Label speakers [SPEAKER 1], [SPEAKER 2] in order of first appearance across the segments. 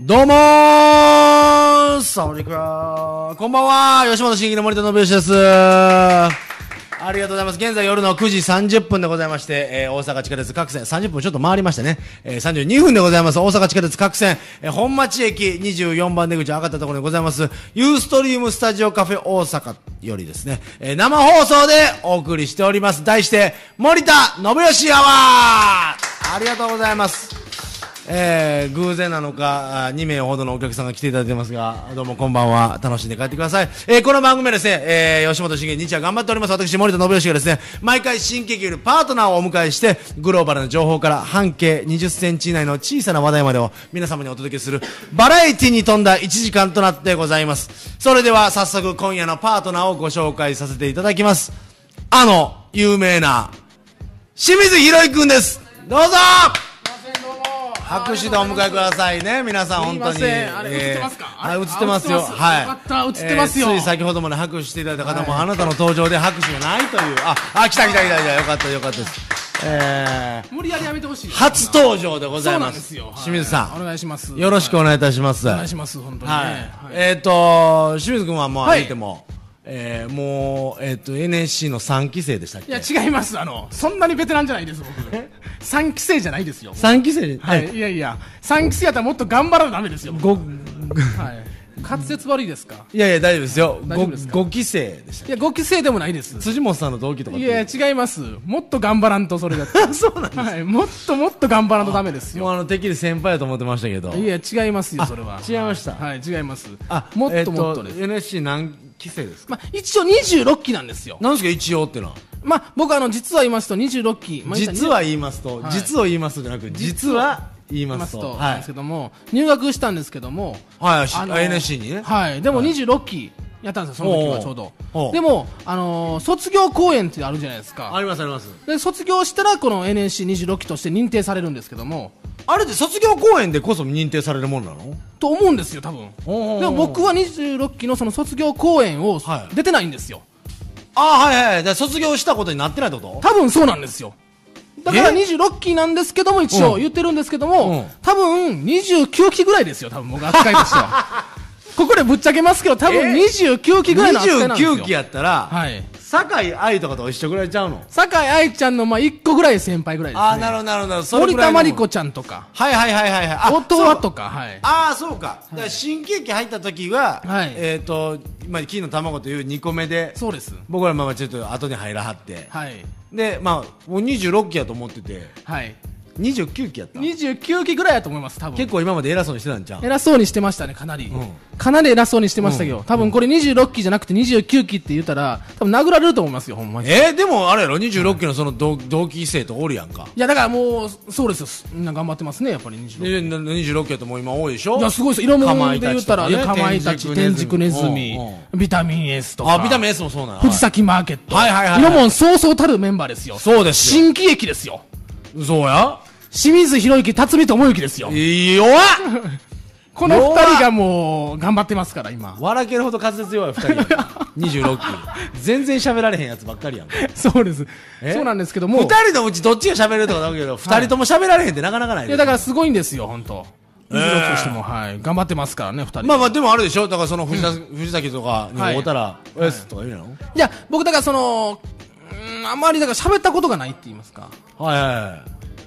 [SPEAKER 1] どうもーサオリクラーこんばんは吉本新喜劇の森田信義ですありがとうございます。現在夜の9時30分でございまして、えー大阪地下鉄各線、30分ちょっと回りましたね。えー32分でございます。大阪地下鉄各線、えー本町駅24番出口上がったところでございます。ユーストリームスタジオカフェ大阪よりですね、えー生放送でお送りしております。題して、森田信義アワーありがとうございます。えー偶然なのか2名ほどのお客さんが来ていただいてますがどうもこんばんは楽しんで帰ってください、えーこの番組はですね、えー吉本新喜劇日夜頑張っております私森田信義がですね毎回新喜劇よりパートナーをお迎えしてグローバルな情報から半径2 0センチ以内の小さな話題までを皆様にお届けするバラエティに富んだ1時間となってございますそれでは早速今夜のパートナーをご紹介させていただきますあの有名な清水宏之くんですどうぞ拍手でお迎えくださいね、皆さん、本当に。
[SPEAKER 2] すいませんあれ
[SPEAKER 1] えー
[SPEAKER 2] 映ってますかあ
[SPEAKER 1] は
[SPEAKER 2] れ
[SPEAKER 1] い、映ってますよ。
[SPEAKER 2] あ映ってます
[SPEAKER 1] はい。
[SPEAKER 2] よかった映ってますよ
[SPEAKER 1] えーつい先ほどまで拍手していただいた方も、あなたの登場で拍手がないという。あ、あ、来た来た来た来た。よかったよかったです。えー
[SPEAKER 2] 無理やりやめてほしい。
[SPEAKER 1] 初登場でござい
[SPEAKER 2] そ
[SPEAKER 1] う
[SPEAKER 2] な
[SPEAKER 1] ま。
[SPEAKER 2] んですすよ。はい
[SPEAKER 1] 清水さ
[SPEAKER 2] お願いします。
[SPEAKER 1] ん、よろしく
[SPEAKER 2] は
[SPEAKER 1] お
[SPEAKER 2] い
[SPEAKER 1] 願いいたします。
[SPEAKER 2] お願いします。本当にね。
[SPEAKER 1] はい。
[SPEAKER 2] はい
[SPEAKER 1] えっと、清水君はもう、
[SPEAKER 2] はい
[SPEAKER 1] 言うても、えーもう、えっと、NSC の3期生でしたっ
[SPEAKER 2] い
[SPEAKER 1] け
[SPEAKER 2] や違います。あのそんなにベテランじゃないで す僕。三期生じゃないですよ。
[SPEAKER 1] ?3 期生
[SPEAKER 2] は。
[SPEAKER 1] はい
[SPEAKER 2] いやいや三期生やったらもっと頑張らなダメですよ。僕
[SPEAKER 1] ご
[SPEAKER 2] はい。滑舌悪いですか。
[SPEAKER 1] いやいや、大丈夫ですよ。
[SPEAKER 2] 大丈夫ですか
[SPEAKER 1] ご5期生でしたっ
[SPEAKER 2] いや五期生でもないです
[SPEAKER 1] け。辻本さんの同期とかっ
[SPEAKER 2] い
[SPEAKER 1] て
[SPEAKER 2] や違います。もっと頑張らんとそれだって。
[SPEAKER 1] そうなんで
[SPEAKER 2] はい。もっともっと頑張らんとダメです
[SPEAKER 1] す
[SPEAKER 2] よ
[SPEAKER 1] も。うあの、てっきり先輩だと思ってましたけど。
[SPEAKER 2] いや違いますよそれは
[SPEAKER 1] あ。違いました
[SPEAKER 2] はい違います。
[SPEAKER 1] あ、
[SPEAKER 2] もっともっと
[SPEAKER 1] え
[SPEAKER 2] で
[SPEAKER 1] っ
[SPEAKER 2] す
[SPEAKER 1] と。NSC 何期生ですか
[SPEAKER 2] まあ一応26期なんですよ。
[SPEAKER 1] なんですか、一応ってのは。
[SPEAKER 2] まあ、僕あの実は言いますと26期、まあ、
[SPEAKER 1] 実は言いますと、
[SPEAKER 2] はい
[SPEAKER 1] 実を言いますとじゃなく、実は言い
[SPEAKER 2] 言い
[SPEAKER 1] ま
[SPEAKER 2] ますす
[SPEAKER 1] と。
[SPEAKER 2] となん
[SPEAKER 1] は
[SPEAKER 2] で
[SPEAKER 1] い
[SPEAKER 2] す。けども、入学したんですけども、
[SPEAKER 1] はいし
[SPEAKER 2] あの
[SPEAKER 1] NSC にね
[SPEAKER 2] はい、でも26期やったんですよ、その時はちょう
[SPEAKER 1] おうおう
[SPEAKER 2] ど。でも、あのー卒業公演ってあるじゃないです
[SPEAKER 1] あ
[SPEAKER 2] か。
[SPEAKER 1] りますあります。
[SPEAKER 2] で卒業したらこの NSC26 期として認定されるんですけども、
[SPEAKER 1] あれって卒業公演でこそ認定されるもんなの
[SPEAKER 2] と思うんですよ、多分
[SPEAKER 1] おうおうおう
[SPEAKER 2] でも僕は26期のその卒業公演を
[SPEAKER 1] はい
[SPEAKER 2] 出てないんですよ。
[SPEAKER 1] あはいはい。じゃあ卒業したことになってないってこと
[SPEAKER 2] 多分そうなんですよだから
[SPEAKER 1] え
[SPEAKER 2] 26期なんですけども一応
[SPEAKER 1] うん
[SPEAKER 2] 言ってるんですけど
[SPEAKER 1] うん
[SPEAKER 2] も多分29期ぐらいですよ多分僕扱いとし てはここでぶっちゃけますけど多分
[SPEAKER 1] え
[SPEAKER 2] 29期ぐらいの扱いなんですよ
[SPEAKER 1] ?29 期やったら、
[SPEAKER 2] はい
[SPEAKER 1] 酒井愛とかと一緒ぐらいちゃうの
[SPEAKER 2] 酒井愛ちゃんのまあ1個ぐらい先輩ぐらいですね
[SPEAKER 1] あーなるほどなるほど。それ
[SPEAKER 2] 森
[SPEAKER 1] ぐら
[SPEAKER 2] 田
[SPEAKER 1] いの
[SPEAKER 2] 真理子ちゃんとか
[SPEAKER 1] はいはいはいはいはい。
[SPEAKER 2] 音羽
[SPEAKER 1] か
[SPEAKER 2] とかはい
[SPEAKER 1] ああそうか、だから新喜劇入った時は、
[SPEAKER 2] はい
[SPEAKER 1] えっ、と今金の卵という2個目で
[SPEAKER 2] そうです
[SPEAKER 1] 僕らまあまあちょっと後に入らはって、
[SPEAKER 2] はい
[SPEAKER 1] でまあもう26期やと思ってて
[SPEAKER 2] はい
[SPEAKER 1] 29期やった
[SPEAKER 2] 29期ぐらいだと思います多分
[SPEAKER 1] 結構今まで偉そうにしてたんじゃん
[SPEAKER 2] 偉そうにしてましたねかなり、
[SPEAKER 1] ん
[SPEAKER 2] かなり偉そうにしてましたけど、多分これ26期じゃなくて29期って言ったら多分殴られると思いますよほんまに
[SPEAKER 1] えー、でもあれやろ26期のその同同期生とおるやんか
[SPEAKER 2] いやだからもうそうですよすみんな頑張ってますねやっぱり26
[SPEAKER 1] でな26期やともう今多いでしょ
[SPEAKER 2] いやすごいです色
[SPEAKER 1] かま
[SPEAKER 2] 物
[SPEAKER 1] い
[SPEAKER 2] で
[SPEAKER 1] た
[SPEAKER 2] 言
[SPEAKER 1] ち
[SPEAKER 2] っ
[SPEAKER 1] と
[SPEAKER 2] た
[SPEAKER 1] からね
[SPEAKER 2] かまいたち天竺ネズミ
[SPEAKER 1] うんうん
[SPEAKER 2] ビタミン S とか
[SPEAKER 1] あビタミン
[SPEAKER 2] ン
[SPEAKER 1] S もそうなの
[SPEAKER 2] 藤崎マーケット
[SPEAKER 1] はいはいはいはい
[SPEAKER 2] 色物そうそうたるメンバーですよ
[SPEAKER 1] そうですよ
[SPEAKER 2] 新喜劇ですよ
[SPEAKER 1] そうや
[SPEAKER 2] 清水宏之辰巳智之ですよ
[SPEAKER 1] 弱っ
[SPEAKER 2] この二人がもう頑張ってますから今
[SPEAKER 1] 笑けるほど滑舌弱い2人やん か26期全然喋られへんやつばっかりやんか
[SPEAKER 2] そうです
[SPEAKER 1] え
[SPEAKER 2] そうなんですけど
[SPEAKER 1] 二
[SPEAKER 2] も
[SPEAKER 1] 人のうちどっちが喋れるとかだけど、二人とも喋られへんってなかなかない
[SPEAKER 2] い
[SPEAKER 1] で
[SPEAKER 2] やだからすごいんですよ本当26としてもはい頑張ってますからね二人
[SPEAKER 1] まあまあ、でもあるでしょだからその藤田、藤崎とかに
[SPEAKER 2] はい
[SPEAKER 1] 会うたら、おやすとか言うの
[SPEAKER 2] いや僕だからそのうーんあんまりだから喋ったことがないって言いますか
[SPEAKER 1] はいはいはい。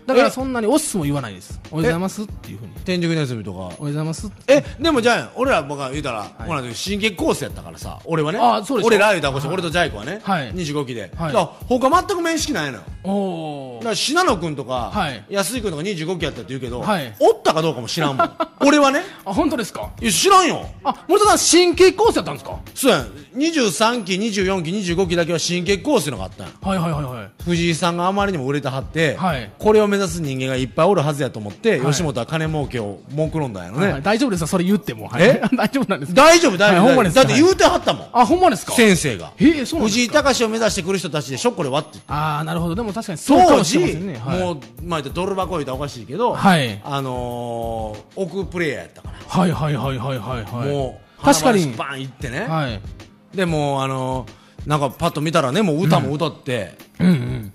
[SPEAKER 2] だか
[SPEAKER 1] え
[SPEAKER 2] らそんなにオスも言わないです。おはようございますっていうふうに。
[SPEAKER 1] 天竺ネズミとか。
[SPEAKER 2] おはようございます。
[SPEAKER 1] え、でもじゃあ、俺ら僕が言うたら、この後、新劇コースやったからさ、俺はね。
[SPEAKER 2] あそうでしょ
[SPEAKER 1] 俺ら言うたらこそ、俺とジャイ子はね、
[SPEAKER 2] はい
[SPEAKER 1] 25期で。
[SPEAKER 2] は
[SPEAKER 1] だか
[SPEAKER 2] い
[SPEAKER 1] ら他全く面識ないのよ。だ
[SPEAKER 2] おお
[SPEAKER 1] か。ら、信濃君とか、
[SPEAKER 2] はい
[SPEAKER 1] 安井君とか25期やったって言うけど、
[SPEAKER 2] はい
[SPEAKER 1] おったかどうかも知らん もん。俺はね、
[SPEAKER 2] あ、本当ですか
[SPEAKER 1] いや知らんよ。
[SPEAKER 2] あ、森田さん、神経コースやったんですか
[SPEAKER 1] そうやん。23期、24期、25期だけは新劇コースいうのがあったんや。
[SPEAKER 2] はいはいはいはい。
[SPEAKER 1] 藤井さんがあまりにも売れたはって、
[SPEAKER 2] はい
[SPEAKER 1] これを目指す人間がいっぱいおるはずやと思って、
[SPEAKER 2] はい
[SPEAKER 1] 吉本は金儲けを文句論だよね、
[SPEAKER 2] はい大丈夫ですよ、それ言っても。はい
[SPEAKER 1] え
[SPEAKER 2] 大丈夫なんですか
[SPEAKER 1] 大丈夫大丈夫、
[SPEAKER 2] はいほんまです
[SPEAKER 1] だって
[SPEAKER 2] はい
[SPEAKER 1] 言うてはったもん、
[SPEAKER 2] あ、ほんまですか
[SPEAKER 1] 先生が
[SPEAKER 2] へえ、そうなん
[SPEAKER 1] 藤
[SPEAKER 2] で
[SPEAKER 1] 井
[SPEAKER 2] すか
[SPEAKER 1] 隆を目指してくる人たちでしょこれはって
[SPEAKER 2] あー、なるほど。でも確かにそうか
[SPEAKER 1] 当
[SPEAKER 2] もし
[SPEAKER 1] 時
[SPEAKER 2] れませんね。はい
[SPEAKER 1] もうまあ言ったらドル箱言うたらおかしいけど、
[SPEAKER 2] はい
[SPEAKER 1] あのー、奥プレイヤーやったから、
[SPEAKER 2] はいはいはいはいはいはい。
[SPEAKER 1] もう
[SPEAKER 2] 確かに
[SPEAKER 1] 花。々しバーン行ってね、
[SPEAKER 2] はい。
[SPEAKER 1] でもうあのーなんかパッと見たらねもう歌も歌って、
[SPEAKER 2] うん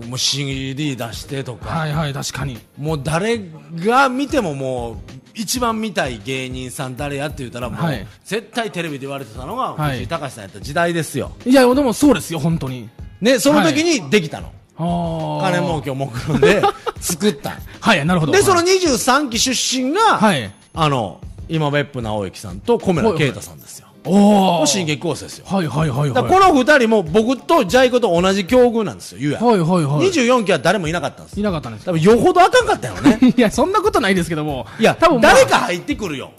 [SPEAKER 2] うん。
[SPEAKER 1] もう CD 出してとか、
[SPEAKER 2] はいはい、確かに。
[SPEAKER 1] もう誰が見てももう一番見たい芸人さん誰やって言ったらもう、
[SPEAKER 2] はい
[SPEAKER 1] 絶対テレビで言われてたのが
[SPEAKER 2] はい
[SPEAKER 1] 藤井隆さんやった時代ですよ、
[SPEAKER 2] いや、でもそうですよ、本当に。
[SPEAKER 1] ね、その時にできたの、
[SPEAKER 2] あ
[SPEAKER 1] 金儲けを目論んで 作ったん
[SPEAKER 2] はい、なるほど。
[SPEAKER 1] でその
[SPEAKER 2] はい
[SPEAKER 1] 23期出身が、
[SPEAKER 2] はい。
[SPEAKER 1] あの今別府直之さんと小村慶太さんですよ
[SPEAKER 2] おー。
[SPEAKER 1] 進撃コースですよ
[SPEAKER 2] はいはいはいは
[SPEAKER 1] だ
[SPEAKER 2] い。
[SPEAKER 1] からこの二人も僕とジャイ子と同じ境遇なんですよ、ゆうや。
[SPEAKER 2] はいはいはい。
[SPEAKER 1] 24期は誰もいなかったんです
[SPEAKER 2] い。なかったんです
[SPEAKER 1] 多分よほどあかんかったよね。
[SPEAKER 2] いや、そんなことないですけども。
[SPEAKER 1] いや、
[SPEAKER 2] 多分、
[SPEAKER 1] 誰。か入ってくるよ。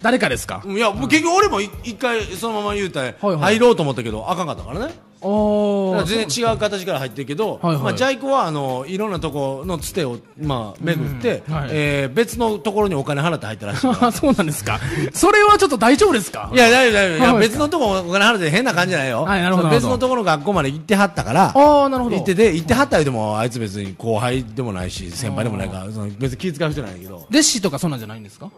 [SPEAKER 2] 誰かですか
[SPEAKER 1] いや、結局俺もい一回そのまま言うたら
[SPEAKER 2] はい
[SPEAKER 1] 入ろうと思ったけど、あかんかったからね。
[SPEAKER 2] お
[SPEAKER 1] だから
[SPEAKER 2] ー。
[SPEAKER 1] 全然違う形から入ってるけど、
[SPEAKER 2] はいはい
[SPEAKER 1] まあ、ジャイ子は、あの、いろんなとこのつてを、まあ、巡って、
[SPEAKER 2] うんはい
[SPEAKER 1] えー別のところにお金払って入ったらしいから。
[SPEAKER 2] あそうなんですか。それはちょっと大丈夫ですか
[SPEAKER 1] いや、大丈夫、大丈夫。いや、
[SPEAKER 2] そうです
[SPEAKER 1] 別
[SPEAKER 2] か
[SPEAKER 1] のとこお金払って変な感じじゃないよ。
[SPEAKER 2] はいなるほど
[SPEAKER 1] その別のところの学校まで行ってはったから、
[SPEAKER 2] ああ、なるほど。
[SPEAKER 1] 行ってて、行ってはったりでも、あいつ別に後輩でもないし、先輩でもないから、その別に気遣う人なんやけど、
[SPEAKER 2] 弟子とかそうなんじゃないんですか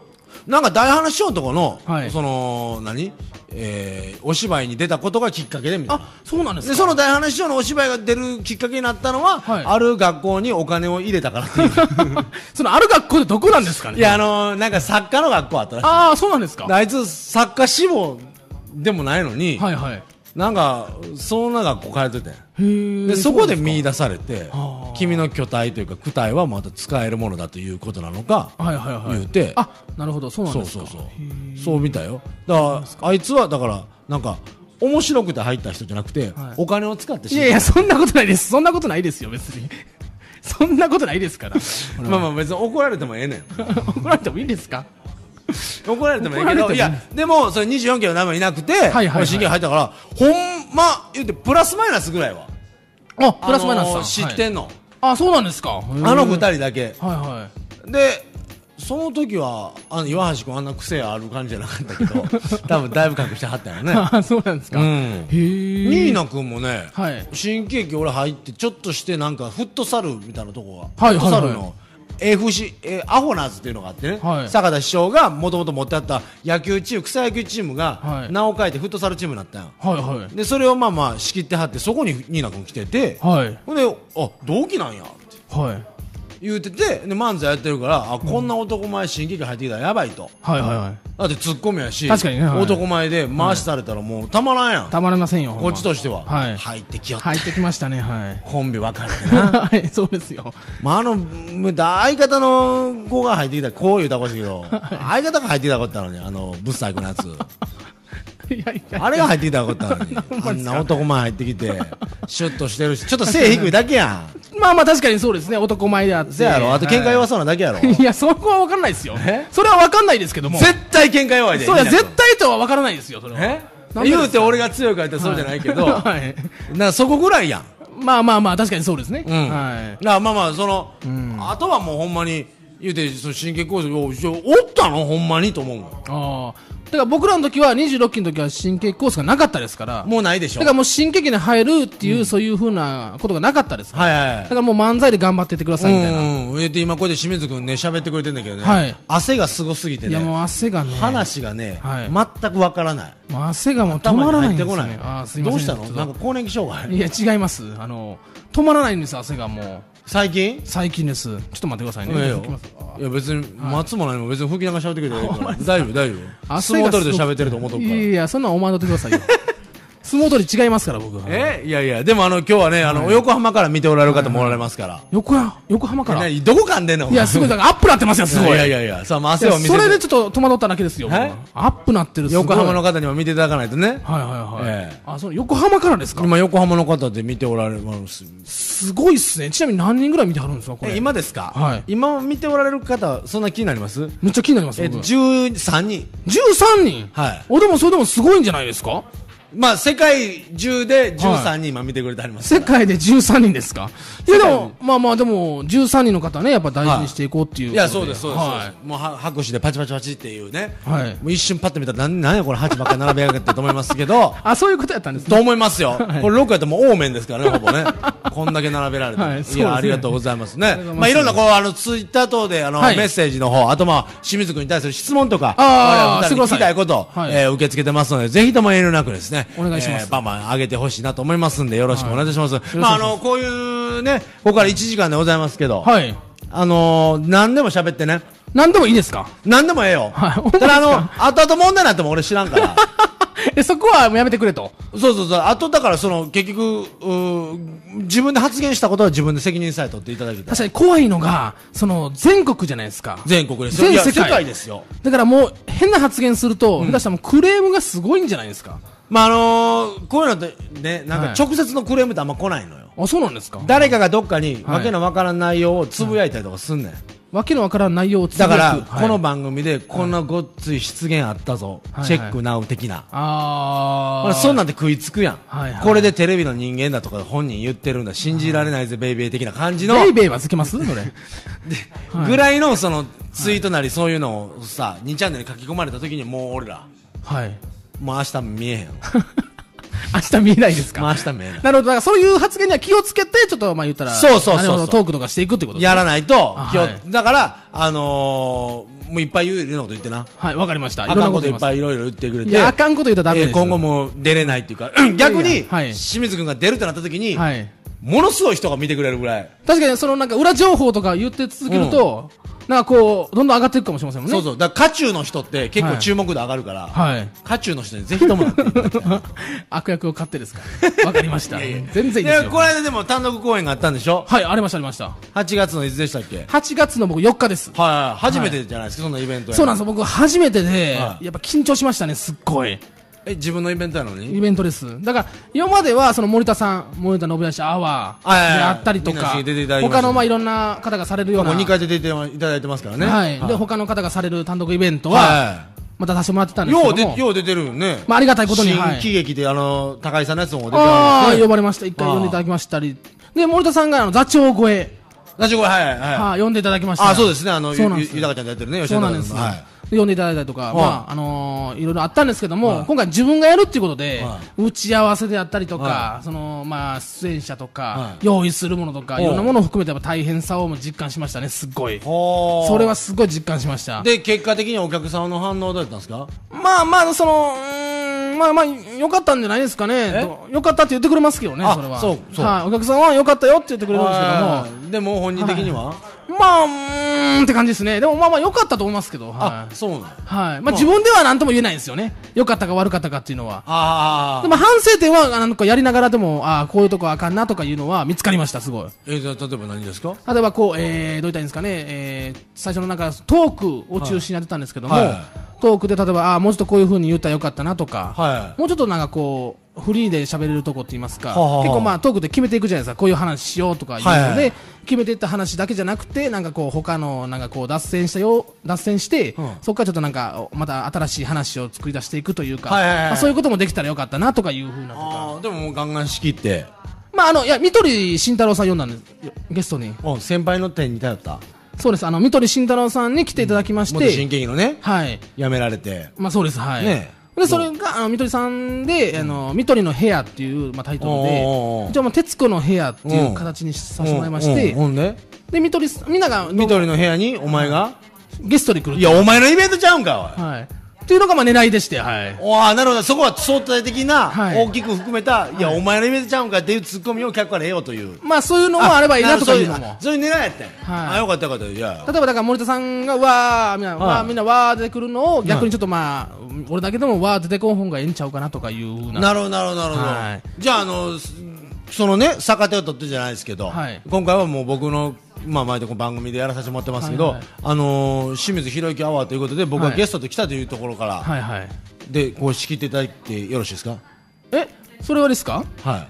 [SPEAKER 1] なんか大話しようとこの、
[SPEAKER 2] はい
[SPEAKER 1] その、何えー、お芝居に出たことがきっかけで、みたいな。
[SPEAKER 2] あ、そうなんです
[SPEAKER 1] で、
[SPEAKER 2] か
[SPEAKER 1] その大話しようのお芝居が出るきっかけになったのは、
[SPEAKER 2] はい
[SPEAKER 1] ある学校にお金を入れたから っていう。
[SPEAKER 2] そのある学校でどこなんですかね
[SPEAKER 1] いや、あのーなんか作家の学校あったらしい
[SPEAKER 2] ああ、そうなんですか
[SPEAKER 1] であいつ、作家志望でもないのに、
[SPEAKER 2] はいはい。
[SPEAKER 1] なんか、そんな学校通ってて。
[SPEAKER 2] へ
[SPEAKER 1] で
[SPEAKER 2] え。
[SPEAKER 1] そこで見出されて
[SPEAKER 2] あー
[SPEAKER 1] 君の巨体というか躯体はまた使えるものだということなのか
[SPEAKER 2] はいはいはい。
[SPEAKER 1] 言うて
[SPEAKER 2] あ、なるほど、そうなん
[SPEAKER 1] そ
[SPEAKER 2] で
[SPEAKER 1] う
[SPEAKER 2] す
[SPEAKER 1] そ
[SPEAKER 2] か。
[SPEAKER 1] うそうそう見たよだからあいつはだからなんか面白くて入った人じゃなくて、
[SPEAKER 2] はい
[SPEAKER 1] お金を使って死
[SPEAKER 2] い
[SPEAKER 1] ん
[SPEAKER 2] や
[SPEAKER 1] だ
[SPEAKER 2] いや、そんなことないです。そんなことないですよ、別に。 そんなことないですから。
[SPEAKER 1] まあまあ別に怒られてもえ えねん
[SPEAKER 2] 怒られてもいいんですか
[SPEAKER 1] 怒られてもええ
[SPEAKER 2] 怒ら
[SPEAKER 1] け
[SPEAKER 2] れて
[SPEAKER 1] ど
[SPEAKER 2] も
[SPEAKER 1] いやでもそれ24キロの名前いなくて
[SPEAKER 2] いはいはい
[SPEAKER 1] 俺新規入ったからほんま言うてプラスマイナスぐらいは
[SPEAKER 2] あ、プラスマイナ
[SPEAKER 1] あ
[SPEAKER 2] スさ
[SPEAKER 1] の
[SPEAKER 2] ん。
[SPEAKER 1] ー知って
[SPEAKER 2] はい
[SPEAKER 1] んの、
[SPEAKER 2] あ、そうなんですか。あ
[SPEAKER 1] あの二人だけ
[SPEAKER 2] はいは
[SPEAKER 1] でその時はあの岩橋君あんな癖ある感じじゃなかったけ ど多分だいぶ隠してはったよね
[SPEAKER 2] い。あ、 そうなんですか。
[SPEAKER 1] う
[SPEAKER 2] へ
[SPEAKER 1] ん
[SPEAKER 2] え。
[SPEAKER 1] ニーナ君もね、
[SPEAKER 2] はい
[SPEAKER 1] 新喜劇俺入ってちょっとしてなんかフットサルみたいなとこが、
[SPEAKER 2] はいはいはい
[SPEAKER 1] フットサルの FC、えーアホナーズっていうのがあってね、
[SPEAKER 2] はい
[SPEAKER 1] 坂田師匠がもともと持ってあった野球チーム草野球チーム
[SPEAKER 2] は
[SPEAKER 1] が
[SPEAKER 2] い
[SPEAKER 1] 名を変えてフットサルチームになったんよ
[SPEAKER 2] はいはい。
[SPEAKER 1] でそれをまあまあ仕切ってはってそこにニーナ君来てて、
[SPEAKER 2] はい。
[SPEAKER 1] ほんであ同期なんやって
[SPEAKER 2] はい。
[SPEAKER 1] 言うててで漫才やってるからあこんな男前新喜劇入ってきたらやばいと
[SPEAKER 2] はいはいはい。
[SPEAKER 1] だってツッコミやし
[SPEAKER 2] 確かにねはい
[SPEAKER 1] 男前で回しされたらもうたまらんやん、
[SPEAKER 2] たまりませんよ。ほん
[SPEAKER 1] こ
[SPEAKER 2] ま
[SPEAKER 1] っちとしては、
[SPEAKER 2] はい
[SPEAKER 1] 入ってきよった
[SPEAKER 2] 入ってきましたね、はい。
[SPEAKER 1] コンビ分かれてな、
[SPEAKER 2] はい、そうですよ。
[SPEAKER 1] まあ、あのむ相方の子が入ってきたらこう言うたらこしいけど、相方が入ってきたらこったのにあのブス最高 のやつ
[SPEAKER 2] いやいや。
[SPEAKER 1] あれが入ってきたらこったのにあんな男前入ってきてシュッとしてるしちょっと背低いだけやん
[SPEAKER 2] まあまあ確かにそうですね、男前であって。
[SPEAKER 1] せやろあと喧嘩
[SPEAKER 2] は
[SPEAKER 1] 弱そうなだけやろ、
[SPEAKER 2] いいや、そこは分かんないですよ
[SPEAKER 1] え。
[SPEAKER 2] それは分かんないですけども。
[SPEAKER 1] 絶対喧嘩弱いで
[SPEAKER 2] そうや、
[SPEAKER 1] みんな
[SPEAKER 2] 絶対とは分からないですよ、それは。
[SPEAKER 1] え
[SPEAKER 2] なんでですか
[SPEAKER 1] 言うて俺が強いから言ったらそうじゃないけど、
[SPEAKER 2] はい。
[SPEAKER 1] なそこぐらいやん
[SPEAKER 2] まあまあまあ、確かにそうですね。
[SPEAKER 1] うん
[SPEAKER 2] はい。
[SPEAKER 1] なまあまあその、あとはもうほんまに言うてその神経構造おおったのほんまにと思うも
[SPEAKER 2] ああ。だから僕らの時は、26期の時は神経コースがなかったですから。
[SPEAKER 1] んもうないでし
[SPEAKER 2] だ
[SPEAKER 1] ょ
[SPEAKER 2] からもう新劇に入るっていう、そういうふうなことがなかったですから。
[SPEAKER 1] はいはいはい
[SPEAKER 2] だからもう漫才で頑張ってってくださいみたいな。
[SPEAKER 1] うんうん、えで今こうやって清水君ね喋ってくれてんだけどね、
[SPEAKER 2] はい
[SPEAKER 1] 汗がすごすぎて
[SPEAKER 2] いやも
[SPEAKER 1] ね
[SPEAKER 2] う汗がね。
[SPEAKER 1] 話がね、
[SPEAKER 2] はい
[SPEAKER 1] 全くわからない
[SPEAKER 2] もう汗がもう止
[SPEAKER 1] 頭
[SPEAKER 2] まら
[SPEAKER 1] に入
[SPEAKER 2] ないん
[SPEAKER 1] っ
[SPEAKER 2] で
[SPEAKER 1] て
[SPEAKER 2] す
[SPEAKER 1] こ
[SPEAKER 2] よ
[SPEAKER 1] ない、
[SPEAKER 2] ね。あーすいません。
[SPEAKER 1] どうしたの
[SPEAKER 2] ちょっと
[SPEAKER 1] なんか更年期障害
[SPEAKER 2] いや、違います。あの、止まらないんです、汗がもう。
[SPEAKER 1] 最近
[SPEAKER 2] 最近です。ちょっと待ってくださ
[SPEAKER 1] い
[SPEAKER 2] い
[SPEAKER 1] やい
[SPEAKER 2] ね。
[SPEAKER 1] や
[SPEAKER 2] 行きます
[SPEAKER 1] いや別に松も何も別に吹きながら喋ってくれて いいから大丈夫大丈夫相
[SPEAKER 2] 汗が
[SPEAKER 1] 撲
[SPEAKER 2] すご
[SPEAKER 1] 取りで喋ってると思っとくから
[SPEAKER 2] いやいや、そんなんお前のってくだ さいよ。相撲取り違いますから、僕。
[SPEAKER 1] えいやいやでもあの今日はねあの、横浜から見ておられる方もおられますから、
[SPEAKER 2] 横や、横浜から。い
[SPEAKER 1] 何どこかんでんの
[SPEAKER 2] や、すごい、だからアップなってますよ、すごい。
[SPEAKER 1] いやいやいやさあまあ汗
[SPEAKER 2] い
[SPEAKER 1] を
[SPEAKER 2] や
[SPEAKER 1] 見せ
[SPEAKER 2] それで
[SPEAKER 1] て
[SPEAKER 2] ちょっと戸惑っただけですよ。
[SPEAKER 1] はい
[SPEAKER 2] 僕アップなってる、すごい
[SPEAKER 1] 横浜の方にも見ていただかないとね
[SPEAKER 2] はいはいはい。
[SPEAKER 1] ええ
[SPEAKER 2] あ、その横浜からですか
[SPEAKER 1] 今横浜の方で見ておられます
[SPEAKER 2] すごいっすね。ちなみに何人ぐらい見てはるんですかこ
[SPEAKER 1] え
[SPEAKER 2] れ。
[SPEAKER 1] 今ですか、
[SPEAKER 2] はい
[SPEAKER 1] 今見ておられる方そんな気になります
[SPEAKER 2] めっちゃ気になります
[SPEAKER 1] え
[SPEAKER 2] よ。
[SPEAKER 1] っと
[SPEAKER 2] 僕
[SPEAKER 1] 13人
[SPEAKER 2] 13人
[SPEAKER 1] はい
[SPEAKER 2] お、でもそれでもすごいんじゃないですか
[SPEAKER 1] まあ世界中で13人今見てくれてあります、
[SPEAKER 2] 世界で13人ですか いやで
[SPEAKER 1] 世界
[SPEAKER 2] も、まあまあでも、13人の方ね、やっぱ大事にしていこうっていう
[SPEAKER 1] い、
[SPEAKER 2] こと。
[SPEAKER 1] やそうですそうです、
[SPEAKER 2] は
[SPEAKER 1] そう
[SPEAKER 2] い
[SPEAKER 1] ですもうは拍手でパチパチパチっていうね、
[SPEAKER 2] はい
[SPEAKER 1] もう一瞬パッと見たらなんなんやこれ8ばっかり並べやがってと思いますけど
[SPEAKER 2] あ、そういうことやったんですね。
[SPEAKER 1] と思います よ、これ6やったらもうオーメンですからねほぼねこんだけ並べられて、
[SPEAKER 2] はい
[SPEAKER 1] い
[SPEAKER 2] そうですね
[SPEAKER 1] やありがとうございますね
[SPEAKER 2] りがとうございます
[SPEAKER 1] まあいろんなこうあのツイッター等であの、
[SPEAKER 2] はい
[SPEAKER 1] メッセージの方あとまあ清水君に対する質問とか
[SPEAKER 2] あ
[SPEAKER 1] 我々
[SPEAKER 2] ー
[SPEAKER 1] 二人に聞きたいこと、
[SPEAKER 2] はい
[SPEAKER 1] えー受け付けてますのでぜひとも遠慮なくですね
[SPEAKER 2] お願いします
[SPEAKER 1] えーバンバン上げてほしいなと思いますんでよろしくお願いいたします、まああのこういうねここから1時間でございますけど、
[SPEAKER 2] はい。
[SPEAKER 1] あのー何でも喋ってね
[SPEAKER 2] 何でもいいですか
[SPEAKER 1] 何でもええよ。
[SPEAKER 2] はい
[SPEAKER 1] た だあの、後々問題になっても俺知らんから。
[SPEAKER 2] え、そこはもうやめてくれと。
[SPEAKER 1] そうそうそう。あとだからその、結局、うー自分で発言したことは自分で責任さえ取っていただきたい。
[SPEAKER 2] 確かに怖いのが、その、全国じゃないですか。
[SPEAKER 1] 全国ですよ。
[SPEAKER 2] 全
[SPEAKER 1] いや
[SPEAKER 2] 世界
[SPEAKER 1] 世界ですよ。
[SPEAKER 2] だからもう、変な発言すると、下手したらもうクレームがすごいんじゃないですか。
[SPEAKER 1] まああのーこういうのってね、なんか
[SPEAKER 2] はい
[SPEAKER 1] 直接のクレームってあんま来ないのよ。
[SPEAKER 2] あ、そうなんですか
[SPEAKER 1] 誰かがどっかに、
[SPEAKER 2] はい
[SPEAKER 1] わけのわからん内容をつぶやいたりとかすんねん。
[SPEAKER 2] わけのわからん内容をつぶや
[SPEAKER 1] だ
[SPEAKER 2] く
[SPEAKER 1] から、
[SPEAKER 2] はい
[SPEAKER 1] この番組でこんなごっつい失言あったぞ、
[SPEAKER 2] はい
[SPEAKER 1] チェックナウ的な、
[SPEAKER 2] あ
[SPEAKER 1] ほ
[SPEAKER 2] ー。
[SPEAKER 1] らそんなんで食いつくやん、
[SPEAKER 2] はいはい
[SPEAKER 1] これでテレビの人間だとか本人言ってるんだ信じられないぜ、ベイベー的な感じの
[SPEAKER 2] ベイベイはつけますそれ。 はい
[SPEAKER 1] ぐらいのそのツイートなりそういうのをさ2チャンネルに書き込まれた時にもう俺ら
[SPEAKER 2] はい。
[SPEAKER 1] もう明日見えへ ん
[SPEAKER 2] 明日見えないですか
[SPEAKER 1] もう明日見えない
[SPEAKER 2] なるほど。だからそういう発言には気をつけて、ちょっとまあ言ったら、
[SPEAKER 1] そうそうそうそう
[SPEAKER 2] なるほどトークとかしていくってことですね
[SPEAKER 1] やらないと
[SPEAKER 2] あ
[SPEAKER 1] 今
[SPEAKER 2] はい
[SPEAKER 1] 日だからあのーもういっぱい言うようなこと言ってな
[SPEAKER 2] はい、わかりました。
[SPEAKER 1] あかんことい
[SPEAKER 2] 言
[SPEAKER 1] っぱ
[SPEAKER 2] い
[SPEAKER 1] いいろいろ言ってくれ
[SPEAKER 2] ます。い
[SPEAKER 1] て
[SPEAKER 2] や、あかんこと言うとダメで
[SPEAKER 1] えー
[SPEAKER 2] す。
[SPEAKER 1] 今後も出れないっていうか逆
[SPEAKER 2] いやい
[SPEAKER 1] に
[SPEAKER 2] やはい
[SPEAKER 1] 清水君が出るとなった時に
[SPEAKER 2] はい。
[SPEAKER 1] ものすごい人が見てくれるぐらい
[SPEAKER 2] 確かに、そのなんか裏情報とか言って続けると、なんかこう、どんどん上がっていくかもしれませんもんね。
[SPEAKER 1] そうそうだから渦中の人って結構
[SPEAKER 2] はい
[SPEAKER 1] 注目度上がるから、
[SPEAKER 2] はい。
[SPEAKER 1] 渦中の人にぜひともなっていただきたい
[SPEAKER 2] 悪役を買ってですか。わかり ました。全 然いいです
[SPEAKER 1] や
[SPEAKER 2] よ。
[SPEAKER 1] この間でも単独公演があったんでしょ
[SPEAKER 2] はい、ありました、ありました。
[SPEAKER 1] 8月のいつでしたっけ
[SPEAKER 2] 8月の僕4日です。
[SPEAKER 1] はい、初めてじゃないですか、そんなイベントや
[SPEAKER 2] そうなんですよ。僕初めてで、
[SPEAKER 1] はい
[SPEAKER 2] やっぱ緊張しましたね、すっごい。
[SPEAKER 1] え自分のイベントなの
[SPEAKER 2] イ
[SPEAKER 1] に
[SPEAKER 2] ベントです。だから、今までは、その森田さん、森田信義アワ
[SPEAKER 1] はいはいは
[SPEAKER 2] ー
[SPEAKER 1] い
[SPEAKER 2] であったりと
[SPEAKER 1] みんな
[SPEAKER 2] か
[SPEAKER 1] に出ていただ、きました
[SPEAKER 2] 他のまあいろんな方がされるよう
[SPEAKER 1] も
[SPEAKER 2] な、
[SPEAKER 1] う2回出ていただいてますからね
[SPEAKER 2] はい。で、
[SPEAKER 1] は
[SPEAKER 2] 他の方がされる単独イベント
[SPEAKER 1] い
[SPEAKER 2] は、
[SPEAKER 1] は
[SPEAKER 2] また出してもらってたん
[SPEAKER 1] い
[SPEAKER 2] ですけ
[SPEAKER 1] よう
[SPEAKER 2] ども
[SPEAKER 1] で、よう出てるよね、
[SPEAKER 2] まあありがたいことに、
[SPEAKER 1] 新
[SPEAKER 2] はい
[SPEAKER 1] 喜劇であの高井さんのやつも出て
[SPEAKER 2] ああ、呼
[SPEAKER 1] る
[SPEAKER 2] ばれました。一回呼んでいただきましたり。で、森田さんが、あの、座長越え、
[SPEAKER 1] ラジオはいはいはい
[SPEAKER 2] はい呼んでいただきました。
[SPEAKER 1] あそうですねあのゆ
[SPEAKER 2] そうなんで
[SPEAKER 1] ゆ
[SPEAKER 2] す
[SPEAKER 1] ゆたかちゃんとやってるね吉
[SPEAKER 2] そ
[SPEAKER 1] 田
[SPEAKER 2] うな
[SPEAKER 1] さ
[SPEAKER 2] んです、
[SPEAKER 1] んはい
[SPEAKER 2] で呼んでいただいたりとか、
[SPEAKER 1] い
[SPEAKER 2] まああのーいろいろあったんですけども、今回、自分がやるっていうことで、
[SPEAKER 1] は
[SPEAKER 2] 打ち合わせであったりとか、
[SPEAKER 1] は
[SPEAKER 2] そのまあ、出演者とか、
[SPEAKER 1] はい
[SPEAKER 2] 用意するものと
[SPEAKER 1] お
[SPEAKER 2] か、
[SPEAKER 1] う
[SPEAKER 2] いろんなものを含めてやっぱ大変さをも実感しましたね、すっごい。
[SPEAKER 1] ほー
[SPEAKER 2] それはすごい実感しました。
[SPEAKER 1] で結果的にお客さんの反応はどうやったんですか
[SPEAKER 2] まあまあ、その、うーんまあまあ、よかったんじゃないですかね。とよかったって言ってくれますけどね、
[SPEAKER 1] あ
[SPEAKER 2] それは。
[SPEAKER 1] そうそう
[SPEAKER 2] はい。お客さんはよかったよって言ってくれるんですけど
[SPEAKER 1] は
[SPEAKER 2] も、
[SPEAKER 1] いでも本人的には、
[SPEAKER 2] まあ、うーんって感じですね。でもまあまあ、よかったと思いますけど、はい
[SPEAKER 1] あ。そうなのあ
[SPEAKER 2] はい。まあ、自分では何とも言えないんですよね。良かったか悪かったかっていうのは。
[SPEAKER 1] あ
[SPEAKER 2] でも反省点は、なんかやりながらでも、ああ、こういうとこあかんなとかいうのは見つかりました、すごい。
[SPEAKER 1] えじゃあ例えば何ですか
[SPEAKER 2] 例えばこう、えー、どういったらいいんですかね、えー、最初のなんかトークを中心にやってたんですけども、
[SPEAKER 1] はいはい
[SPEAKER 2] トークで例えば、ああ、もうちょっとこういう風に言ったらよかったなとか、
[SPEAKER 1] はい
[SPEAKER 2] もうちょっとなんかこう、フリーで喋れるとこって言いますか、
[SPEAKER 1] はあはあ
[SPEAKER 2] 結構まあトークで決めていくじゃないですか、こういう話しようとかいうので、
[SPEAKER 1] はいはいはい
[SPEAKER 2] 決めていった話だけじゃなくて、なんかこう、他のなんかこう、脱線したよ、脱線して、
[SPEAKER 1] うん
[SPEAKER 2] そこからちょっとなんか、また新しい話を作り出していくというか、
[SPEAKER 1] はいはいはい
[SPEAKER 2] まあそういうこともできたらよかったなとかいう風なとか、
[SPEAKER 1] ああでももうガンガン仕切って
[SPEAKER 2] まああの、いや、三鳥慎太郎さん呼んだんですよ、ゲストに。
[SPEAKER 1] うん先輩の点に頼った
[SPEAKER 2] そうです。あの、三鳥慎太郎さんに来ていただきまし
[SPEAKER 1] 元新
[SPEAKER 2] て、
[SPEAKER 1] 喜劇のね
[SPEAKER 2] はい。
[SPEAKER 1] やめられて
[SPEAKER 2] まあそうです、はい。
[SPEAKER 1] ねえ
[SPEAKER 2] で、それが、あの、三鳥さんで、あの、三鳥の部屋っていう、まあ、タイトル
[SPEAKER 1] おうおうお
[SPEAKER 2] で
[SPEAKER 1] う、
[SPEAKER 2] 一応、まあ、徹子の部屋っていう形にさせてもらいまし
[SPEAKER 1] う
[SPEAKER 2] て、
[SPEAKER 1] んうんほんで
[SPEAKER 2] で、三鳥さん、みんなが
[SPEAKER 1] 緑の部屋にお前が
[SPEAKER 2] ゲストに来る
[SPEAKER 1] い。やお前のイベントちゃうんか
[SPEAKER 2] はい。っていうのが、まあ、狙いでして、はい。
[SPEAKER 1] おいああなるほどそこは相対的な
[SPEAKER 2] はい
[SPEAKER 1] 大きく含めたいやお前のイベントちゃうんかっていうツッコミを客から得ようという
[SPEAKER 2] まあ、そういうのもあればいいなとかいうのも
[SPEAKER 1] あ。そういう狙いやったんや
[SPEAKER 2] はい
[SPEAKER 1] あよかったよかったいや
[SPEAKER 2] 例えばだから森田さんがわーみんな、
[SPEAKER 1] はい
[SPEAKER 2] わーみんなわー出てくるのを逆にちょっとまあ、俺だけでもわー出てこん方がええんちゃうかなとかいうふうな
[SPEAKER 1] なるほどなるほどなるほど
[SPEAKER 2] はい
[SPEAKER 1] じゃああのすそのね逆手を取ってじゃないですけど
[SPEAKER 2] はい
[SPEAKER 1] 今回はもう僕のまあ前でこの番組でやらさせてもらってますけど
[SPEAKER 2] はいはい
[SPEAKER 1] あのー清水宏之アワーということで僕は
[SPEAKER 2] はい
[SPEAKER 1] ゲストで来たというところから
[SPEAKER 2] はいはい
[SPEAKER 1] でこう仕切っていただいてよろしいですか
[SPEAKER 2] えそれはですか
[SPEAKER 1] はい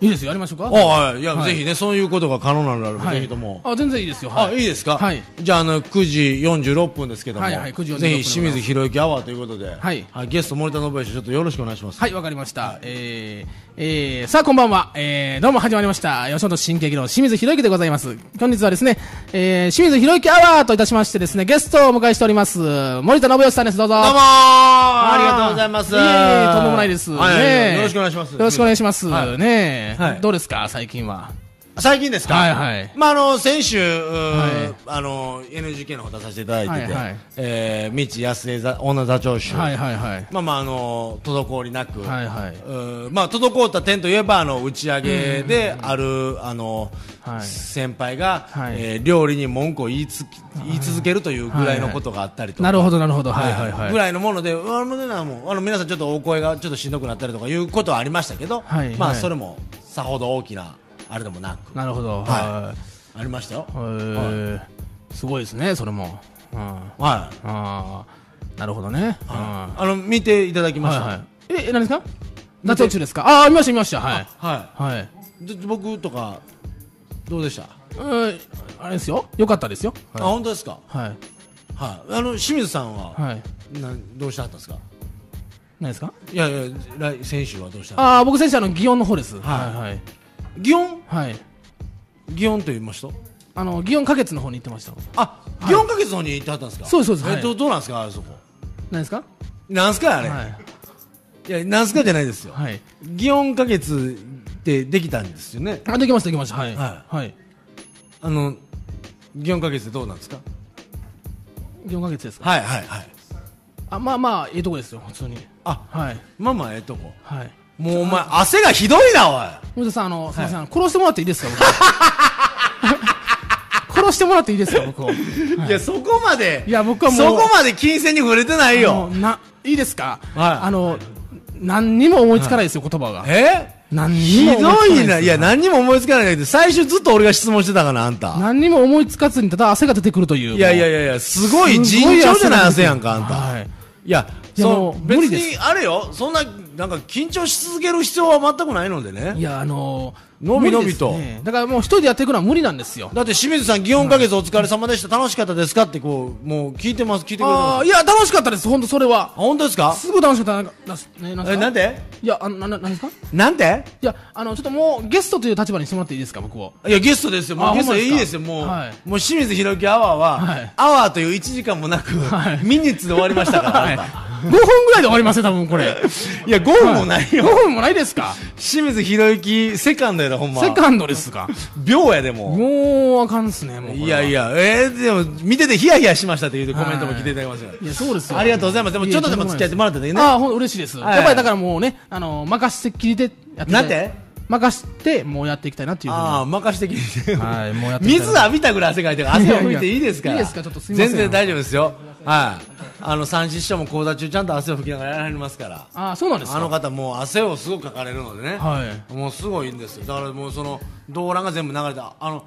[SPEAKER 2] いいですよやりましょうか
[SPEAKER 1] あはいいや、
[SPEAKER 2] はい
[SPEAKER 1] ぜひねそういうことが可能なのであれば、
[SPEAKER 2] はい
[SPEAKER 1] ぜひとも
[SPEAKER 2] あ全然いいですよ
[SPEAKER 1] あ
[SPEAKER 2] はい
[SPEAKER 1] いですか、
[SPEAKER 2] はい
[SPEAKER 1] じゃああの9時46分ですけども、
[SPEAKER 2] はいはい9時46分
[SPEAKER 1] ぜひ清水宏之アワーということで、
[SPEAKER 2] はい
[SPEAKER 1] ゲスト森田信之ちょっとよろしくお願いします、
[SPEAKER 2] はいわかりました、えーえーさあこんばんは、えーどうも始まりました吉本新喜劇の清水宏之でございます本日はですね、えー清水宏之アワーといたしましてですねゲストをお迎えしております森田信義さんですどうぞ
[SPEAKER 1] どうもーありがとうございます
[SPEAKER 2] いえいえとんでもないです、
[SPEAKER 1] はい
[SPEAKER 2] ねえ
[SPEAKER 1] よろしくお願いします
[SPEAKER 2] よろしくお願いします、
[SPEAKER 1] はい
[SPEAKER 2] ねえ、
[SPEAKER 1] はい
[SPEAKER 2] どうですか最近は
[SPEAKER 1] 最近ですか、
[SPEAKER 2] はいはい
[SPEAKER 1] まあ、あの先週、う
[SPEAKER 2] はい
[SPEAKER 1] あの NGK の方出させていただいてて、
[SPEAKER 2] はいはい
[SPEAKER 1] えー、道安江座女座長集、
[SPEAKER 2] はいはいはい
[SPEAKER 1] まあまああの滞りなく、
[SPEAKER 2] はいはい
[SPEAKER 1] うんまあ滞った点といえばあの打ち上げであるあの、
[SPEAKER 2] はい
[SPEAKER 1] 先輩が、
[SPEAKER 2] はい
[SPEAKER 1] えー料理に文句を言いつき言い続けるというぐらいのことがあったりとか。
[SPEAKER 2] なるほどなるほどはいはいはい
[SPEAKER 1] ぐらいのもので、うわもうなもうあの皆さんちょっとお声がちょっとしんどくなったりとかいうことはありましたけど、
[SPEAKER 2] はい
[SPEAKER 1] まあ
[SPEAKER 2] はい
[SPEAKER 1] それもさほど大きなあれでもなく
[SPEAKER 2] なるほ
[SPEAKER 1] は
[SPEAKER 2] どは
[SPEAKER 1] ありましたよ。
[SPEAKER 2] いはいすごいですねそれもうんあ
[SPEAKER 1] はい。
[SPEAKER 2] あなるほどねうんは
[SPEAKER 1] あの見ていただき
[SPEAKER 2] い
[SPEAKER 1] ました。は
[SPEAKER 2] はいえ何ですかダチョウ中ですかああ見ました見ましたはい
[SPEAKER 1] い。
[SPEAKER 2] はい
[SPEAKER 1] で僕とかどうでした？
[SPEAKER 2] うんあれですよ良かったですよ
[SPEAKER 1] あ本当ですか。
[SPEAKER 2] はい
[SPEAKER 1] はい。あの清水さんは、
[SPEAKER 2] はい
[SPEAKER 1] なんどうしたんですか。
[SPEAKER 2] 何ですか
[SPEAKER 1] いやいや来先週はどうした？
[SPEAKER 2] ああ僕選手あの祇園の方ですはい
[SPEAKER 1] 祇園
[SPEAKER 2] はいはい
[SPEAKER 1] 祇園と言いました。
[SPEAKER 2] あの祇園花月の方に行ってました
[SPEAKER 1] あ祇園か月の方に行ってはったんですか。
[SPEAKER 2] そうですそうです
[SPEAKER 1] え
[SPEAKER 2] はい
[SPEAKER 1] どどうなんですかあそこ。
[SPEAKER 2] 何ですか
[SPEAKER 1] なんすかあれ。
[SPEAKER 2] はい
[SPEAKER 1] いやなんすかじゃないですよ。
[SPEAKER 2] はい
[SPEAKER 1] 祇園か月ってできたんですよね。
[SPEAKER 2] あできましたできましたはい
[SPEAKER 1] は
[SPEAKER 2] はい
[SPEAKER 1] あの祇園か月どうなんですか。
[SPEAKER 2] 祇園花月ですか
[SPEAKER 1] はいはいはい。
[SPEAKER 2] あまあまあいいとこですよ普通に
[SPEAKER 1] あ
[SPEAKER 2] はい
[SPEAKER 1] まあまあええとこ。
[SPEAKER 2] はい
[SPEAKER 1] もうお前汗がひどいなおい。
[SPEAKER 2] 森田さんあのすみません、あの殺してもらっていい ですか僕殺してもらっていいですか僕を
[SPEAKER 1] いや、そこまで、
[SPEAKER 2] いや僕はもう
[SPEAKER 1] そこまで金銭に触れてない
[SPEAKER 2] あの
[SPEAKER 1] よ。
[SPEAKER 2] ないいですか、
[SPEAKER 1] はい
[SPEAKER 2] あの何にも思いつかないですよ、言葉が
[SPEAKER 1] え
[SPEAKER 2] 何
[SPEAKER 1] ひ
[SPEAKER 2] にも思
[SPEAKER 1] ど
[SPEAKER 2] いつかない
[SPEAKER 1] いな。いや、何にも思いつかないんだけど、最初ずっと俺が質問してたから、あんた。
[SPEAKER 2] 何にも思いつかずにただ汗が出てくるというい
[SPEAKER 1] いやいやいやいや、すごい尋常じゃない汗やんか、あんた。
[SPEAKER 2] はい、
[SPEAKER 1] いや、
[SPEAKER 2] いや
[SPEAKER 1] そ
[SPEAKER 2] もう
[SPEAKER 1] の別
[SPEAKER 2] 無理で
[SPEAKER 1] に、あれよ、そんな、なんか緊張し続ける必要は全くないので
[SPEAKER 2] い
[SPEAKER 1] ね。
[SPEAKER 2] や、あのー、
[SPEAKER 1] のびのびと
[SPEAKER 2] 無理ですねだからもう一人でやっていくのは無理なんですよ。
[SPEAKER 1] だって清水さん、祇園か月お疲れ様でした、楽しかったですかって、こう、もう聞いてます、聞いてくれてます。
[SPEAKER 2] あ
[SPEAKER 1] あ
[SPEAKER 2] あ、いや、楽しかったです、本当それは。
[SPEAKER 1] 本当ですか
[SPEAKER 2] すぐ楽しかった。なんか、なんすね、なんす
[SPEAKER 1] え、
[SPEAKER 2] か
[SPEAKER 1] なんで
[SPEAKER 2] いや、あの、な、ななんですかい
[SPEAKER 1] なんで
[SPEAKER 2] や、あの、ちょっともうゲストという立場にしてもらっていいですか、僕を。
[SPEAKER 1] いや、ゲストですよ。も
[SPEAKER 2] あ
[SPEAKER 1] うゲス
[SPEAKER 2] ほん
[SPEAKER 1] ト
[SPEAKER 2] まです
[SPEAKER 1] い
[SPEAKER 2] か
[SPEAKER 1] いですよ。もう、
[SPEAKER 2] はい
[SPEAKER 1] もう清水宏樹アワーは、
[SPEAKER 2] はい
[SPEAKER 1] アワーという1時間もなく、
[SPEAKER 2] はい
[SPEAKER 1] ミニッツで終わりましたから。
[SPEAKER 2] はい。5分ぐらいで終わりますよ、多分こ れ。
[SPEAKER 1] い、や、5分もない よ。
[SPEAKER 2] 5分もないですか
[SPEAKER 1] 清水宏樹セカンドやで、ほんま。
[SPEAKER 2] セカンドで すか
[SPEAKER 1] 秒やでも
[SPEAKER 2] もう、あかんっすね、もう
[SPEAKER 1] う。
[SPEAKER 2] これは。
[SPEAKER 1] いやいや、えー、でも、見ててヒヤヒヤしましたというコメントも来ていただきましたから
[SPEAKER 2] いや、そうですよ。
[SPEAKER 1] ありがとうございます。でも、ちょっとでも付き合ってもらってね。
[SPEAKER 2] ああ、ほん嬉しいです。
[SPEAKER 1] はい
[SPEAKER 2] やっぱりだからもうね、あの、任せっきりでやっていきたい
[SPEAKER 1] なんて
[SPEAKER 2] 任して、もうやっていきたいなっていうふうに。
[SPEAKER 1] ああ、任せてきて。
[SPEAKER 2] はいもうやっていきたい
[SPEAKER 1] 水浴びたぐらい汗かいてる。汗を拭いていいですから。
[SPEAKER 2] いやいやいいですかちょっとすいません
[SPEAKER 1] 全然大丈夫ですよ。はい。あの、三師匠も講座中ちゃんと汗を拭きながらやられますから。
[SPEAKER 2] ああ、そうなんですか
[SPEAKER 1] あの方もう汗をすごくかかれるのでね、
[SPEAKER 2] は
[SPEAKER 1] もうすごいんですよだからもうその動乱が全部流れたあの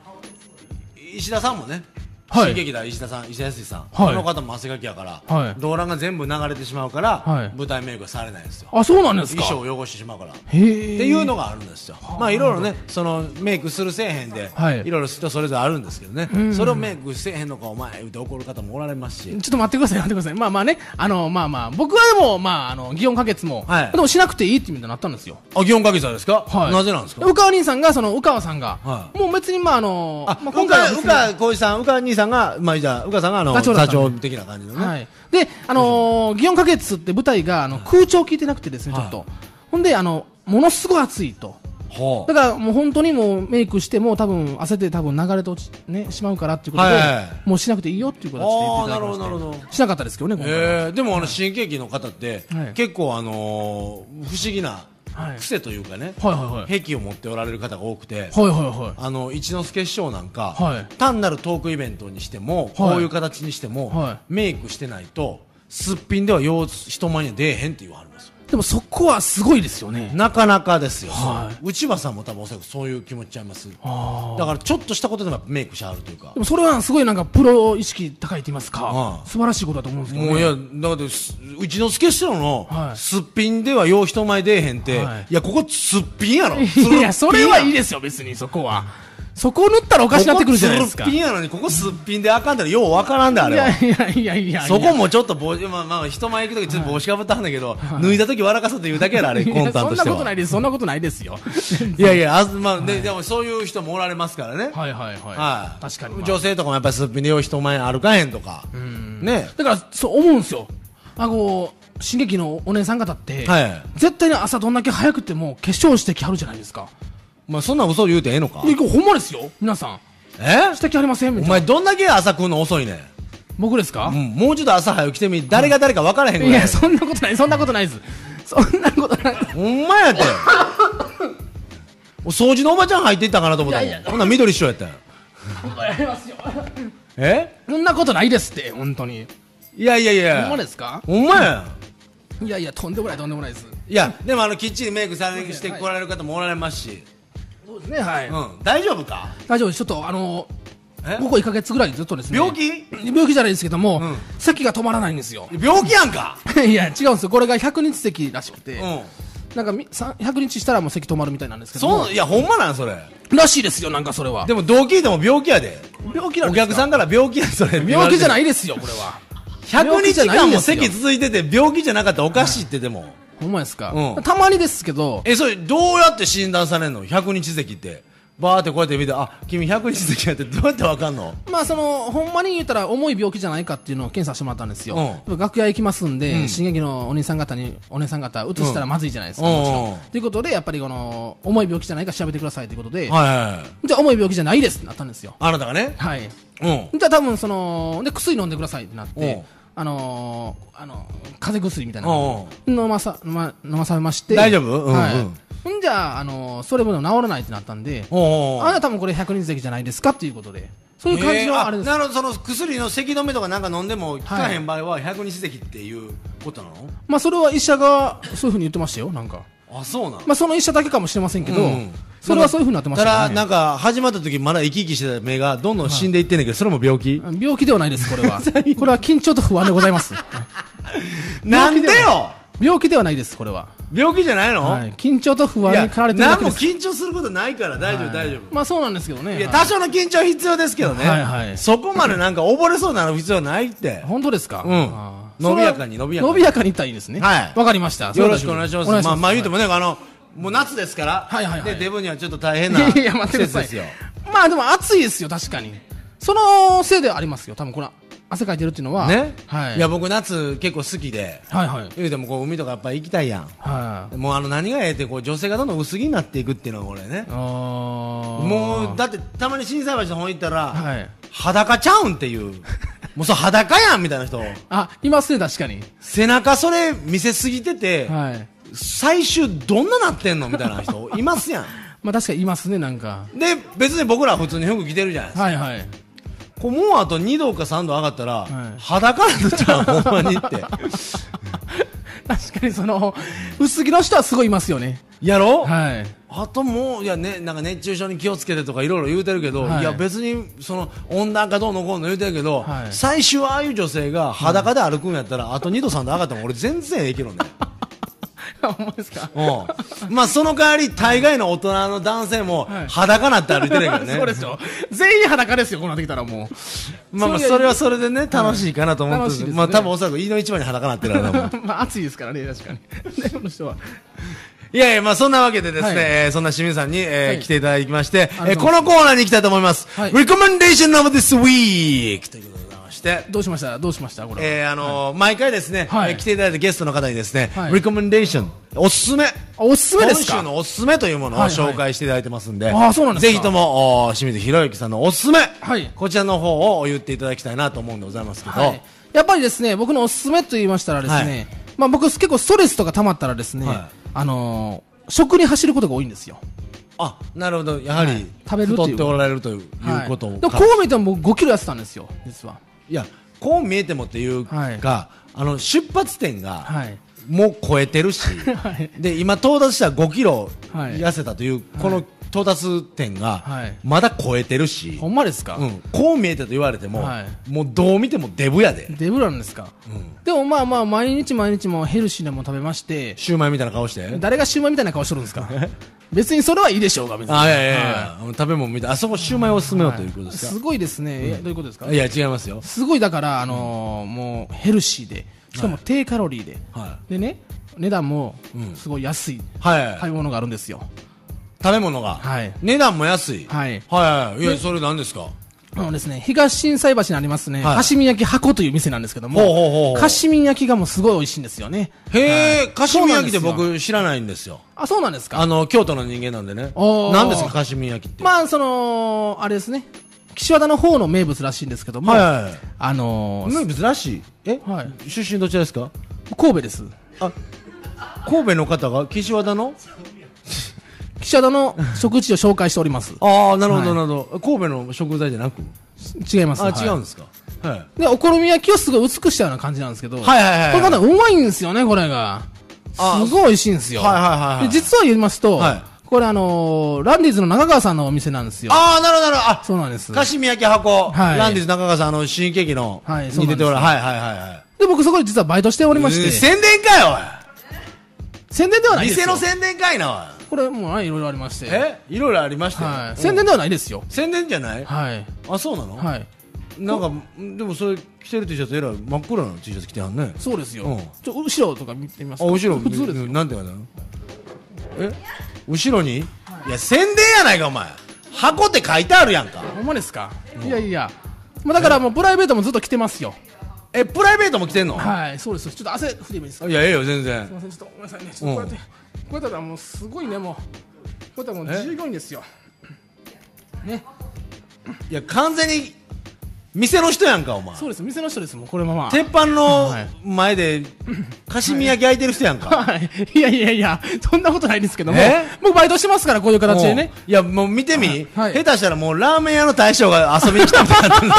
[SPEAKER 1] 石田さんもね
[SPEAKER 2] はい
[SPEAKER 1] 新劇団石田さん石田康さん、
[SPEAKER 2] は
[SPEAKER 1] あ
[SPEAKER 2] い
[SPEAKER 1] の方も汗かきやから、
[SPEAKER 2] はい
[SPEAKER 1] 動乱が全部流れてしまうから、
[SPEAKER 2] はい
[SPEAKER 1] 舞台メイクはされないんですよ
[SPEAKER 2] あ、そうなんですか
[SPEAKER 1] 衣装を汚してしまうからっ
[SPEAKER 2] へえ。
[SPEAKER 1] ていうのがあるんですよ、まあいろいろねそのメイクするせえへんで、
[SPEAKER 2] はい
[SPEAKER 1] いろいろ人それぞれあるんですけどね、それをメイクせえへんのかお前言うて怒る方もおられますし、
[SPEAKER 2] ちょっと待ってください、待ってください。まあまあね、あの、まあまあ、僕はでも、まあ、あの、祇園花月も、
[SPEAKER 1] はい
[SPEAKER 2] でもしなくていいって意味になったんですよ。
[SPEAKER 1] あ祇園かけさんですか、
[SPEAKER 2] はい。
[SPEAKER 1] なぜなんですか
[SPEAKER 2] 宇川兄さんが、その、宇川さんが、
[SPEAKER 1] はい
[SPEAKER 2] もう別に、まあ、あの、
[SPEAKER 1] あ、
[SPEAKER 2] まあ、
[SPEAKER 1] うか、
[SPEAKER 2] 別
[SPEAKER 1] う
[SPEAKER 2] に
[SPEAKER 1] か、こういさん、うか兄さんが、まあ、じゃあ、うかさんが、あの、
[SPEAKER 2] 座
[SPEAKER 1] 座長,、
[SPEAKER 2] 長だったんで
[SPEAKER 1] 的な感じのね。
[SPEAKER 2] はい。で、あのー、祇園花月って舞台が、あの、空調効いてなくてですね、ちょっと。
[SPEAKER 1] は
[SPEAKER 2] ほんで、あの、ものすごい暑いと。
[SPEAKER 1] ほ
[SPEAKER 2] だからもう本当にもうメイクしても多分汗で多分流れて落ち、ね、しまうからっていうことで、
[SPEAKER 1] はいはいはい
[SPEAKER 2] もうしなくていいよっていう形で言っていただきまして
[SPEAKER 1] あーなるほどなるほど
[SPEAKER 2] しなかったですけどね今回は、
[SPEAKER 1] えー、でも、あの、新喜劇の方って、
[SPEAKER 2] はい
[SPEAKER 1] 結構、あのー不思議な
[SPEAKER 2] はい
[SPEAKER 1] 癖というかね、
[SPEAKER 2] はいはいはい
[SPEAKER 1] 癖を持っておられる方が多くて、
[SPEAKER 2] はいはいはい
[SPEAKER 1] あの、一之輔師匠なんか、
[SPEAKER 2] はい
[SPEAKER 1] 単なるトークイベントにしても、こういう形にしても、
[SPEAKER 2] は
[SPEAKER 1] メイクしてないと、すっぴんではよう人前には出えへんって言わはるんですよ。
[SPEAKER 2] でもそこはすごいですよね
[SPEAKER 1] なかなかですよ。
[SPEAKER 2] は
[SPEAKER 1] 内場さんも多分おそらくそういう気持ちちゃいます。
[SPEAKER 2] あー
[SPEAKER 1] だから、ちょっとしたことでもやっぱメイクしはるというか
[SPEAKER 2] で。もそれはすごいなんかプロ意識高いと言いますか、
[SPEAKER 1] うん
[SPEAKER 2] 素晴らしいことだと思うんですけど、ね、
[SPEAKER 1] もういや、だってす、うちのスケ師匠の
[SPEAKER 2] はい
[SPEAKER 1] すっぴんではよう人前出えへんって、
[SPEAKER 2] はい
[SPEAKER 1] い、や、ここすっぴんやろ。
[SPEAKER 2] いやそれはいい
[SPEAKER 1] で
[SPEAKER 2] ですよ別にそこはそこを塗ったらおかしなってくるじゃないですか
[SPEAKER 1] すっぴんやのに、ここすっぴんであかんだらようわからんで、あれは。
[SPEAKER 2] いやいやいやいや
[SPEAKER 1] そこもちょっと帽子、まあまあ、人前行くときちょっと帽子かぶったんだけど、脱いだとき笑かそうというだけやろ、あれ、
[SPEAKER 2] いや
[SPEAKER 1] コンタン
[SPEAKER 2] そ
[SPEAKER 1] と
[SPEAKER 2] ん
[SPEAKER 1] し
[SPEAKER 2] な
[SPEAKER 1] て
[SPEAKER 2] ことな
[SPEAKER 1] は。
[SPEAKER 2] いですそんなことないですよ
[SPEAKER 1] いやいや、あずまあ、ででもそういう人もおられますからね。
[SPEAKER 2] はいはいはい、
[SPEAKER 1] はい。
[SPEAKER 2] 確かに、
[SPEAKER 1] 女性とかもやっぱりすっぴんでよう人前歩かへんとか。ね。
[SPEAKER 2] だからそう思うんですよあこう新劇のお姉さん方って、
[SPEAKER 1] はい
[SPEAKER 2] 絶対に朝どんだけ早くても化粧してきはるじゃないですか
[SPEAKER 1] お前そんな嘘言うてええのか
[SPEAKER 2] いやほんまですよ皆さん
[SPEAKER 1] え
[SPEAKER 2] 指摘ありませんみ
[SPEAKER 1] お
[SPEAKER 2] たいな
[SPEAKER 1] 前どんだけ朝食うの遅いねん
[SPEAKER 2] 僕ですか、
[SPEAKER 1] うんもうちょっと朝早く来てみ誰が誰か分からへんぐ
[SPEAKER 2] い
[SPEAKER 1] らい
[SPEAKER 2] やそんなことないそんなことないですそんなことない
[SPEAKER 1] ほんまやってお掃除のおばちゃん入っていったかなと思ったもん
[SPEAKER 2] いやいや
[SPEAKER 1] ほんなら緑一緒やったんや
[SPEAKER 2] やりますよ
[SPEAKER 1] え
[SPEAKER 2] そんなことないですって本当に
[SPEAKER 1] いやいやいや
[SPEAKER 2] ほんまですか
[SPEAKER 1] ほんまや
[SPEAKER 2] いやいやとんでもないとんでもないです
[SPEAKER 1] いやでもあのきっちりメイクされしてこられる方もおられますし、
[SPEAKER 2] そうですねはい、
[SPEAKER 1] うん大丈夫か
[SPEAKER 2] 大丈夫ですちょっとあの
[SPEAKER 1] え
[SPEAKER 2] ここ1か月ぐらいずっとですね
[SPEAKER 1] 病気
[SPEAKER 2] 病気じゃないですけども、
[SPEAKER 1] ん
[SPEAKER 2] 咳が止まらないんですよ
[SPEAKER 1] 病気やんか
[SPEAKER 2] いや違うんですよこれが100日咳らしくて、
[SPEAKER 1] うん
[SPEAKER 2] なんかみさん100日したらもう咳止まるみたいなんですけども
[SPEAKER 1] そういやほんまなんそれ
[SPEAKER 2] らしいですよなんかそれは
[SPEAKER 1] でもどう聞いても病気やで
[SPEAKER 2] 病気なん
[SPEAKER 1] お
[SPEAKER 2] ですか
[SPEAKER 1] 客さんから病気やそれ
[SPEAKER 2] 病気じゃないいですよこれ は
[SPEAKER 1] 100
[SPEAKER 2] 病気じゃ
[SPEAKER 1] 日
[SPEAKER 2] ない
[SPEAKER 1] 間
[SPEAKER 2] ん
[SPEAKER 1] も
[SPEAKER 2] ですよ
[SPEAKER 1] 咳続いてて病気じゃなかったらおかしいってでも、
[SPEAKER 2] ほんまですか、
[SPEAKER 1] うん
[SPEAKER 2] たまにですけど
[SPEAKER 1] えそれどうやって診断されんの100日咳ってバーってこうやって見てあ君100日咳やってどうやってわかんの
[SPEAKER 2] まあそのほんまに言ったら重い病気じゃないかっていうのを検査してもらったんですよ、楽屋行きますんで、新劇のお兄さん方にお姉さん方移したらまずいじゃないですか、
[SPEAKER 1] うん
[SPEAKER 2] もちろ
[SPEAKER 1] うん
[SPEAKER 2] ん。ということでやっぱりこの重い病気じゃないか調べてくださいということ
[SPEAKER 1] は
[SPEAKER 2] で、
[SPEAKER 1] いはいはい
[SPEAKER 2] じゃあ重い病気じゃないですってなったんですよ
[SPEAKER 1] あなたがね
[SPEAKER 2] はい
[SPEAKER 1] うん
[SPEAKER 2] じゃあ多分そので薬飲んでくださいってなっ
[SPEAKER 1] うん
[SPEAKER 2] てあのーあの風邪薬みたいな
[SPEAKER 1] うんうん
[SPEAKER 2] 飲まさ、ま、飲まされまして
[SPEAKER 1] 大丈夫うんうん
[SPEAKER 2] はい、ほんじゃあ、あのーそれも治らないってなったんで
[SPEAKER 1] おうおう
[SPEAKER 2] あなたもこれ百人咳じゃないですかっていうことでそういう感じ
[SPEAKER 1] えー
[SPEAKER 2] のあれです、
[SPEAKER 1] なるほどその薬の咳止めとかなんか飲んでも効かへん場合は百日咳っていうことなの
[SPEAKER 2] まあそれは医者がそういうふうに言ってましたよなんか
[SPEAKER 1] あそうなの
[SPEAKER 2] まあその医者だけかもしれませんけど、
[SPEAKER 1] うん
[SPEAKER 2] それはそういうふうになってましたた
[SPEAKER 1] だ
[SPEAKER 2] ね
[SPEAKER 1] なんか始まった時まだ生き生きしてた目がどんどん死んでいってんねんけど、それも病気
[SPEAKER 2] 病気ではないです これはこれは緊張と不安でございます
[SPEAKER 1] なんでよ
[SPEAKER 2] 病気ではないですこれは、
[SPEAKER 1] 病気じゃないの、
[SPEAKER 2] はい、緊張と不
[SPEAKER 1] い
[SPEAKER 2] 安
[SPEAKER 1] や
[SPEAKER 2] に駆られてるだ
[SPEAKER 1] 何
[SPEAKER 2] け
[SPEAKER 1] も
[SPEAKER 2] です
[SPEAKER 1] 緊張することないから大丈夫、大丈夫
[SPEAKER 2] まあそうなんですけどね
[SPEAKER 1] いや
[SPEAKER 2] は
[SPEAKER 1] 多少の緊張は必要ですけどね、
[SPEAKER 2] はいはい
[SPEAKER 1] そこまでなんか溺れそうなの必要ないって
[SPEAKER 2] 本当ですか
[SPEAKER 1] うん
[SPEAKER 2] あー
[SPEAKER 1] 伸びやかに
[SPEAKER 2] それは
[SPEAKER 1] 伸びやかに
[SPEAKER 2] 伸びやかにいったらいいですね
[SPEAKER 1] はい
[SPEAKER 2] わかりました
[SPEAKER 1] よろしくお願いします
[SPEAKER 2] お願いし
[SPEAKER 1] ま
[SPEAKER 2] ま
[SPEAKER 1] あ
[SPEAKER 2] す
[SPEAKER 1] まあ言うてもねあのもう夏ですから、
[SPEAKER 2] はいはいはい
[SPEAKER 1] でデブにはちょっと大変
[SPEAKER 2] い
[SPEAKER 1] な
[SPEAKER 2] やい
[SPEAKER 1] 季
[SPEAKER 2] や待ってくだ
[SPEAKER 1] 節
[SPEAKER 2] さ
[SPEAKER 1] で
[SPEAKER 2] い
[SPEAKER 1] すよ
[SPEAKER 2] まあでも暑いですよ確かにそのせいではありますよ多分これ汗かいてるっていうのは
[SPEAKER 1] ね、
[SPEAKER 2] はい
[SPEAKER 1] いや僕夏結構好きで
[SPEAKER 2] はいはい
[SPEAKER 1] 言うてもこう海とかやっぱ行きたいやん
[SPEAKER 2] はい
[SPEAKER 1] もうあの何がええってこう女性がどんどん薄着になっていくっていうのが俺ねも
[SPEAKER 2] も
[SPEAKER 1] うだってたまに心斎橋の方行ったら、
[SPEAKER 2] はい
[SPEAKER 1] 裸ちゃうんっていうもうそれ裸やんみたいな人
[SPEAKER 2] あいますね確かに
[SPEAKER 1] 背中それ見せすぎてて、
[SPEAKER 2] はい
[SPEAKER 1] 最終どんななってんのみたいな 人いますや
[SPEAKER 2] まあ確かにいますねなんか
[SPEAKER 1] んで別に僕らは普通に服着てるじゃないですか
[SPEAKER 2] は いはい
[SPEAKER 1] こうもうあと2度か3度上がったら、
[SPEAKER 2] はい
[SPEAKER 1] 裸なんちゃうほんまにって
[SPEAKER 2] 確かにその薄着の人はすごいいますよね
[SPEAKER 1] やろ、
[SPEAKER 2] はい
[SPEAKER 1] あともういや、ね、なんか熱中症に気をつけてとかいろいろ言うてるけど、、
[SPEAKER 2] はいい
[SPEAKER 1] や別にその温暖化どうのこうの言うてるけど、
[SPEAKER 2] はい
[SPEAKER 1] 最終ああいう女性が裸で歩くんやったら、あと2度3度上がっても俺全然ええけどね
[SPEAKER 2] あほんまですか
[SPEAKER 1] うんまあその代わり大概の大人の男性も
[SPEAKER 2] はい
[SPEAKER 1] 裸なって歩いてるけどね
[SPEAKER 2] そうですよ全員裸ですよこうなってきたらもう
[SPEAKER 1] まあまあ
[SPEAKER 2] それ
[SPEAKER 1] それはそれでね楽しいかなと思って、
[SPEAKER 2] 楽しいですね
[SPEAKER 1] まあ多分おそらく飯の市場に裸なってるやろうなもん
[SPEAKER 2] まあ暑いですからね確かにねこの人はい
[SPEAKER 1] やいや、まあそんなわけでですね、
[SPEAKER 2] はい
[SPEAKER 1] えーそんな清水さんに、えー
[SPEAKER 2] はい
[SPEAKER 1] 来ていただきまして、
[SPEAKER 2] あり
[SPEAKER 1] えー
[SPEAKER 2] がとう
[SPEAKER 1] こ
[SPEAKER 2] ござ
[SPEAKER 1] のコーナーに行きたいと思います。
[SPEAKER 2] はい
[SPEAKER 1] Recommendation of this week! ということでございまして、
[SPEAKER 2] どうしましたどうしましたこれは
[SPEAKER 1] えーあのー毎回ですね、
[SPEAKER 2] はい
[SPEAKER 1] えー来ていただいたゲストの方にですね、
[SPEAKER 2] はい
[SPEAKER 1] Recommendation、おすすめ、
[SPEAKER 2] おすすめです
[SPEAKER 1] 今週
[SPEAKER 2] か
[SPEAKER 1] のおすすめというものを
[SPEAKER 2] はいはい
[SPEAKER 1] 紹介していただいてますんで、
[SPEAKER 2] あーそうなんですか
[SPEAKER 1] ぜひとも、おー清水博之さんのおすすめ、
[SPEAKER 2] はい
[SPEAKER 1] こちらの方を言っていただきたいなと思うんでございますけど、
[SPEAKER 2] はい、やっぱりですね僕のおすすめと言いましたらですね、
[SPEAKER 1] はい
[SPEAKER 2] まあ、僕結構ストレスとか溜まったらですね、
[SPEAKER 1] はい
[SPEAKER 2] あのー食に走ることが多いんですよ、
[SPEAKER 1] あ、なるほど、やは
[SPEAKER 2] はい
[SPEAKER 1] り、
[SPEAKER 2] 食べるとい
[SPEAKER 1] 太
[SPEAKER 2] う
[SPEAKER 1] っておられるという,、
[SPEAKER 2] はい
[SPEAKER 1] こと
[SPEAKER 2] でもこう見ても僕5キロ痩せたんですよ実は、
[SPEAKER 1] いやこう見えてもっていうか、
[SPEAKER 2] はい
[SPEAKER 1] あの出発点が
[SPEAKER 2] はい、
[SPEAKER 1] もう超えてるし、
[SPEAKER 2] はい
[SPEAKER 1] で今到達した5キロ
[SPEAKER 2] はい
[SPEAKER 1] 痩せたという、この到達点
[SPEAKER 2] は
[SPEAKER 1] が
[SPEAKER 2] い
[SPEAKER 1] まだ超えてるし、
[SPEAKER 2] ほんまですか、
[SPEAKER 1] うん、こう見えてと言われても、
[SPEAKER 2] はい
[SPEAKER 1] もうどう見てもデブやで
[SPEAKER 2] デブなんですか、でもまあまあ毎日毎日もうヘルシーなもの食べまして
[SPEAKER 1] シューマイみたいな顔して
[SPEAKER 2] 誰がシュウマイみたいな顔してるんで すか別にそれはいいでしょうが別に
[SPEAKER 1] あいやいやいや、食べ物みたいあそこシューマイを勧めようということです
[SPEAKER 2] す
[SPEAKER 1] か、
[SPEAKER 2] ごいですね、えどういうことですか
[SPEAKER 1] いや違いますよ
[SPEAKER 2] すごいだから、あのーもうヘルシーで、しかも低カロリーで、
[SPEAKER 1] は
[SPEAKER 2] でね、値段もすごい安い
[SPEAKER 1] はい、
[SPEAKER 2] 買い物があるんですよ。
[SPEAKER 1] 食べ物が、
[SPEAKER 2] はい
[SPEAKER 1] 値段も安い
[SPEAKER 2] はい
[SPEAKER 1] はいはいいやそれ何ですか
[SPEAKER 2] あのですね、東震災橋にありますね、
[SPEAKER 1] はい
[SPEAKER 2] カシミ焼き箱という店なんですけども、
[SPEAKER 1] ほうほうほうほう
[SPEAKER 2] カシミ焼きがもうすごい美味しいんですよね。
[SPEAKER 1] へ
[SPEAKER 2] は
[SPEAKER 1] え、
[SPEAKER 2] い
[SPEAKER 1] カシミ焼きって
[SPEAKER 2] そうなんですよ
[SPEAKER 1] 僕知らないんですよ。
[SPEAKER 2] あ、そうなんですか
[SPEAKER 1] あの、京都の人間なんでね。
[SPEAKER 2] おー
[SPEAKER 1] 何ですか、カシミ焼きって。
[SPEAKER 2] まあ、その、あれですね、岸和田の方の名物らしいんですけども、
[SPEAKER 1] はい。
[SPEAKER 2] あのー
[SPEAKER 1] 名物らしい。え
[SPEAKER 2] はい
[SPEAKER 1] 出身どちらですか
[SPEAKER 2] 神戸です。
[SPEAKER 1] あ、神戸の方が岸和田の
[SPEAKER 2] 岸和田の食事を紹介しております。
[SPEAKER 1] ああ、なるほ
[SPEAKER 2] は
[SPEAKER 1] ど、
[SPEAKER 2] い
[SPEAKER 1] なるほど。神戸の食材じゃなく
[SPEAKER 2] 違います。
[SPEAKER 1] あ、
[SPEAKER 2] はい
[SPEAKER 1] 違うんですか。はい。
[SPEAKER 2] で、お好み焼きをすごい薄くしたような感じなんですけど、
[SPEAKER 1] はいはいはい
[SPEAKER 2] これがね、うまいんですよね、これが。
[SPEAKER 1] あ
[SPEAKER 2] すごい美味しいんですよ。
[SPEAKER 1] はいはいはいはい
[SPEAKER 2] で実は言いますと、
[SPEAKER 1] は
[SPEAKER 2] これあのーランディーズの中川さんのお店なんですよ。
[SPEAKER 1] ああ、なるほど、なるほど。あ、
[SPEAKER 2] そうなんです。
[SPEAKER 1] カシミ焼き箱。
[SPEAKER 2] はい
[SPEAKER 1] ランディズ中川さん、あの、新喜劇の、
[SPEAKER 2] はいそう
[SPEAKER 1] に出
[SPEAKER 2] なんです
[SPEAKER 1] ておらはいはいはいはい。
[SPEAKER 2] で、僕そこで実はバイトしておりまし
[SPEAKER 1] えー
[SPEAKER 2] て、
[SPEAKER 1] 宣伝かよ、
[SPEAKER 2] 宣伝では
[SPEAKER 1] お
[SPEAKER 2] ない
[SPEAKER 1] い
[SPEAKER 2] です
[SPEAKER 1] 店
[SPEAKER 2] よ。
[SPEAKER 1] の宣伝かいな、おい。
[SPEAKER 2] これもうねいろいろありまして。
[SPEAKER 1] えいろいろありましたよ。
[SPEAKER 2] は
[SPEAKER 1] うん
[SPEAKER 2] い。宣伝ではないですよ。
[SPEAKER 1] 宣伝じゃない
[SPEAKER 2] はい。
[SPEAKER 1] あ、そうなの
[SPEAKER 2] はい。
[SPEAKER 1] なんか、んでもそれ着てる T シャツえらい真っ黒な T シャツ着てはんね。
[SPEAKER 2] そうですよ。
[SPEAKER 1] うん
[SPEAKER 2] ちょ、後ろとか見てみます
[SPEAKER 1] あ、後ろ、
[SPEAKER 2] 普通ですよ。
[SPEAKER 1] なんて言うのえ後ろにいや、宣伝やないか、お前。箱って書いてあるやんか。
[SPEAKER 2] ほんまですか、いやいや。まあだからもうプライベートもずっと来てますよ。
[SPEAKER 1] え、プライベートも着てんの
[SPEAKER 2] はい、そうです。ちょっと汗振りもいいですか
[SPEAKER 1] いや、ええよ、全
[SPEAKER 2] すみ
[SPEAKER 1] 然。
[SPEAKER 2] ません、ちょっとごめんなさいね。ちょっとこうやって、こうやったらもうすごいね、もう。こうやったらもう
[SPEAKER 1] え
[SPEAKER 2] 従業員ですよ。ね、
[SPEAKER 1] いや、完全に、店の人やんか、お前。
[SPEAKER 2] そうです。店の人ですもん、これまま。
[SPEAKER 1] 鉄板の
[SPEAKER 2] はい
[SPEAKER 1] 前で、カシミ焼き焼いてる人やんか。
[SPEAKER 2] はい。いやいやいや、そんなことないですけども
[SPEAKER 1] え。
[SPEAKER 2] 僕バイトしてますから、こういう形でね。
[SPEAKER 1] うんいや、もう見てみ、
[SPEAKER 2] はい
[SPEAKER 1] 下手したらもうラーメン屋の大将が遊びに来たみたい になってんで。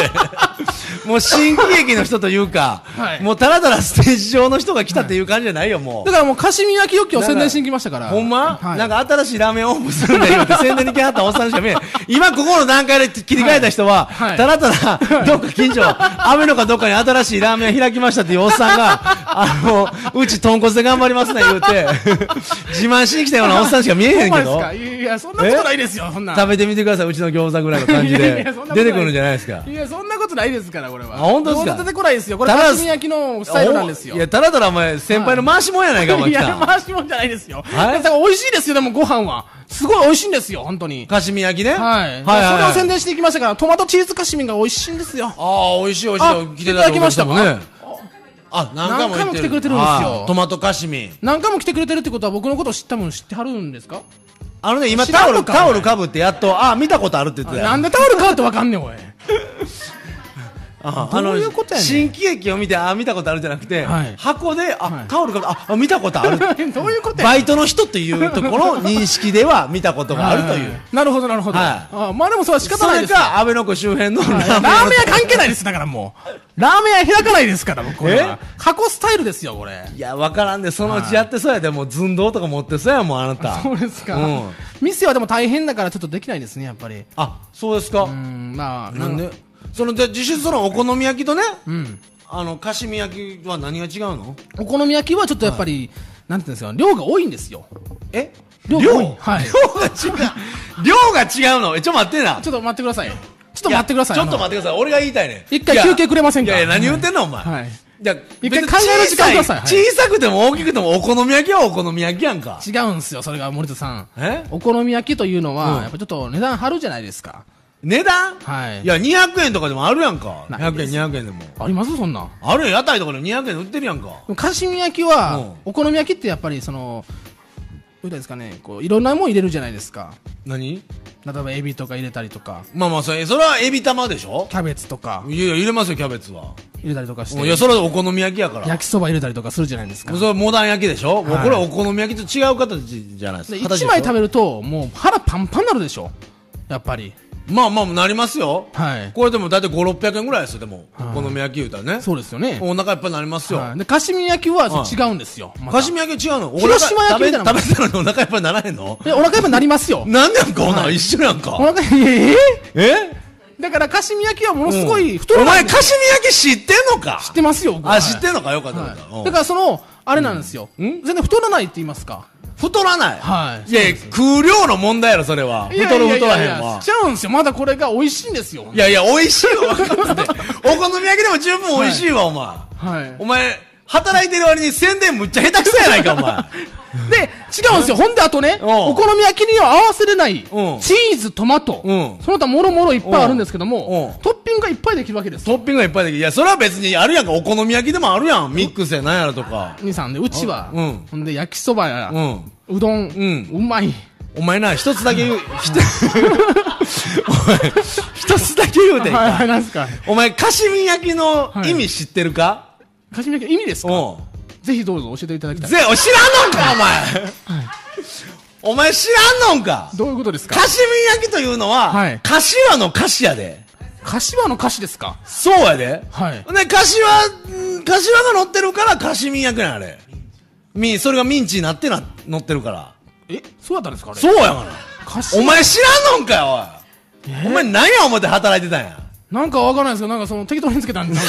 [SPEAKER 1] もう新喜劇の人というか、
[SPEAKER 2] はい
[SPEAKER 1] もうただただステージ上の人が来たっていう感じじゃないよ、もう
[SPEAKER 2] だ。からもう、カシミ焼き欲求を宣伝しに来ましたから。
[SPEAKER 1] ほんま、
[SPEAKER 2] はい
[SPEAKER 1] なんか新しいラーメンオープンするんだよって宣伝に来はったおっさんしか見えない。今ここの段階で切り替えた人は、
[SPEAKER 2] はいはい
[SPEAKER 1] ただただ、どっか 近所、雨のかどっかに新しいラーメン屋開きましたっていうおっさんが、あの、うち豚骨で頑張りますね言うて、自慢しに来たようなおっさんしか見えへん
[SPEAKER 2] ほ
[SPEAKER 1] けど
[SPEAKER 2] んまですか。いやいや、そんなことないですよ、そんな。
[SPEAKER 1] 食べてみてください、うちの餃子ぐらいの感じ
[SPEAKER 2] いやい
[SPEAKER 1] で
[SPEAKER 2] やそんなこと。ない
[SPEAKER 1] 出てくるんじゃないですか。
[SPEAKER 2] いや、そんなことないですから、これは。
[SPEAKER 1] あ本当ですか
[SPEAKER 2] どうせ出てこないですよ。これ、
[SPEAKER 1] ただ
[SPEAKER 2] カシミ焼きのスタイルなんですよ。
[SPEAKER 1] いや、ただただお前、先輩の回しもんやないか、お前
[SPEAKER 2] い
[SPEAKER 1] 来
[SPEAKER 2] や、
[SPEAKER 1] た。
[SPEAKER 2] 回しもんじゃないですよ。
[SPEAKER 1] はい
[SPEAKER 2] だから美味しいですよ、でもご飯は。すごい美味しいんですよ、本当に。
[SPEAKER 1] カシミ焼きね。
[SPEAKER 2] はい。
[SPEAKER 1] はいはいはい。
[SPEAKER 2] それを宣伝していきましたから、トマトチーズカシミンが美味しいんですよ。
[SPEAKER 1] ああ、美味しい美味し
[SPEAKER 2] あ
[SPEAKER 1] い。来ていただきましたもんね。あ、何回も
[SPEAKER 2] 何回も来てくれてるんですよ
[SPEAKER 1] はいトマトカシミ。
[SPEAKER 2] 何回も来てくれてるってことは僕のこと知ったもん知ってはるんですか
[SPEAKER 1] あのね、今
[SPEAKER 2] 知ら
[SPEAKER 1] タ
[SPEAKER 2] ん
[SPEAKER 1] オ
[SPEAKER 2] の
[SPEAKER 1] ル、
[SPEAKER 2] か
[SPEAKER 1] タオルかぶってやっと、ああ、見たことあるって言ってたよ
[SPEAKER 2] なんでタオル買うってわかんねん、おい。
[SPEAKER 1] あ
[SPEAKER 2] どういうことやねん
[SPEAKER 1] 新喜劇を見て、ああ、見たことあるじゃなくて
[SPEAKER 2] はい、
[SPEAKER 1] 箱で、
[SPEAKER 2] は
[SPEAKER 1] あ
[SPEAKER 2] い、
[SPEAKER 1] タオルかぶって、ああ、見たこと ある。
[SPEAKER 2] どういうことや
[SPEAKER 1] バイトの人というところ、認識では見たことがあるという。。
[SPEAKER 2] なるほど、なるほど。
[SPEAKER 1] はい
[SPEAKER 2] あまあでもそれは仕方
[SPEAKER 1] そ
[SPEAKER 2] ない
[SPEAKER 1] れ
[SPEAKER 2] ですよ。
[SPEAKER 1] か、安倍の子周辺のラ
[SPEAKER 2] ラ
[SPEAKER 1] ー
[SPEAKER 2] ー
[SPEAKER 1] メン屋の
[SPEAKER 2] メン屋関係ないです、だからもう。ラーメン屋開かないですから、もうこれは。箱スタイルですよ、これ。
[SPEAKER 1] いや、わからんで、そのうちやってそうやで、もう寸胴とか持ってそうやもん、あなた。
[SPEAKER 2] そうですか、
[SPEAKER 1] うん
[SPEAKER 2] 店はでも大変だからちょっとできないですね、やっぱり。
[SPEAKER 1] あ、そうですか
[SPEAKER 2] う。ん、まあ、
[SPEAKER 1] なんでその、じゃあ実質そのお好み焼きとね、
[SPEAKER 2] うん。
[SPEAKER 1] あの、カシミ焼きは何が違うの
[SPEAKER 2] お好み焼きはちょっとやっぱり、なんていうんですか、量が多いんですよ。
[SPEAKER 1] え
[SPEAKER 2] 量
[SPEAKER 1] 量
[SPEAKER 2] が多いはい
[SPEAKER 1] 量が違う。量が違うのえ、ちょっと待ってな。
[SPEAKER 2] ちょっと待ってください。ちょっと待ってください。
[SPEAKER 1] ちょっと待ってください。俺が言いたいね。
[SPEAKER 2] 一回休憩くれませ
[SPEAKER 1] い
[SPEAKER 2] んか
[SPEAKER 1] やいや、何言ってんの、お前。
[SPEAKER 2] はい。
[SPEAKER 1] じゃあ
[SPEAKER 2] 一回考える時間ください
[SPEAKER 1] 別に小さ小さくても大きくてもお好み焼きはお好み焼きやんか。
[SPEAKER 2] 違うんですよ、それが森田さん。
[SPEAKER 1] え
[SPEAKER 2] お好み焼きというのは、
[SPEAKER 1] うん
[SPEAKER 2] やっぱちょっと値段張るじゃないですか。
[SPEAKER 1] 値段
[SPEAKER 2] はい。
[SPEAKER 1] いや、200円とかでもあるやんか。
[SPEAKER 2] ない
[SPEAKER 1] 200
[SPEAKER 2] で
[SPEAKER 1] 円、200円でも。
[SPEAKER 2] ありますそんなん。
[SPEAKER 1] あるよ、屋台とかでも200円で売ってるやんか。
[SPEAKER 2] でもカシミ焼きは、
[SPEAKER 1] うん
[SPEAKER 2] お好み焼きってやっぱりその、どうですかね、こう、いろんなもん入れるじゃないですか。
[SPEAKER 1] 何
[SPEAKER 2] 例えばエビとか入れたりとか、
[SPEAKER 1] まあまあ、それ、それはエビ玉でしょ
[SPEAKER 2] キャベツとか
[SPEAKER 1] いやいや、入れますよ、キャベツは。
[SPEAKER 2] 入れたりとかし
[SPEAKER 1] いや、
[SPEAKER 2] て、
[SPEAKER 1] それはお好み焼きやから。
[SPEAKER 2] 焼きそば入れたりとかするじゃないですか。
[SPEAKER 1] それはモダン焼きでしょ、もう
[SPEAKER 2] はい
[SPEAKER 1] これはお好み焼きと違う形じゃないです
[SPEAKER 2] で
[SPEAKER 1] か。
[SPEAKER 2] 1枚食
[SPEAKER 1] べ
[SPEAKER 2] べると、もう腹パンパンになるでしょ。やっぱり。
[SPEAKER 1] まあまあ、なりますよ。
[SPEAKER 2] はい。
[SPEAKER 1] これでも大体5、600円ぐらいですよ、でも。
[SPEAKER 2] はい
[SPEAKER 1] お好み焼き言うたらね。
[SPEAKER 2] そうですよね。
[SPEAKER 1] お腹いっぱいになりますよ。
[SPEAKER 2] はいで、カシミ焼きは
[SPEAKER 1] はい
[SPEAKER 2] 違うんですよ。また
[SPEAKER 1] カシミ焼き違うのお
[SPEAKER 2] 広島焼きみたいな
[SPEAKER 1] 食べ食べたのにお腹いっぱいにならへんの
[SPEAKER 2] でお腹いっぱいになりますよ。
[SPEAKER 1] なんでやんか、お腹一緒やん
[SPEAKER 2] お
[SPEAKER 1] か。
[SPEAKER 2] 腹、ええ
[SPEAKER 1] え
[SPEAKER 2] だから、カシミ焼きはものすごい太
[SPEAKER 1] お
[SPEAKER 2] らない
[SPEAKER 1] 前、カシミ焼き知ってんのか
[SPEAKER 2] 知ってますよ、僕は
[SPEAKER 1] あ、知ってんのかよかったよ
[SPEAKER 2] は
[SPEAKER 1] か
[SPEAKER 2] い
[SPEAKER 1] った。うん
[SPEAKER 2] だから、その、あれなんですよ。全然太らないって言いますか。
[SPEAKER 1] 太らない。
[SPEAKER 2] はい
[SPEAKER 1] いやいや、食う量の問題やろ、それは。
[SPEAKER 2] いや
[SPEAKER 1] 太る太らへん
[SPEAKER 2] いやいやいや
[SPEAKER 1] は
[SPEAKER 2] しち。ゃうんですよ。まだこれが美味しいんですよ。
[SPEAKER 1] いやいや、美味しいわ、 分かってて。お好み焼きでも十分美味しいわ、お前。
[SPEAKER 2] はい
[SPEAKER 1] お。前、働いてる割に宣伝むっちゃ下手くそやないか、お前。
[SPEAKER 2] で、違うんですよ。ほんで、あとね、
[SPEAKER 1] うん
[SPEAKER 2] お好み焼きには合わせれない、チ
[SPEAKER 1] うん
[SPEAKER 2] ーズ、トマト、
[SPEAKER 1] うん
[SPEAKER 2] その他もろもろいっぱいあるんですけども
[SPEAKER 1] うん、
[SPEAKER 2] トッピングがいっぱいできるわけです。
[SPEAKER 1] トッピングがいっぱいできるいやそれは別にあるやんかお好み焼きでもあるやんミックスやなんやらとか
[SPEAKER 2] 兄さんで、うちは、
[SPEAKER 1] うん
[SPEAKER 2] ほんで、焼きそばや、
[SPEAKER 1] うん
[SPEAKER 2] うどん、
[SPEAKER 1] ん
[SPEAKER 2] うまい。
[SPEAKER 1] お前な一つだけ言うひと お前一つだけ言うてん
[SPEAKER 2] はい、は
[SPEAKER 1] か
[SPEAKER 2] い、なんすか。
[SPEAKER 1] お前カシミ焼きの意味知ってるか、
[SPEAKER 2] カシミ焼きの意味ですか
[SPEAKER 1] うん
[SPEAKER 2] ぜひどうぞ教えていただきたい。
[SPEAKER 1] ぜお知らんのんかお前お前知らんのんか
[SPEAKER 2] どういうことですか
[SPEAKER 1] カシミ焼きというのは、
[SPEAKER 2] はい
[SPEAKER 1] 柏の菓子やで
[SPEAKER 2] 柏の歌詞ですか
[SPEAKER 1] そうやで、
[SPEAKER 2] はい
[SPEAKER 1] ね柏ん柏が乗ってるからカシミ焼きなんやあれみそれがミンチになってな乗ってるから
[SPEAKER 2] えそうだったんですかあれ
[SPEAKER 1] そうやがな
[SPEAKER 2] 歌詞
[SPEAKER 1] お前知らんのんかよおい、お前何や思って働いてたんや
[SPEAKER 2] なんかわからないですけどなんかその適当につけたん です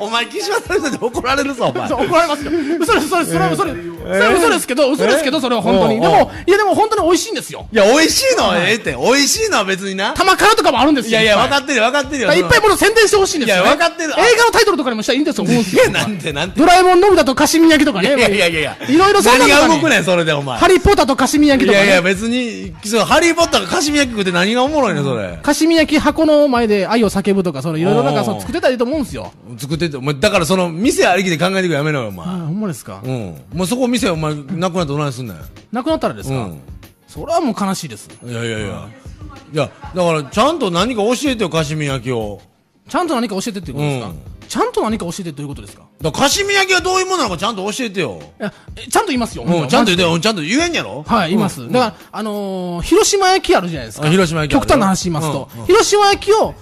[SPEAKER 1] お前岸和田の人に怒られるぞお前
[SPEAKER 2] 怒られますよ嘘です嘘ですそれは嘘ですそれは嘘ですけど嘘ですけ
[SPEAKER 1] え
[SPEAKER 2] ど
[SPEAKER 1] ー
[SPEAKER 2] それは本当
[SPEAKER 1] お
[SPEAKER 2] に
[SPEAKER 1] う
[SPEAKER 2] で
[SPEAKER 1] おう
[SPEAKER 2] もいやでも本当に美味しいんですよ
[SPEAKER 1] いや美味しいのはええって美味しいのは別にな
[SPEAKER 2] 玉からとかもあるんです
[SPEAKER 1] い
[SPEAKER 2] よ
[SPEAKER 1] やいや
[SPEAKER 2] っ
[SPEAKER 1] 分
[SPEAKER 2] ぱ
[SPEAKER 1] かってるよ分かってるよ
[SPEAKER 2] いっぱいもの宣伝してほしいんですよ
[SPEAKER 1] い
[SPEAKER 2] ね
[SPEAKER 1] やわかってる
[SPEAKER 2] 映画のタイトルとかにもしたらいいんですよ思うんです
[SPEAKER 1] い
[SPEAKER 2] よ
[SPEAKER 1] やなんてなんて
[SPEAKER 2] ドラえもんのび太とカシミ焼きとかね
[SPEAKER 1] いやいやいやいや
[SPEAKER 2] いろいろそんな
[SPEAKER 1] 何が
[SPEAKER 2] のね
[SPEAKER 1] 動くねんそれでお前
[SPEAKER 2] ハリーポッターとカシミ焼
[SPEAKER 1] い
[SPEAKER 2] きとか
[SPEAKER 1] やいや
[SPEAKER 2] ね
[SPEAKER 1] 別にそうハリー・ポッターがカシミ焼き食って何がおもろいねんそれ
[SPEAKER 2] カシミ焼き箱の前で愛を叫ぶとかそのいろいろな
[SPEAKER 1] お
[SPEAKER 2] んか
[SPEAKER 1] う
[SPEAKER 2] その作ってたらいいと思うんですよ
[SPEAKER 1] 作っててお前だからその店ありきで考えてくれやめろよお
[SPEAKER 2] あ
[SPEAKER 1] 前
[SPEAKER 2] ほんまですか
[SPEAKER 1] うんもうそこ店お前なくなったらどないすんねん
[SPEAKER 2] なくなったらです
[SPEAKER 1] う
[SPEAKER 2] か
[SPEAKER 1] ん
[SPEAKER 2] それはもう悲しいです
[SPEAKER 1] いやいやいやいやだからちゃんと何か教えてよカシミ焼きを
[SPEAKER 2] ちゃんと何か教えてっていうことですか、
[SPEAKER 1] うん
[SPEAKER 2] ちゃんと何か教えてどういうことですか
[SPEAKER 1] だからカシミ焼きはどういうものなのかちゃんと教えてよ
[SPEAKER 2] いやえちゃんと言いますよ。
[SPEAKER 1] うんちゃんと
[SPEAKER 2] マジ
[SPEAKER 1] 言ってよちゃんと言えんやろ
[SPEAKER 2] ではい、言います。だから、あのー、広島焼きあるじゃないですか。
[SPEAKER 1] あ広島焼きある
[SPEAKER 2] 極
[SPEAKER 1] よ
[SPEAKER 2] 端な話しますと、
[SPEAKER 1] うんうん
[SPEAKER 2] 広島焼きを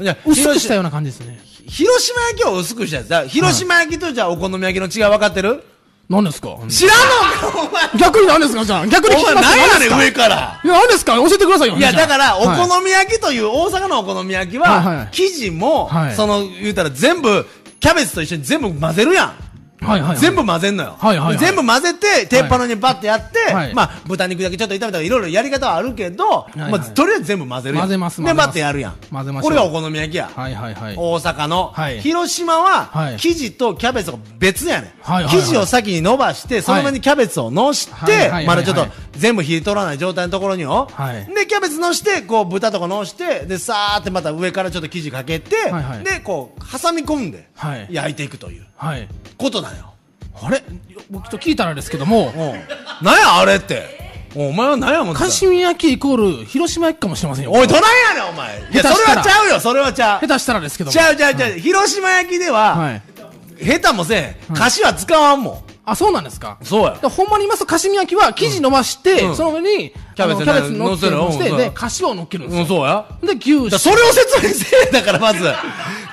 [SPEAKER 1] じゃあ
[SPEAKER 2] 薄くした
[SPEAKER 1] 広
[SPEAKER 2] ような感じですね。
[SPEAKER 1] し広島焼きを薄くしたやつだから広島焼きとじゃあお好み焼きの違い分かってる
[SPEAKER 2] 何ですか
[SPEAKER 1] 知らんのかお前
[SPEAKER 2] 逆に何ですかじゃあ、逆に聞
[SPEAKER 1] お
[SPEAKER 2] き
[SPEAKER 1] 前
[SPEAKER 2] ます
[SPEAKER 1] 何やね
[SPEAKER 2] よ。
[SPEAKER 1] ん上から
[SPEAKER 2] いや、何ですか教えてくださいよ。
[SPEAKER 1] いや
[SPEAKER 2] じゃあ
[SPEAKER 1] だからお
[SPEAKER 2] はい
[SPEAKER 1] 好み焼きという大阪のお好み焼き
[SPEAKER 2] はいは
[SPEAKER 1] はい生地も
[SPEAKER 2] はい
[SPEAKER 1] その言うたら全部キャベツと一緒に全部混ぜるやん
[SPEAKER 2] はいはいはい。
[SPEAKER 1] 全部混ぜんのよ
[SPEAKER 2] はいはいはい
[SPEAKER 1] 全部混ぜて鉄板の上にバッてやって
[SPEAKER 2] はい
[SPEAKER 1] まあ豚肉だけちょっと炒めたらいろいろやり方はあるけど
[SPEAKER 2] いはい
[SPEAKER 1] まあとりあえず全部混ぜるやん
[SPEAKER 2] 混ぜます
[SPEAKER 1] で
[SPEAKER 2] 混ぜます
[SPEAKER 1] バッてやるやん
[SPEAKER 2] 混ぜましょ
[SPEAKER 1] こ
[SPEAKER 2] う
[SPEAKER 1] れがお好み焼きや
[SPEAKER 2] はいはいはい。
[SPEAKER 1] 大阪の、
[SPEAKER 2] はい
[SPEAKER 1] 広島
[SPEAKER 2] は
[SPEAKER 1] はい生地とキャベツが別やねん、
[SPEAKER 2] はいはいはい
[SPEAKER 1] 生地を先に伸ばしてその上にキャベツをのして、
[SPEAKER 2] はいはいはいはい
[SPEAKER 1] まだちょっと全部火取らない状態のところにを、
[SPEAKER 2] はい
[SPEAKER 1] でキャベツのしてこう豚とかのしてでさーってまた上からちょっと生地かけて、
[SPEAKER 2] はいはい
[SPEAKER 1] でこう挟み込んで
[SPEAKER 2] はい
[SPEAKER 1] 焼いていくという
[SPEAKER 2] はい。
[SPEAKER 1] ことだよ、
[SPEAKER 2] あれ僕ちょっと聞いたらですけども、
[SPEAKER 1] うん、なんやあれってお前は何や思ってた
[SPEAKER 2] カシミ焼きイコール広島焼きかもしれませんよ。
[SPEAKER 1] おいど
[SPEAKER 2] 下
[SPEAKER 1] ないやねんお前いや
[SPEAKER 2] 下
[SPEAKER 1] そ
[SPEAKER 2] 手
[SPEAKER 1] れ
[SPEAKER 2] した
[SPEAKER 1] は
[SPEAKER 2] ら
[SPEAKER 1] ちゃうよそれはちゃう
[SPEAKER 2] 手したらですけども
[SPEAKER 1] ち。ゃうちゃうちゃう、広島焼きでは、
[SPEAKER 2] はい。
[SPEAKER 1] 下手もせん菓子は使わんもん、
[SPEAKER 2] あ、そうなんですか
[SPEAKER 1] そうや
[SPEAKER 2] だからほんまに言いますと、カシミ焼きは生地伸ばして、
[SPEAKER 1] うん
[SPEAKER 2] その上に、
[SPEAKER 1] キャベツ
[SPEAKER 2] あのキャベツ乗って
[SPEAKER 1] 乗せ
[SPEAKER 2] る
[SPEAKER 1] るうん
[SPEAKER 2] して、
[SPEAKER 1] そう
[SPEAKER 2] で、かしわを乗っけるんです
[SPEAKER 1] う
[SPEAKER 2] よ。
[SPEAKER 1] ん、そうや。
[SPEAKER 2] で、牛
[SPEAKER 1] だそれを説明せえだから、まず。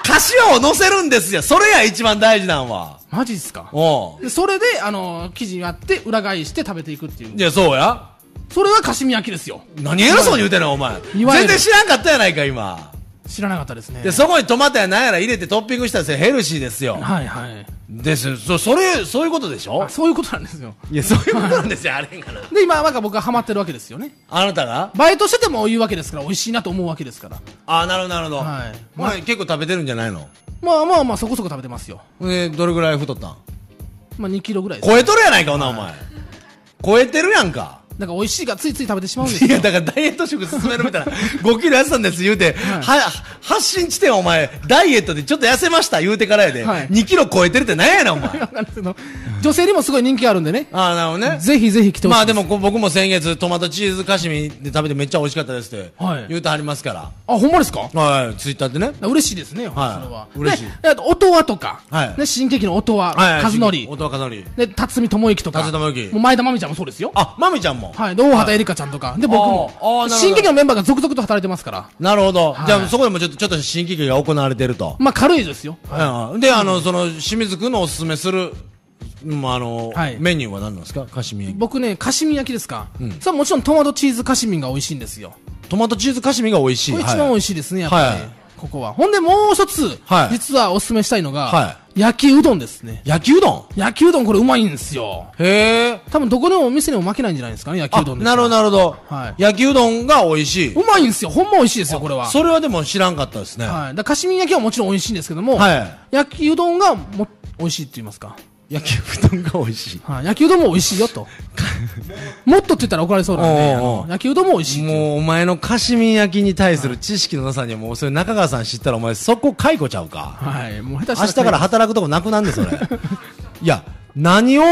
[SPEAKER 1] 柏を乗せるんですよ。それや、一番大事なんは。
[SPEAKER 2] マジっすか
[SPEAKER 1] おう
[SPEAKER 2] でそれで、あの、生地割って、裏返して食べていくっていう。
[SPEAKER 1] いや、そうや。
[SPEAKER 2] それはカシミ焼きですよ。
[SPEAKER 1] 何偉そうに言うてんの、お前。
[SPEAKER 2] いわ
[SPEAKER 1] 全
[SPEAKER 2] ゆる
[SPEAKER 1] 然知らんかったやないか、今。
[SPEAKER 2] 知らなかったですね。
[SPEAKER 1] で、そこにトマトやなんやら入れてトッピングしたらそれヘルシーですよ。
[SPEAKER 2] はいはい。
[SPEAKER 1] です。そ、それ、そういうことでしょ
[SPEAKER 2] あそういうことなんですよ。
[SPEAKER 1] いや、そういうことなんですよ、あれんから。
[SPEAKER 2] で、今、なんか僕はハマってるわけですよね。
[SPEAKER 1] あなたが
[SPEAKER 2] バイトしてても言うわけですから、美味しいなと思うわけですから。
[SPEAKER 1] あ、なるほど、なるほど。
[SPEAKER 2] はい
[SPEAKER 1] お前結構食べてるんじゃないの
[SPEAKER 2] まあまあまあ、そこそこ食べてますよ。
[SPEAKER 1] え、どれぐらい太ったん
[SPEAKER 2] まあ、2キロぐらいです。
[SPEAKER 1] 超えとるやないか、おな、お前。超えてるやんか。
[SPEAKER 2] なんか美味しいがついつい食べてしまうんです
[SPEAKER 1] いや、
[SPEAKER 2] よ。
[SPEAKER 1] だからダイエット食進めるみ たいな、5キロ痩せたんです言うて、は、発信地点お前、ダイエットでちょっと痩せました言うてからやで、
[SPEAKER 2] はい
[SPEAKER 1] 2キロ超えてるってなんやねん、お前。 あ
[SPEAKER 2] 女性にもすごい人気あるんでね。
[SPEAKER 1] あ、なるほどね。
[SPEAKER 2] ぜひぜひ来てほしいす
[SPEAKER 1] まあでもこ僕も先月トマトチーズカシミで食べてめっちゃ美味しかったですって
[SPEAKER 2] はい
[SPEAKER 1] 言うてはりますか、
[SPEAKER 2] あ、ほんまですから
[SPEAKER 1] はい、ツイッターでね。
[SPEAKER 2] 嬉しいですね、
[SPEAKER 1] はい
[SPEAKER 2] それは。
[SPEAKER 1] 嬉しい
[SPEAKER 2] ねあと、音羽とか、
[SPEAKER 1] はい
[SPEAKER 2] ね、新喜劇の音羽、
[SPEAKER 1] はい、
[SPEAKER 2] 和則、
[SPEAKER 1] 音は和則。
[SPEAKER 2] で、辰巳智之とか、
[SPEAKER 1] 辰巳智之
[SPEAKER 2] もう前田真美ちゃんもそうですよ。
[SPEAKER 1] あ、まみちゃんも。
[SPEAKER 2] はい、で、大畑絵梨花ちゃんとか、で、僕
[SPEAKER 1] あーあ
[SPEAKER 2] も
[SPEAKER 1] ーなるほ、ど
[SPEAKER 2] 新喜劇のメンバーが続々と働いてますから、
[SPEAKER 1] なるほど。
[SPEAKER 2] はい
[SPEAKER 1] じゃあそこでもちょっと、ちょっと新喜劇が行われてると。
[SPEAKER 2] まあ、軽いですよ。
[SPEAKER 1] はい。で、あの、その、清水くんのおすすめする、うんあの、
[SPEAKER 2] はい
[SPEAKER 1] メニューは何なんですかカシミ焼き。
[SPEAKER 2] 僕ね、カシミ焼きですか。それはもちろんトマトチーズカシミンが美味しいんですよ。
[SPEAKER 1] トマトチーズカシミが美味しい。
[SPEAKER 2] これ一
[SPEAKER 1] は
[SPEAKER 2] 番
[SPEAKER 1] い
[SPEAKER 2] 美味しいですね、やっぱり、
[SPEAKER 1] はい
[SPEAKER 2] ここは。ほんで、もう一つ、
[SPEAKER 1] はい
[SPEAKER 2] 実はおすすめしたいのが、
[SPEAKER 1] は
[SPEAKER 2] 焼きうどんですね。
[SPEAKER 1] 焼きうどん
[SPEAKER 2] 焼きうどんこれうまいんですよ。
[SPEAKER 1] へえ
[SPEAKER 2] 多分どこのお店にも負けないんじゃないですかね、焼きうどんです
[SPEAKER 1] なるほどなるほど、
[SPEAKER 2] はい
[SPEAKER 1] 焼きうどんが美味しいう
[SPEAKER 2] まいんですよ。ほんま美味しいですよ、これは。
[SPEAKER 1] それはでも知らんかったですね、
[SPEAKER 2] はい。だからカシミン焼きはもちろん美味しいんですけども、
[SPEAKER 1] はい
[SPEAKER 2] 焼きうどんがも美味しいって言いますか。
[SPEAKER 1] 焼き布団が美味しい。
[SPEAKER 2] はい、焼きうどんも美味しい よと。もっとって言ったら怒られそうなんで、
[SPEAKER 1] お
[SPEAKER 2] あ
[SPEAKER 1] うおう
[SPEAKER 2] の焼きうどんも美味しいっていう。
[SPEAKER 1] もうお前のカシミン焼きに対する知識のなさにはもうそれ中川さん知ったらお前そこ解雇ちゃうか
[SPEAKER 2] はい、もう下手
[SPEAKER 1] 明日
[SPEAKER 2] した
[SPEAKER 1] から働くとこなくなんで それいや何を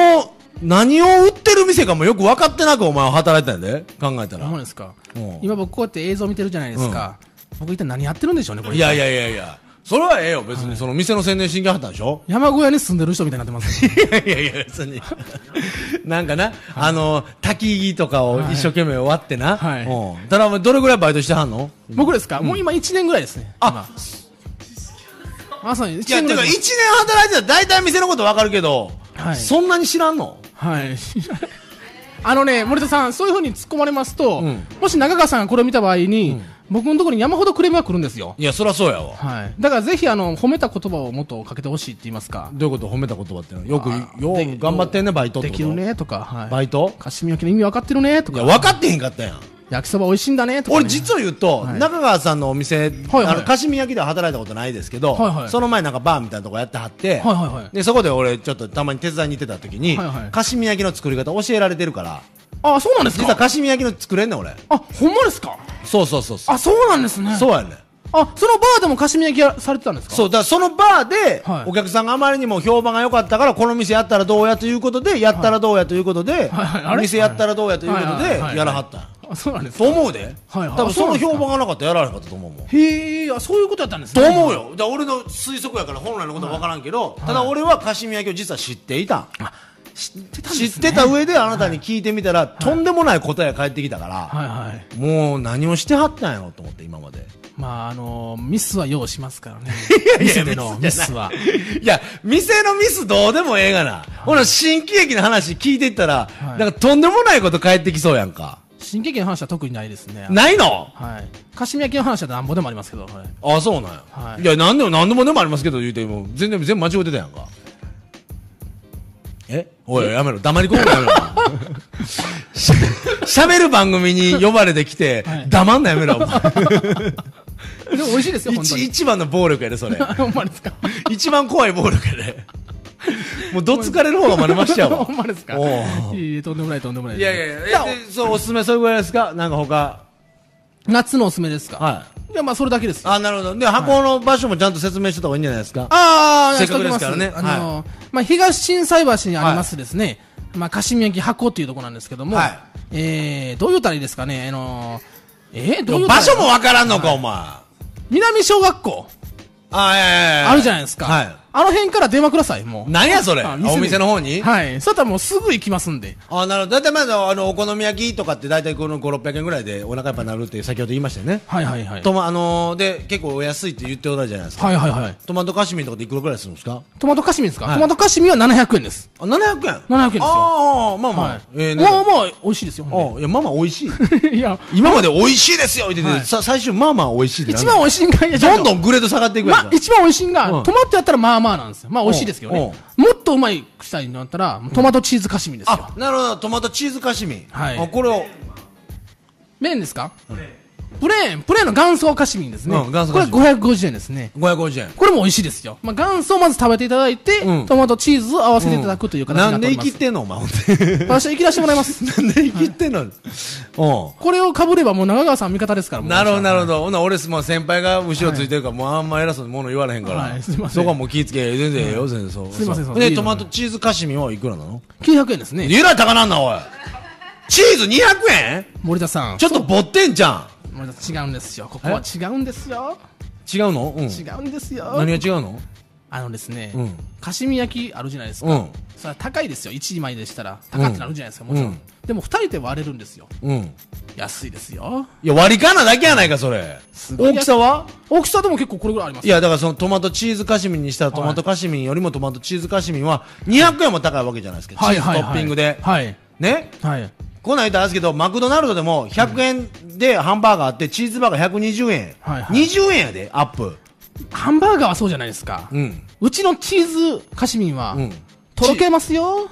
[SPEAKER 1] 何を売ってる店かもよく分かってなくお前は働いてたんやで考えた
[SPEAKER 2] ほんま
[SPEAKER 1] ら
[SPEAKER 2] ですか
[SPEAKER 1] うん。
[SPEAKER 2] 今僕こうやって映像見てるじゃないですか。僕一体何やってるんでしょうね、これ。
[SPEAKER 1] いやいやいやいやそれはええよ別にその店の宣伝しに来はったんでしょ
[SPEAKER 2] 山小屋に住んでる人みたいになってま す、ね。
[SPEAKER 1] いやいやいや別になんかなあの焚き木とかを一生懸命割ってな
[SPEAKER 2] はい
[SPEAKER 1] うんただお前どれぐらいバイトしてはんの
[SPEAKER 2] 僕ですか、もう今1年ぐらいですね。
[SPEAKER 1] あ
[SPEAKER 2] 今まさに1
[SPEAKER 1] いや、
[SPEAKER 2] 年
[SPEAKER 1] て
[SPEAKER 2] ぐ
[SPEAKER 1] から1
[SPEAKER 2] いです。
[SPEAKER 1] 年働いてたら大体店のことわかるけど、
[SPEAKER 2] はい
[SPEAKER 1] そんなに知らんの
[SPEAKER 2] はい。 あのね、森田さん、そういうふうに突っ込まれますと、
[SPEAKER 1] うん
[SPEAKER 2] もし中川さんがこれを見た場合に、僕のところに山ほどクレームが来るんですよ。
[SPEAKER 1] いや、そりゃそうやわ。
[SPEAKER 2] はい。だからぜひ、あの、褒めた言葉をもっとかけてほしいって言いますか。
[SPEAKER 1] どういうこと褒めた言葉ってのはよく、
[SPEAKER 2] あー
[SPEAKER 1] よ
[SPEAKER 2] で
[SPEAKER 1] う頑張ってんね、バイトって
[SPEAKER 2] で
[SPEAKER 1] こ
[SPEAKER 2] き
[SPEAKER 1] と
[SPEAKER 2] る。ねとか、はい。
[SPEAKER 1] バイト
[SPEAKER 2] カシミ焼きの意味分かってるねと
[SPEAKER 1] い
[SPEAKER 2] か
[SPEAKER 1] や、、分かってへんかったやん。
[SPEAKER 2] 焼きそば美味しいんだねとかね、
[SPEAKER 1] 俺実を言うと、
[SPEAKER 2] はい
[SPEAKER 1] 中川さんのお店、
[SPEAKER 2] はいはい
[SPEAKER 1] あの、カシミ焼きでは働いたことないですけど、
[SPEAKER 2] はいはい
[SPEAKER 1] その前なんかバーみたいなとこやってはって、
[SPEAKER 2] はいはいはい。
[SPEAKER 1] で、そこで俺ちょっとたまに手伝いに行ってた時に、
[SPEAKER 2] はいはい
[SPEAKER 1] カシミ焼きの作り方教えられてるから、
[SPEAKER 2] あ、そうなんです
[SPEAKER 1] 実は
[SPEAKER 2] か
[SPEAKER 1] カシミ焼きの作れんねん俺。
[SPEAKER 2] あ、ほんまですか
[SPEAKER 1] そうそうそうそう。
[SPEAKER 2] あ、そうなんですね。
[SPEAKER 1] そう
[SPEAKER 2] う。
[SPEAKER 1] やねん。
[SPEAKER 2] あ、そのバーでもカシミ焼きやされてたんですか
[SPEAKER 1] そう、だからそのバーで
[SPEAKER 2] はい、
[SPEAKER 1] お客さんがあまりにも評判が良かったから、この店やったらどうやということで、やったらどうやということで
[SPEAKER 2] はいはい、 あ
[SPEAKER 1] お
[SPEAKER 2] れ
[SPEAKER 1] 店やったらどうやということ
[SPEAKER 2] はいはいはいは
[SPEAKER 1] で、
[SPEAKER 2] い
[SPEAKER 1] やらはったんや
[SPEAKER 2] あ、そうなんです
[SPEAKER 1] と
[SPEAKER 2] か
[SPEAKER 1] 思うで。
[SPEAKER 2] はいは
[SPEAKER 1] 多分
[SPEAKER 2] い
[SPEAKER 1] その
[SPEAKER 2] あそうなんです
[SPEAKER 1] 評
[SPEAKER 2] か
[SPEAKER 1] 判がなかったらやらなかったと思うもん。
[SPEAKER 2] へえ、あ、そういうことやったんです
[SPEAKER 1] と
[SPEAKER 2] ね。
[SPEAKER 1] 思うよ。だから俺の推測やから本来のことは分からんけど、ただ俺はカシミ焼きを実は知っていた。
[SPEAKER 2] あ知ってたんです
[SPEAKER 1] 知
[SPEAKER 2] ね。
[SPEAKER 1] ってた上であなたに聞いてみたら、とんでもない答えが返ってきたから、
[SPEAKER 2] はいはい。
[SPEAKER 1] もう何をしてはったんやろと思って、今まで。
[SPEAKER 2] まあ、あのミスはようしますからね。
[SPEAKER 1] いやいや
[SPEAKER 2] 店でのミ
[SPEAKER 1] ミス
[SPEAKER 2] ス
[SPEAKER 1] じゃな
[SPEAKER 2] は。
[SPEAKER 1] いや、店のミスどうでもええがな。ほな、新喜劇の話聞いてったら、
[SPEAKER 2] はい
[SPEAKER 1] なんかとんでもないこと返ってきそうやんか。
[SPEAKER 2] 新経験の話は特にないですね。
[SPEAKER 1] ないの
[SPEAKER 2] はい。カシミ焼きの話はなんぼでもありますけど、はい。
[SPEAKER 1] ああ、そうなんや。
[SPEAKER 2] はい
[SPEAKER 1] い、や、なんでもなんでもでもありますけど、言うても、全然、全部間違えてたやんか。えおい、やめろ。黙り込むのやめ ろ。しゃべる番組に呼ばれてきて、
[SPEAKER 2] はい
[SPEAKER 1] 黙んなやめろ、お前
[SPEAKER 2] でも美味しいですよ、本当
[SPEAKER 1] 一
[SPEAKER 2] に。
[SPEAKER 1] 一番の暴力やで、それ。
[SPEAKER 2] ほんまですか。
[SPEAKER 1] 一番怖い暴力やで。もう、どつかれる方がまねましちゃうわ。
[SPEAKER 2] ほんまですか。
[SPEAKER 1] おう
[SPEAKER 2] いえいえとんでもない、とんでもない
[SPEAKER 1] い
[SPEAKER 2] です。
[SPEAKER 1] やいやいや、えでそうおすすめそれぐらいですかなんか他。
[SPEAKER 2] 夏のおすすめですか。
[SPEAKER 1] はい。
[SPEAKER 2] いや、まあ、それだけです。
[SPEAKER 1] あ、なるほど。で、箱の場所もちゃんと説明してた方がいいんじゃないですか。
[SPEAKER 2] あー
[SPEAKER 1] せっかくですからね
[SPEAKER 2] やっておきますあのーまあ、東震災橋にありますですね、まあ、カシミ焼き箱っていうところなんですけども、
[SPEAKER 1] はい
[SPEAKER 2] えー、どう言うたらいいですかね、あのーえー、どう言うたら
[SPEAKER 1] 場
[SPEAKER 2] いい
[SPEAKER 1] 所もわからんのか、お前。
[SPEAKER 2] 南小学校、
[SPEAKER 1] あ、いやいやいや
[SPEAKER 2] あるじゃないですか。
[SPEAKER 1] はい。
[SPEAKER 2] あの辺から電話ください、もう。
[SPEAKER 1] 何やそれ
[SPEAKER 2] あ
[SPEAKER 1] お店の方に
[SPEAKER 2] はい。そうやったらもうすぐ行きますんで。
[SPEAKER 1] あ、なるほど。だいたいまず、あの、お好み焼きとかって大体この5、600円ぐらいでお腹いっぱいになるって先ほど言いましたよね。
[SPEAKER 2] はいはいはい。
[SPEAKER 1] とま、あのー、で、結構お安いって言っておられるじゃないですか。
[SPEAKER 2] はいはいはい。
[SPEAKER 1] トマトカシミンとかっていくらぐらいするんですか
[SPEAKER 2] トマトカシミですか、
[SPEAKER 1] はい
[SPEAKER 2] トマトカシミは700円です。
[SPEAKER 1] あ、700円。
[SPEAKER 2] 700円ですよ
[SPEAKER 1] ああ、まあま
[SPEAKER 2] は
[SPEAKER 1] あ
[SPEAKER 2] い。。
[SPEAKER 1] ええね。
[SPEAKER 2] まあまあ、美味しいですよ、ほん
[SPEAKER 1] あいや、まあまあ美味しい。
[SPEAKER 2] で いや、
[SPEAKER 1] 今まで美味しいですよ言って
[SPEAKER 2] はい
[SPEAKER 1] て、さ最終まあまあ美味しいってなる
[SPEAKER 2] 一番美味しいんかいや、
[SPEAKER 1] どんどんグレード下がっていくや
[SPEAKER 2] まあ、
[SPEAKER 1] つ
[SPEAKER 2] 一番美味しいんが、
[SPEAKER 1] うん
[SPEAKER 2] トマトやったらまあまあなんですよ。まあ美味しいですけどね。もっとうまいくしたいんだったら、もうトマトチーズカシミですよ
[SPEAKER 1] あ。なるほどトマトチーズカシミ
[SPEAKER 2] はい
[SPEAKER 1] あこれを
[SPEAKER 2] 麺ですかプレーン、プレーンの元祖カシミですね。
[SPEAKER 1] うん元祖
[SPEAKER 2] こ
[SPEAKER 1] カ
[SPEAKER 2] れ
[SPEAKER 1] シミ
[SPEAKER 2] 550円ですね。
[SPEAKER 1] 550円
[SPEAKER 2] これも美味しいですよ。まあ元祖をまず食べていただいて、
[SPEAKER 1] うん
[SPEAKER 2] トマトチーズを合わせていただくという形に
[SPEAKER 1] な
[SPEAKER 2] なっ
[SPEAKER 1] ん
[SPEAKER 2] て
[SPEAKER 1] で
[SPEAKER 2] おり
[SPEAKER 1] 生
[SPEAKER 2] ま
[SPEAKER 1] き
[SPEAKER 2] す。
[SPEAKER 1] てんのお前ほんで
[SPEAKER 2] 私は生き出してもらい ます。
[SPEAKER 1] なんで生きてんのう
[SPEAKER 2] これを被ればもう長川さん味方ですから。も
[SPEAKER 1] ん
[SPEAKER 2] う
[SPEAKER 1] なるほどなるほ
[SPEAKER 2] ど。
[SPEAKER 1] どほな俺もう先輩が後ろついてるからもうあんま偉そうに物言われへんから
[SPEAKER 2] はいすいません
[SPEAKER 1] そこはもう気ぃつけ全然ええよ全然そう
[SPEAKER 2] すいません
[SPEAKER 1] そう
[SPEAKER 2] その
[SPEAKER 1] で
[SPEAKER 2] いい
[SPEAKER 1] ト
[SPEAKER 2] の
[SPEAKER 1] マトチーズカシミはいくらなの
[SPEAKER 2] 900円ですね。
[SPEAKER 1] えらい高なんなおいチーズ200円
[SPEAKER 2] 森田さん。
[SPEAKER 1] ちょっとぼってんじゃん
[SPEAKER 2] 森田さん違うんですよ。ここは違うんですよ。
[SPEAKER 1] 違うのうん
[SPEAKER 2] 違うんですよ。
[SPEAKER 1] 何が違うの
[SPEAKER 2] あのですね、
[SPEAKER 1] うん
[SPEAKER 2] カシミ焼きあるじゃないですか、
[SPEAKER 1] うん
[SPEAKER 2] それは高いですよ、1枚でしたら、高ってなるじゃないですか、もちろん,、
[SPEAKER 1] うん
[SPEAKER 2] でも2人で割れるんですよ、
[SPEAKER 1] うん
[SPEAKER 2] 安いですよ、
[SPEAKER 1] いや割り勘なだけやないかそれ
[SPEAKER 2] ごい
[SPEAKER 1] 大きさは
[SPEAKER 2] 大きさでも結構これぐらいあります
[SPEAKER 1] いや、だからそのトマトチーズカシミンにしたらトマトカシミンよりもトマトチーズカシミンは200円も高いわけじゃないですか。チーズトッピングで。
[SPEAKER 2] はい、
[SPEAKER 1] ね
[SPEAKER 2] はい、
[SPEAKER 1] こないだあれですけど、マクドナルドでも100円でハンバーガーあって、チーズバーガー120円。
[SPEAKER 2] はいはい
[SPEAKER 1] 20円やで、アップ。
[SPEAKER 2] ハンバーガーはそうじゃないですか、う
[SPEAKER 1] うん。
[SPEAKER 2] ちのチーズカシミンは、
[SPEAKER 1] うん。
[SPEAKER 2] とろけますよ、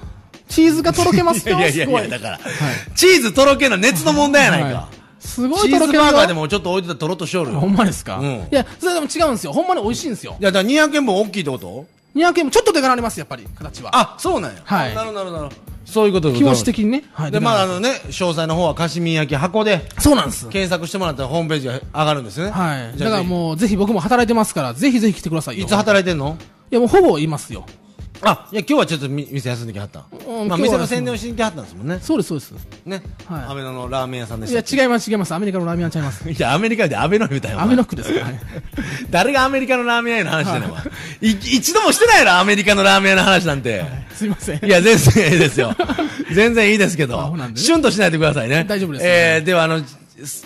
[SPEAKER 2] チーズがとろけます
[SPEAKER 1] いや
[SPEAKER 2] よ、
[SPEAKER 1] いやいや
[SPEAKER 2] す
[SPEAKER 1] い
[SPEAKER 2] ご
[SPEAKER 1] や、
[SPEAKER 2] い、
[SPEAKER 1] だから、チーズとろけな熱の問題やないか。
[SPEAKER 2] はいすご
[SPEAKER 1] チ
[SPEAKER 2] いと
[SPEAKER 1] ー
[SPEAKER 2] ろ
[SPEAKER 1] ズ
[SPEAKER 2] けるよ
[SPEAKER 1] バーガーでもちょっと置いてたらとろっとしょる。
[SPEAKER 2] ほんまですか、
[SPEAKER 1] うん
[SPEAKER 2] いや、それでも違うんですよ、ほんまに美味しいんですよ
[SPEAKER 1] い、や、だから200円分大きいってこと
[SPEAKER 2] 200円もちょっとでかなります、やっぱり、形は。
[SPEAKER 1] あ、そうなんや。
[SPEAKER 2] はい
[SPEAKER 1] なるほど、なるほどなるほど。そういうことで
[SPEAKER 2] 気
[SPEAKER 1] ござい
[SPEAKER 2] 持
[SPEAKER 1] ま
[SPEAKER 2] ち
[SPEAKER 1] す
[SPEAKER 2] 的にね。はい。
[SPEAKER 1] で、まあ、あ
[SPEAKER 2] でか
[SPEAKER 1] のね、詳細の方は、カシミン焼き箱で、
[SPEAKER 2] なそうなんです。
[SPEAKER 1] 検索してもらったらホームページが上がるんですよね。
[SPEAKER 2] はい。
[SPEAKER 1] じ
[SPEAKER 2] だ
[SPEAKER 1] ゃあ
[SPEAKER 2] からもう、ぜひ僕も働いてますから、ぜひぜひ来てくださいよ。
[SPEAKER 1] いつ働いてんの
[SPEAKER 2] いや、もうほぼいますよ。
[SPEAKER 1] あ、いや、今日はちょっとみ店休んできはった。
[SPEAKER 2] うん
[SPEAKER 1] まあ、
[SPEAKER 2] 今日
[SPEAKER 1] 店
[SPEAKER 2] は
[SPEAKER 1] の宣伝をしに来はったんですもんね。
[SPEAKER 2] そうです、そうです。
[SPEAKER 1] ね。
[SPEAKER 2] はい
[SPEAKER 1] アベノのラーメン屋さんで
[SPEAKER 2] い
[SPEAKER 1] し
[SPEAKER 2] や、
[SPEAKER 1] た。
[SPEAKER 2] 違います、違います。アメリカのラーメン屋ちゃいます。
[SPEAKER 1] いや、アメリカでアベノみたいな。
[SPEAKER 2] アメノックですから。はい
[SPEAKER 1] 誰がアメリカのラーメン屋の話してんのお前い一度もしてないやろ、アメリカのラーメン屋の話なんて。
[SPEAKER 2] すいません。
[SPEAKER 1] いや、全然いいですよ。全然いいですけ
[SPEAKER 2] あそ
[SPEAKER 1] ど
[SPEAKER 2] うなん、でね
[SPEAKER 1] シュンとしないでくださいね。
[SPEAKER 2] 大丈夫です
[SPEAKER 1] えー、では、あの、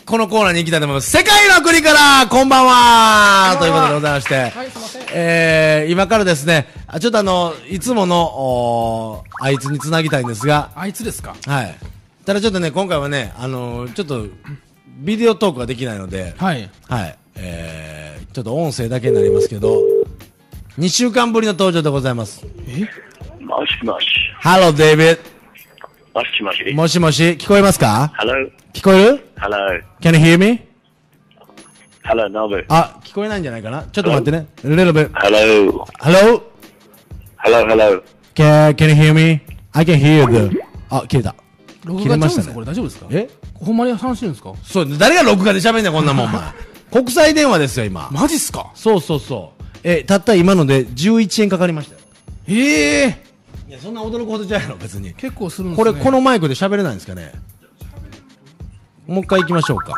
[SPEAKER 1] このコーナーに行きたいと思います。世界の国から、こんばんはと
[SPEAKER 2] こ
[SPEAKER 1] い
[SPEAKER 2] ん
[SPEAKER 1] う
[SPEAKER 2] ば
[SPEAKER 1] こ
[SPEAKER 2] ん
[SPEAKER 1] と
[SPEAKER 2] は
[SPEAKER 1] でございまして、
[SPEAKER 2] はいすいません
[SPEAKER 1] えー、今からですね、あちょっとあの、いつもの、おーあいつにつなぎたいんですが、
[SPEAKER 2] あいつですか
[SPEAKER 1] はい。ただちょっとね、今回はね、あのーちょっと、ビデオトークができないので、
[SPEAKER 2] はい。
[SPEAKER 1] はい。えー、ちょっと音声だけになりますけど、2週間ぶりの登場でございます。
[SPEAKER 2] え
[SPEAKER 3] もしもし。
[SPEAKER 1] Hello, David.
[SPEAKER 3] もしもし。
[SPEAKER 1] もしもし、聞こえますか
[SPEAKER 3] Hello?
[SPEAKER 1] 聞こえる
[SPEAKER 3] Hello?
[SPEAKER 1] ?Can you hear me?
[SPEAKER 3] Hello, Nobu.
[SPEAKER 1] あ、聞こえないんじゃないかなちょっと待ってね。A little bit.
[SPEAKER 3] Hello?
[SPEAKER 1] Hello?
[SPEAKER 3] Hello, hello.
[SPEAKER 1] Can, can you hear me? I can hear you. あ、切れた。
[SPEAKER 2] 録
[SPEAKER 1] 切れ
[SPEAKER 2] 画ちゃう
[SPEAKER 1] ま
[SPEAKER 2] ん
[SPEAKER 1] し
[SPEAKER 2] で
[SPEAKER 1] た
[SPEAKER 2] す
[SPEAKER 1] ね
[SPEAKER 2] かこれ大丈夫ですか
[SPEAKER 1] え
[SPEAKER 2] ほんまに話してるんですか
[SPEAKER 1] そう、誰が録画で喋んねん、こんなもん、お前。国際電話ですよ、今。
[SPEAKER 2] マジっすか
[SPEAKER 1] そうそうそう。え、たった今ので11円かかりましたよ。
[SPEAKER 2] ええ
[SPEAKER 1] いや、そんな驚くほどじゃないの、別に。
[SPEAKER 2] 結構するんです
[SPEAKER 1] こ
[SPEAKER 2] ね
[SPEAKER 1] れ、このマイクで喋れないんですかねもう一回行きましょうか。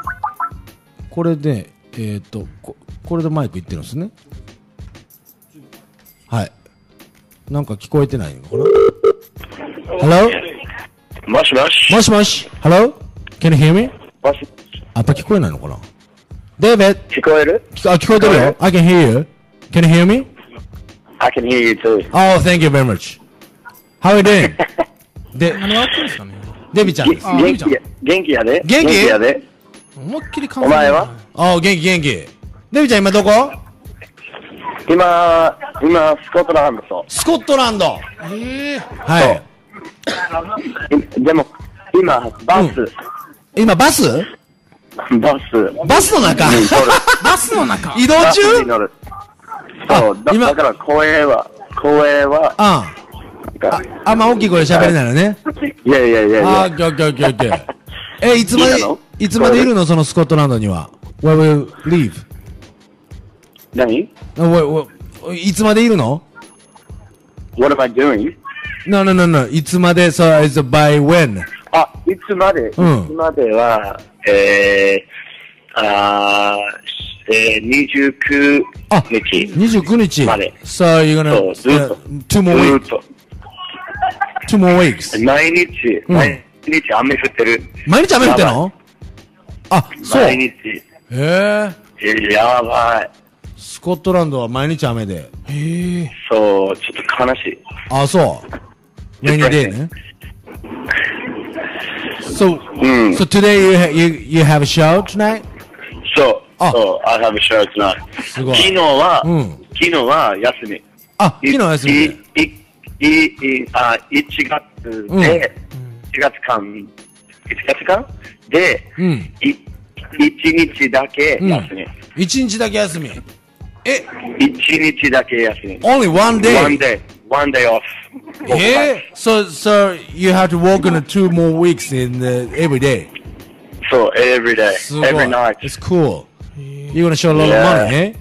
[SPEAKER 1] これで、えっ、とこ、これでマイクいってるんですね。はい。なんか聞こえてないのかな ?Hello?
[SPEAKER 3] もしもし。
[SPEAKER 1] もしもし ?Hello? Can you hear me?
[SPEAKER 3] もし。
[SPEAKER 1] やっぱ聞こえないのかな ?David?
[SPEAKER 3] 聞こえる
[SPEAKER 1] 聞こあ、聞こえてるよ ?I can hear you. Can you hear me?
[SPEAKER 3] ?I can hear you too.
[SPEAKER 1] Oh, thank you very much. How are you doing? で、
[SPEAKER 2] 何やってるんですかね
[SPEAKER 1] デビちゃんです。
[SPEAKER 2] あ
[SPEAKER 3] 元気や、元気やで。
[SPEAKER 1] 元気
[SPEAKER 3] やで。
[SPEAKER 2] 思いっきり考
[SPEAKER 3] お前は
[SPEAKER 1] あ、元気元気。デビちゃん今どこ
[SPEAKER 3] 今、今、スコットランドと。
[SPEAKER 1] スコットランド。
[SPEAKER 2] ええ
[SPEAKER 1] はい。
[SPEAKER 3] いでも、今、バス、
[SPEAKER 1] 今バス
[SPEAKER 3] バス
[SPEAKER 1] バスの 中
[SPEAKER 3] に乗る。
[SPEAKER 2] バスの中
[SPEAKER 1] 移動
[SPEAKER 3] バスに
[SPEAKER 1] 中
[SPEAKER 3] 乗る。そう、だ
[SPEAKER 1] 今
[SPEAKER 3] だから声は、声は、
[SPEAKER 1] ああ、あんま大きい声で喋れないのね。
[SPEAKER 3] いやいやいやい
[SPEAKER 1] ああ、オ
[SPEAKER 3] や
[SPEAKER 1] ッ。ケーオッケーオッケーオッケ ー。え、いつま
[SPEAKER 3] いいなの
[SPEAKER 1] で、いつまでいるのそのスコットランドには。Where will you leave?
[SPEAKER 3] 何
[SPEAKER 1] Where- where- いつまでいるの
[SPEAKER 3] ?What am I doing?
[SPEAKER 1] ?No, no, no, no. いつまで、so it's by when?
[SPEAKER 3] あ、いつまで、いつ
[SPEAKER 1] うん
[SPEAKER 3] までは、えー、あー、えー、29
[SPEAKER 1] あ、
[SPEAKER 3] 日。
[SPEAKER 1] 29日。
[SPEAKER 3] まで
[SPEAKER 1] So you're gonna,
[SPEAKER 3] そうずっと
[SPEAKER 1] two
[SPEAKER 3] ず
[SPEAKER 1] more
[SPEAKER 3] ー
[SPEAKER 1] weeks.
[SPEAKER 3] っと。
[SPEAKER 1] two more weeks.
[SPEAKER 3] 毎日、
[SPEAKER 1] うん
[SPEAKER 3] 毎日雨降ってる。
[SPEAKER 1] 毎日雨降ってんのあ、そう。
[SPEAKER 3] 毎
[SPEAKER 1] へ
[SPEAKER 3] 日。
[SPEAKER 1] え。
[SPEAKER 3] えやばい。
[SPEAKER 1] スコットランドは毎日雨で。
[SPEAKER 2] ええ
[SPEAKER 3] そう、ちょっと悲しい。
[SPEAKER 1] あ、そう。Rainy day ね。So,
[SPEAKER 3] うん。
[SPEAKER 1] so today you, ha- you, you have a show tonight?
[SPEAKER 3] そう、
[SPEAKER 1] あ
[SPEAKER 3] そう、I have a show tonight.
[SPEAKER 1] すごい
[SPEAKER 3] 昨日は、
[SPEAKER 1] うん
[SPEAKER 3] 昨日は休み。
[SPEAKER 1] あ、昨日休み
[SPEAKER 3] い
[SPEAKER 1] で。
[SPEAKER 3] い、い、い、いあ、1月
[SPEAKER 1] うん
[SPEAKER 3] で、1月間、1月間で、
[SPEAKER 1] うん。
[SPEAKER 3] い1日だけ
[SPEAKER 1] うん
[SPEAKER 3] 休み。
[SPEAKER 1] 一日だけ休み。え、
[SPEAKER 3] 1日だけ休み。
[SPEAKER 1] only one
[SPEAKER 3] One
[SPEAKER 1] day?
[SPEAKER 3] day, one day off.
[SPEAKER 1] え so, so you have to work in two more weeks in the, every day.
[SPEAKER 3] そう、every day,
[SPEAKER 1] すごい。
[SPEAKER 3] every night.
[SPEAKER 1] It's cool. You're gonna show a lot
[SPEAKER 3] Yeah.
[SPEAKER 1] of money, え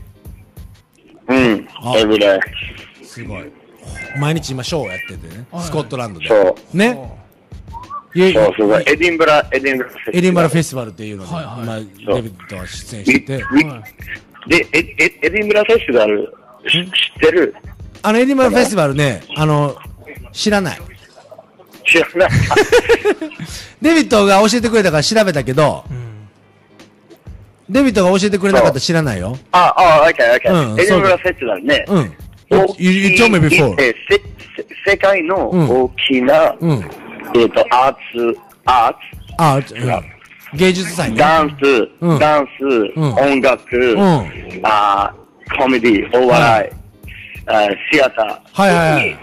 [SPEAKER 3] うん
[SPEAKER 1] あ、
[SPEAKER 3] every day.
[SPEAKER 1] すごい。毎日今ショーをやっててね。スコットランドで。
[SPEAKER 3] そう、
[SPEAKER 1] ね。You-
[SPEAKER 3] そう、すごい。エディンブラ、エディンブラ。
[SPEAKER 1] エディンバラフェスティバルっていうので、
[SPEAKER 2] はいはい
[SPEAKER 1] まあ、デ
[SPEAKER 3] そう
[SPEAKER 1] ビッドは出演
[SPEAKER 3] み
[SPEAKER 1] してて、
[SPEAKER 3] みで、エエエディンブラフェスティバル、し知ってる
[SPEAKER 1] あのエディンバラフェスティバルね、あの、知らない。
[SPEAKER 3] 知らない。
[SPEAKER 1] デビッドが教えてくれたから調べたけど、デビッドが教えてくれなかったら知らないよ。
[SPEAKER 3] あ、あ、OK、
[SPEAKER 1] うん
[SPEAKER 3] OK。エディンブラフェスティバルね。
[SPEAKER 1] うん。
[SPEAKER 3] 大
[SPEAKER 1] You,
[SPEAKER 3] き
[SPEAKER 1] you
[SPEAKER 3] い
[SPEAKER 1] told me before.
[SPEAKER 3] えせせ世界の
[SPEAKER 1] うん
[SPEAKER 3] 大きな、
[SPEAKER 1] うん。
[SPEAKER 3] えっと、アーツ、アーツ、
[SPEAKER 1] あ、うん、芸術祭ね。
[SPEAKER 3] ダンス、
[SPEAKER 1] うん
[SPEAKER 3] ダンス、
[SPEAKER 1] ん
[SPEAKER 3] 音楽、
[SPEAKER 1] ん
[SPEAKER 3] あーコメディ、お笑い、あーシアター。
[SPEAKER 1] はいはいはい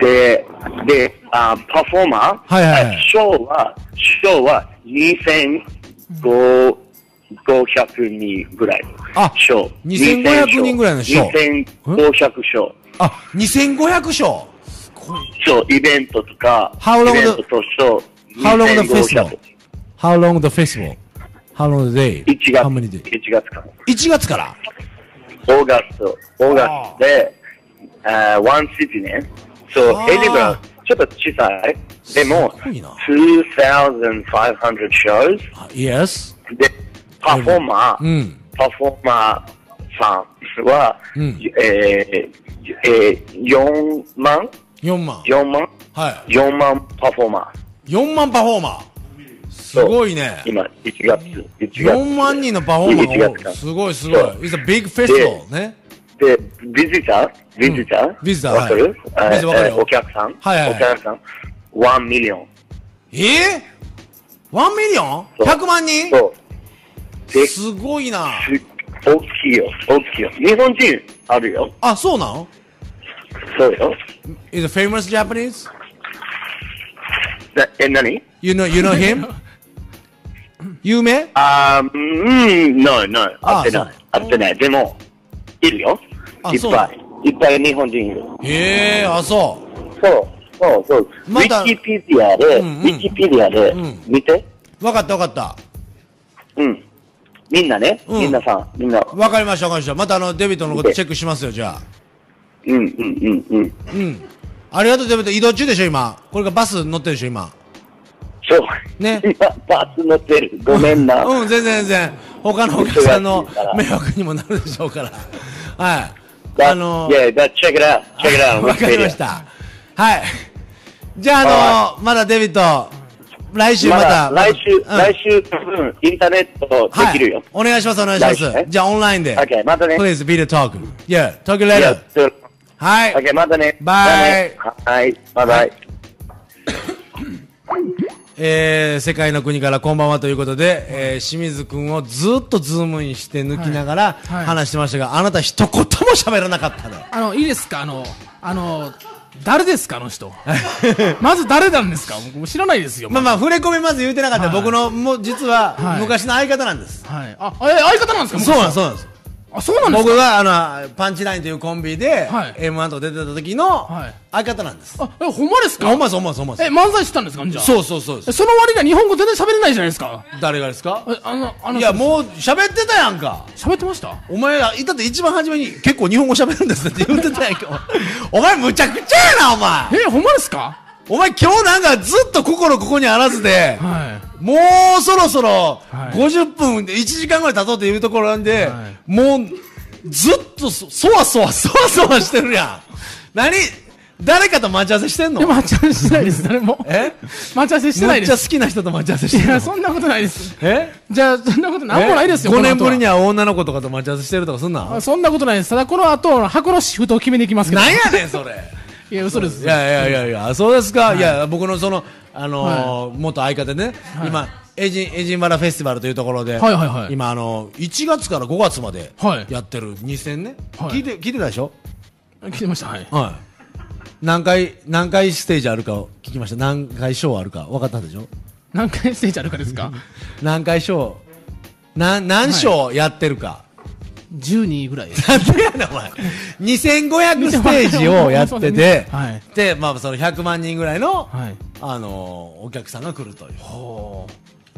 [SPEAKER 3] で、で、あーパフォーマー、
[SPEAKER 1] はいはいはい
[SPEAKER 3] あショーは、ショーは2500 500人ぐらい。
[SPEAKER 1] あ
[SPEAKER 3] ショー。
[SPEAKER 1] 2500人ぐらいのショー
[SPEAKER 3] 2500ショー。
[SPEAKER 1] あ、2500章。
[SPEAKER 3] そう、イベントとか、
[SPEAKER 1] How long
[SPEAKER 3] イベントとショー、
[SPEAKER 1] How long the
[SPEAKER 3] 2500
[SPEAKER 1] festival? How long the festival? How long the day?
[SPEAKER 3] 1
[SPEAKER 1] How many
[SPEAKER 3] 月、
[SPEAKER 1] day?
[SPEAKER 3] 1月か。
[SPEAKER 1] 1月から
[SPEAKER 3] オーガスト、オーガストで、あワンシティね。そう
[SPEAKER 1] あ、ー
[SPEAKER 3] エディブラ、ちょっと小さい。でも、
[SPEAKER 1] すごいな
[SPEAKER 3] 2500 shows
[SPEAKER 1] あ Yes?
[SPEAKER 3] で、パフォーマー、
[SPEAKER 1] うん
[SPEAKER 3] パフォーマーさんは、
[SPEAKER 1] うん
[SPEAKER 3] えーえー、4万
[SPEAKER 1] 4万。
[SPEAKER 3] ?4 万
[SPEAKER 1] は
[SPEAKER 3] ?4 万パフォーマー。
[SPEAKER 1] い。4万パフォーマー。すごいね。
[SPEAKER 3] 今、1月、1月。
[SPEAKER 1] 4万人のパフォーマ
[SPEAKER 3] 1
[SPEAKER 1] ー
[SPEAKER 3] 月
[SPEAKER 1] がお
[SPEAKER 3] か
[SPEAKER 1] る。すごいすごい。
[SPEAKER 3] そう
[SPEAKER 1] It's a big festival ね。
[SPEAKER 3] で、ビジター、ビジター、
[SPEAKER 1] ビジター
[SPEAKER 3] わかる、
[SPEAKER 1] はいビジターわかるよ
[SPEAKER 3] えーお客さん、
[SPEAKER 1] はいはいはい
[SPEAKER 3] お客さん、1ミリオン。
[SPEAKER 1] えぇ ?1 ミリオン
[SPEAKER 3] そう
[SPEAKER 1] ?100 万人
[SPEAKER 3] そう。で、
[SPEAKER 1] すごいな。
[SPEAKER 3] 大きいよ、大きいよ。日本人あるよ。
[SPEAKER 1] あ、そうなの
[SPEAKER 3] そうよ。
[SPEAKER 1] ?Is a famous Japanese?
[SPEAKER 3] なえ、何
[SPEAKER 1] You know, you know him? 有名
[SPEAKER 3] あーうん、no, no,
[SPEAKER 1] あ
[SPEAKER 3] 合ってない
[SPEAKER 1] そ。
[SPEAKER 3] 合ってない。でも、いるよ。
[SPEAKER 1] あ
[SPEAKER 3] いっ
[SPEAKER 1] そう
[SPEAKER 3] ぱい。いっぱい日本人いる。
[SPEAKER 1] へえ、あ、そう。
[SPEAKER 3] そう、そう、そう。ウ
[SPEAKER 1] まだ
[SPEAKER 3] ィキペディアで、
[SPEAKER 1] うんうん
[SPEAKER 3] ウィキペディアで
[SPEAKER 1] ん、
[SPEAKER 3] 見て。
[SPEAKER 1] わかったわかった。
[SPEAKER 3] うん。みんなね、
[SPEAKER 1] うん
[SPEAKER 3] みんなさん、みんな。
[SPEAKER 1] わかりましたわかりました。またあの、デビットのことチェックしますよ、じゃあ。
[SPEAKER 3] うん、うん、うん、うん。
[SPEAKER 1] うん。ありがとう、デビット。移動中でしょ、今。これがバス乗ってるでしょ、今。
[SPEAKER 3] そう。
[SPEAKER 1] ね
[SPEAKER 3] 今、バス乗ってる。ごめんな。
[SPEAKER 1] うん、全然全然。他のお客さんの迷惑にもなるでしょうから。はい。
[SPEAKER 3] That-
[SPEAKER 1] あの
[SPEAKER 3] yeah, that, check it out. Check it out.
[SPEAKER 1] わかりました。はい。じゃあ、あの、まだデビット、来週ま
[SPEAKER 3] ま
[SPEAKER 1] た
[SPEAKER 3] だ。来週、
[SPEAKER 1] うん
[SPEAKER 3] 来週多分インターネットできるよ
[SPEAKER 1] はい。。お願いします、お願いしま
[SPEAKER 3] 来週
[SPEAKER 1] す
[SPEAKER 3] ね。
[SPEAKER 1] じゃあ、オンラインで。
[SPEAKER 3] OK、またね。
[SPEAKER 1] Please be the talk. Yeah, talk you
[SPEAKER 3] い
[SPEAKER 1] later.
[SPEAKER 3] やそう
[SPEAKER 1] はい。
[SPEAKER 3] OK、またね。
[SPEAKER 1] バイ
[SPEAKER 3] じゃあねはい、バイバイ。
[SPEAKER 1] えー世界の国からこんばんはということで、えー清水くんをずっとズームインして抜きながら
[SPEAKER 2] はいはい
[SPEAKER 1] 話してましたが、あなた一言も喋らなかったね。
[SPEAKER 2] あの、いいですかあの、あの、誰ですかあ の人。まず誰なんですか僕知らないですよ。
[SPEAKER 1] まあまあ、触れ込みまず言うてなかった、
[SPEAKER 2] はい
[SPEAKER 1] 僕の、もう実は
[SPEAKER 2] はい
[SPEAKER 1] 昔の相方なんです。
[SPEAKER 2] はい。あ、え、相方なんですか
[SPEAKER 1] そうなんです、
[SPEAKER 2] す。
[SPEAKER 1] そうなんです。
[SPEAKER 2] あ、そうなんです
[SPEAKER 1] 僕
[SPEAKER 2] か
[SPEAKER 1] が、あの、パンチラインというコンビで、
[SPEAKER 2] はい
[SPEAKER 1] M1 と出てた時の
[SPEAKER 2] はい
[SPEAKER 1] 相方なんです。
[SPEAKER 2] あ、え、ほんまですか
[SPEAKER 1] ほんまです、ほんまです、ほんまで
[SPEAKER 2] え、漫才してたんですかじゃあ。
[SPEAKER 1] す。そうそうそうです。
[SPEAKER 2] えその割には日本語全然喋れないじゃないですか。
[SPEAKER 1] 誰がですか
[SPEAKER 2] え、あの、あの、
[SPEAKER 1] いや、もう喋ってたやんか。
[SPEAKER 2] 喋ってました
[SPEAKER 1] お前ら、いたって一番初めに結構日本語喋るんですねって言ってたやんけ。お前むちゃくちゃやな、お前
[SPEAKER 2] え、ほんまですか
[SPEAKER 1] お前今日なんかずっと心ここにあらずで、
[SPEAKER 2] はい。
[SPEAKER 1] もうそろそろ
[SPEAKER 2] はい
[SPEAKER 1] 50分で1時間ぐらい経とうというところなんで、
[SPEAKER 2] はい
[SPEAKER 1] もうずっとそそわそわそわそわしてるやん。何誰かと待ち合わせしてんの
[SPEAKER 2] で、待ち合わせしてないです、誰 も。
[SPEAKER 1] え
[SPEAKER 2] 待ち合わせしてな
[SPEAKER 1] め
[SPEAKER 2] い
[SPEAKER 1] っ
[SPEAKER 2] で
[SPEAKER 1] ちゃ
[SPEAKER 2] す。
[SPEAKER 1] 好きな人と待ち合わせして
[SPEAKER 2] い
[SPEAKER 1] んの
[SPEAKER 2] や、 そんなことないです。
[SPEAKER 1] え
[SPEAKER 2] じゃあ、そんなことなんもないですよ、
[SPEAKER 1] 5
[SPEAKER 2] この後は
[SPEAKER 1] 年ぶりには女の子とかと待ち合わせしてるとかそんなん
[SPEAKER 2] あそんなことないです。ただ、この後、箱のシフトを決めに行きますけど。
[SPEAKER 1] なんやねんそれ
[SPEAKER 2] いや、嘘です。
[SPEAKER 1] いやいやいやいや、そうですか、い、や、僕のその、あのー元相方でね、今、エジン、エジンバラフェスティバルというところで、
[SPEAKER 2] はいはいはい
[SPEAKER 1] 今、あのー、1月から5月まで
[SPEAKER 2] はい
[SPEAKER 1] やってる2000ね、
[SPEAKER 2] はい
[SPEAKER 1] 聞いて、聞いてたでしょ
[SPEAKER 2] 来てました、はい。
[SPEAKER 1] はい。何回、何回ステージあるかを聞きました。何回ショーあるか分かったでしょ
[SPEAKER 2] 何回ステージあるかで すか
[SPEAKER 1] 何回ショー、何、何ショーやってるか。
[SPEAKER 2] ?12 ぐらい。、
[SPEAKER 1] なんでやねん、お前。2500ステージをやってて
[SPEAKER 2] はい
[SPEAKER 1] で、まあ、その100万人ぐらいの、
[SPEAKER 2] はい。
[SPEAKER 1] あのーお客さんが来るという。
[SPEAKER 2] はあ。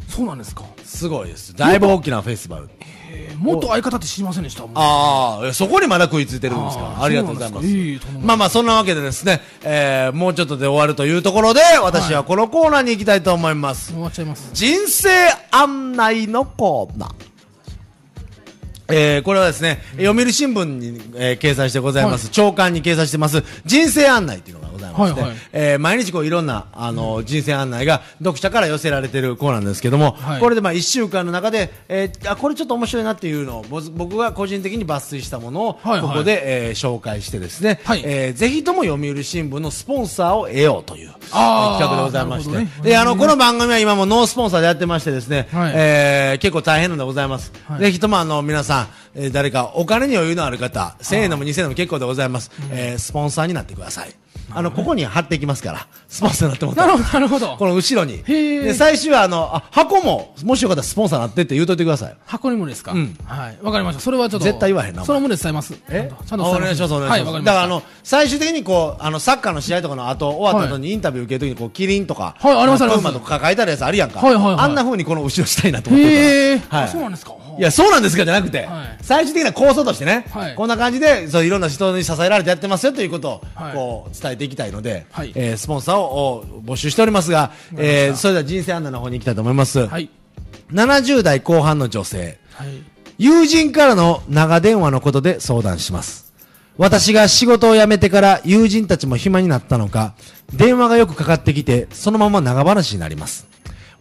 [SPEAKER 2] そうなんですか。
[SPEAKER 1] すごいです。だいぶ大きなフェスティバル。
[SPEAKER 2] えー元相方って知りませんでした。もう
[SPEAKER 1] ああ、そこにまだ食いついてるんですか。
[SPEAKER 2] あー
[SPEAKER 1] ありがとうございま
[SPEAKER 2] そうなんです
[SPEAKER 1] す
[SPEAKER 2] かいいと。思います
[SPEAKER 1] まあまあ、そんなわけでですね、えー、もうちょっとで終わるというところで、私はこのコーナーに行きたいと思います。
[SPEAKER 2] 終わっちゃいます。
[SPEAKER 1] 人生案内のコーナー。えー、これはですね、読売新聞に、えー掲載してございます、
[SPEAKER 2] は
[SPEAKER 1] 長官に掲載してます、人生案内っていうのがございまして、
[SPEAKER 2] はいはい
[SPEAKER 1] えー毎日こういろんな、あの、人生案内が読者から寄せられてるコーナーなんですけども、
[SPEAKER 2] はい
[SPEAKER 1] これでまあ1週間の中で、えーあ、これちょっと面白いなっていうのを、ぼ僕が個人的に抜粋したものを、こ
[SPEAKER 2] はいはい
[SPEAKER 1] こで、えー紹介してですね、
[SPEAKER 2] はい
[SPEAKER 1] えーぜひとも読売新聞のスポンサーを得ようという、
[SPEAKER 2] あー
[SPEAKER 1] 企画でございまして、
[SPEAKER 2] なるほどね
[SPEAKER 1] で、あの、この番組は今もノースポンサーでやってましてですね、
[SPEAKER 2] はい
[SPEAKER 1] えー結構大変なんでございます。
[SPEAKER 2] はい
[SPEAKER 1] ぜひともあの、皆さん、えー誰かお金に余裕のある方、1000円でも2000円でも結構でございます。えースポンサーになってください。あの、ここに貼っていきますから、スポンサーになってもら
[SPEAKER 2] な
[SPEAKER 1] った
[SPEAKER 2] る
[SPEAKER 1] ら
[SPEAKER 2] ほど、なるほど。
[SPEAKER 1] この後ろに。
[SPEAKER 2] へー
[SPEAKER 1] で、最終はあの、あ、箱も、もしよかったらスポンサーなってって言うといてください。
[SPEAKER 2] 箱にもですか、
[SPEAKER 1] うん
[SPEAKER 2] はい。わかりました。それはちょっと。
[SPEAKER 1] 絶対言わへんなお前
[SPEAKER 2] その旨伝えます。
[SPEAKER 1] え
[SPEAKER 2] ちゃ
[SPEAKER 1] あ
[SPEAKER 2] んと伝え
[SPEAKER 1] お願いします、お願いします。
[SPEAKER 2] はい、わかりまし
[SPEAKER 1] だ
[SPEAKER 2] た。
[SPEAKER 1] から、あの、最終的にこう、あの、サッカーの試合とかの後、終わった後にインタビュー受けるときに、こう、キリンとか、
[SPEAKER 2] はいありますあります
[SPEAKER 1] プーマとか書いてあるやつあるやんか。
[SPEAKER 2] はいはいはい
[SPEAKER 1] あんな風にこの後ろしたいなと思ってる
[SPEAKER 2] へえ、
[SPEAKER 1] から
[SPEAKER 2] あそうなんですか。
[SPEAKER 1] いや、そうなんですかじゃなくて、
[SPEAKER 2] はい
[SPEAKER 1] 最終的な構想としてね、
[SPEAKER 2] はい
[SPEAKER 1] こんな感じで、そういろんな人に支えられてやってますよということを、
[SPEAKER 2] はい
[SPEAKER 1] こう、伝えていきたいので、
[SPEAKER 2] はい
[SPEAKER 1] えースポンサーをお募集しておりますが、えーそれでは人生アンナの方に行きたいと思います。
[SPEAKER 2] はい。
[SPEAKER 1] 70代後半の女性。
[SPEAKER 2] はい。
[SPEAKER 1] 友人からの長電話のことで相談します。私が仕事を辞めてから友人たちも暇になったのか、電話がよくかかってきて、そのまま長話になります。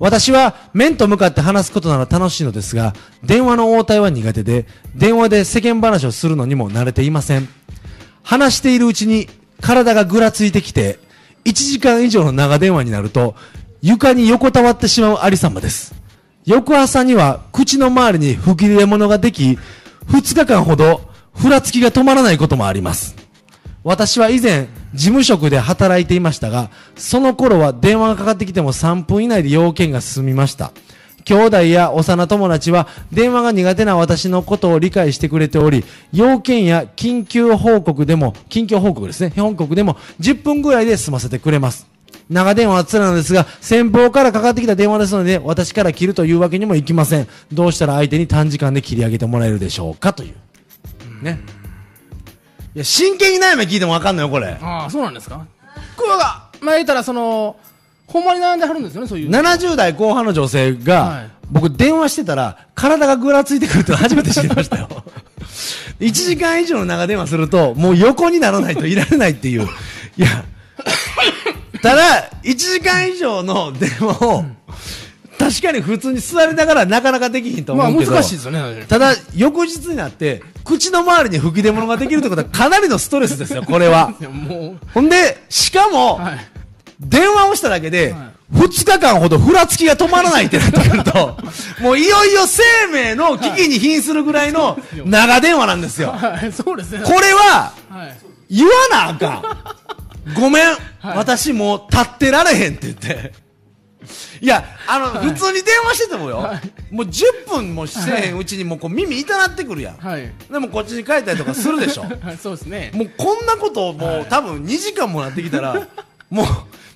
[SPEAKER 1] 私は面と向かって話すことなら楽しいのですが、電話の応対は苦手で、電話で世間話をするのにも慣れていません。話しているうちに体がぐらついてきて、1時間以上の長電話になると、床に横たわってしまうありさまです。翌朝には口の周りに吹き出物ができ、2日間ほどふらつきが止まらないこともあります。私は以前、事務職で働いていましたが、その頃は電話がかかってきても3分以内で要件が進みました。兄弟や幼友達は電話が苦手な私のことを理解してくれており、要件や緊急報告でも、緊急報告ですね、報告でも10分ぐらいで済ませてくれます。長電話はつらなのですが、先方からかかってきた電話ですので、私から切るというわけにもいきません。どうしたら相手に短時間で切り上げてもらえるでしょうかという。ね。いや、真剣に悩み聞いてもわかんないよ、これ。
[SPEAKER 2] ああ、そうなんですか。これが、まあ、言ったら、その、ほんまに悩んではるんですよね、そういう。
[SPEAKER 1] 70代後半の女性が、
[SPEAKER 2] はい
[SPEAKER 1] 僕電話してたら、体がぐらついてくるっての初めて知りま したよ。1時間以上の長電話すると、もう横にならないといられないっていう。いや、ただ、1時間以上の電話を、確かに普通に座りながらなかなかできひんと思
[SPEAKER 2] まあ、
[SPEAKER 1] うけど。
[SPEAKER 2] 難しいですよね。
[SPEAKER 1] ただ、翌日になって、口の周りに吹き出物ができるってことはかなりのストレスですよ、これは。
[SPEAKER 2] いやも
[SPEAKER 1] ほんで、しかも、
[SPEAKER 2] う、はい。
[SPEAKER 1] 電話をしただけで
[SPEAKER 2] は、
[SPEAKER 1] 2日間ほどふらつきが止まらないってなってくると、 もういよいよ生命の危機に瀕するぐらいの長電話なんですよ。
[SPEAKER 2] はい、そうですね。
[SPEAKER 1] これは、
[SPEAKER 2] はい。
[SPEAKER 1] 言わなあかん。ごめん、私もう立ってられへんって言って。いや、あの、普通に電話しててもよ、もう10分もしてへんうちにもうこう耳痛なってくるやん。
[SPEAKER 2] はい。
[SPEAKER 1] でもこっちに帰ったりとかするでしょ。
[SPEAKER 2] はい、そうですね。
[SPEAKER 1] もうこんなことをもう多分2時間もなってきた ら、もう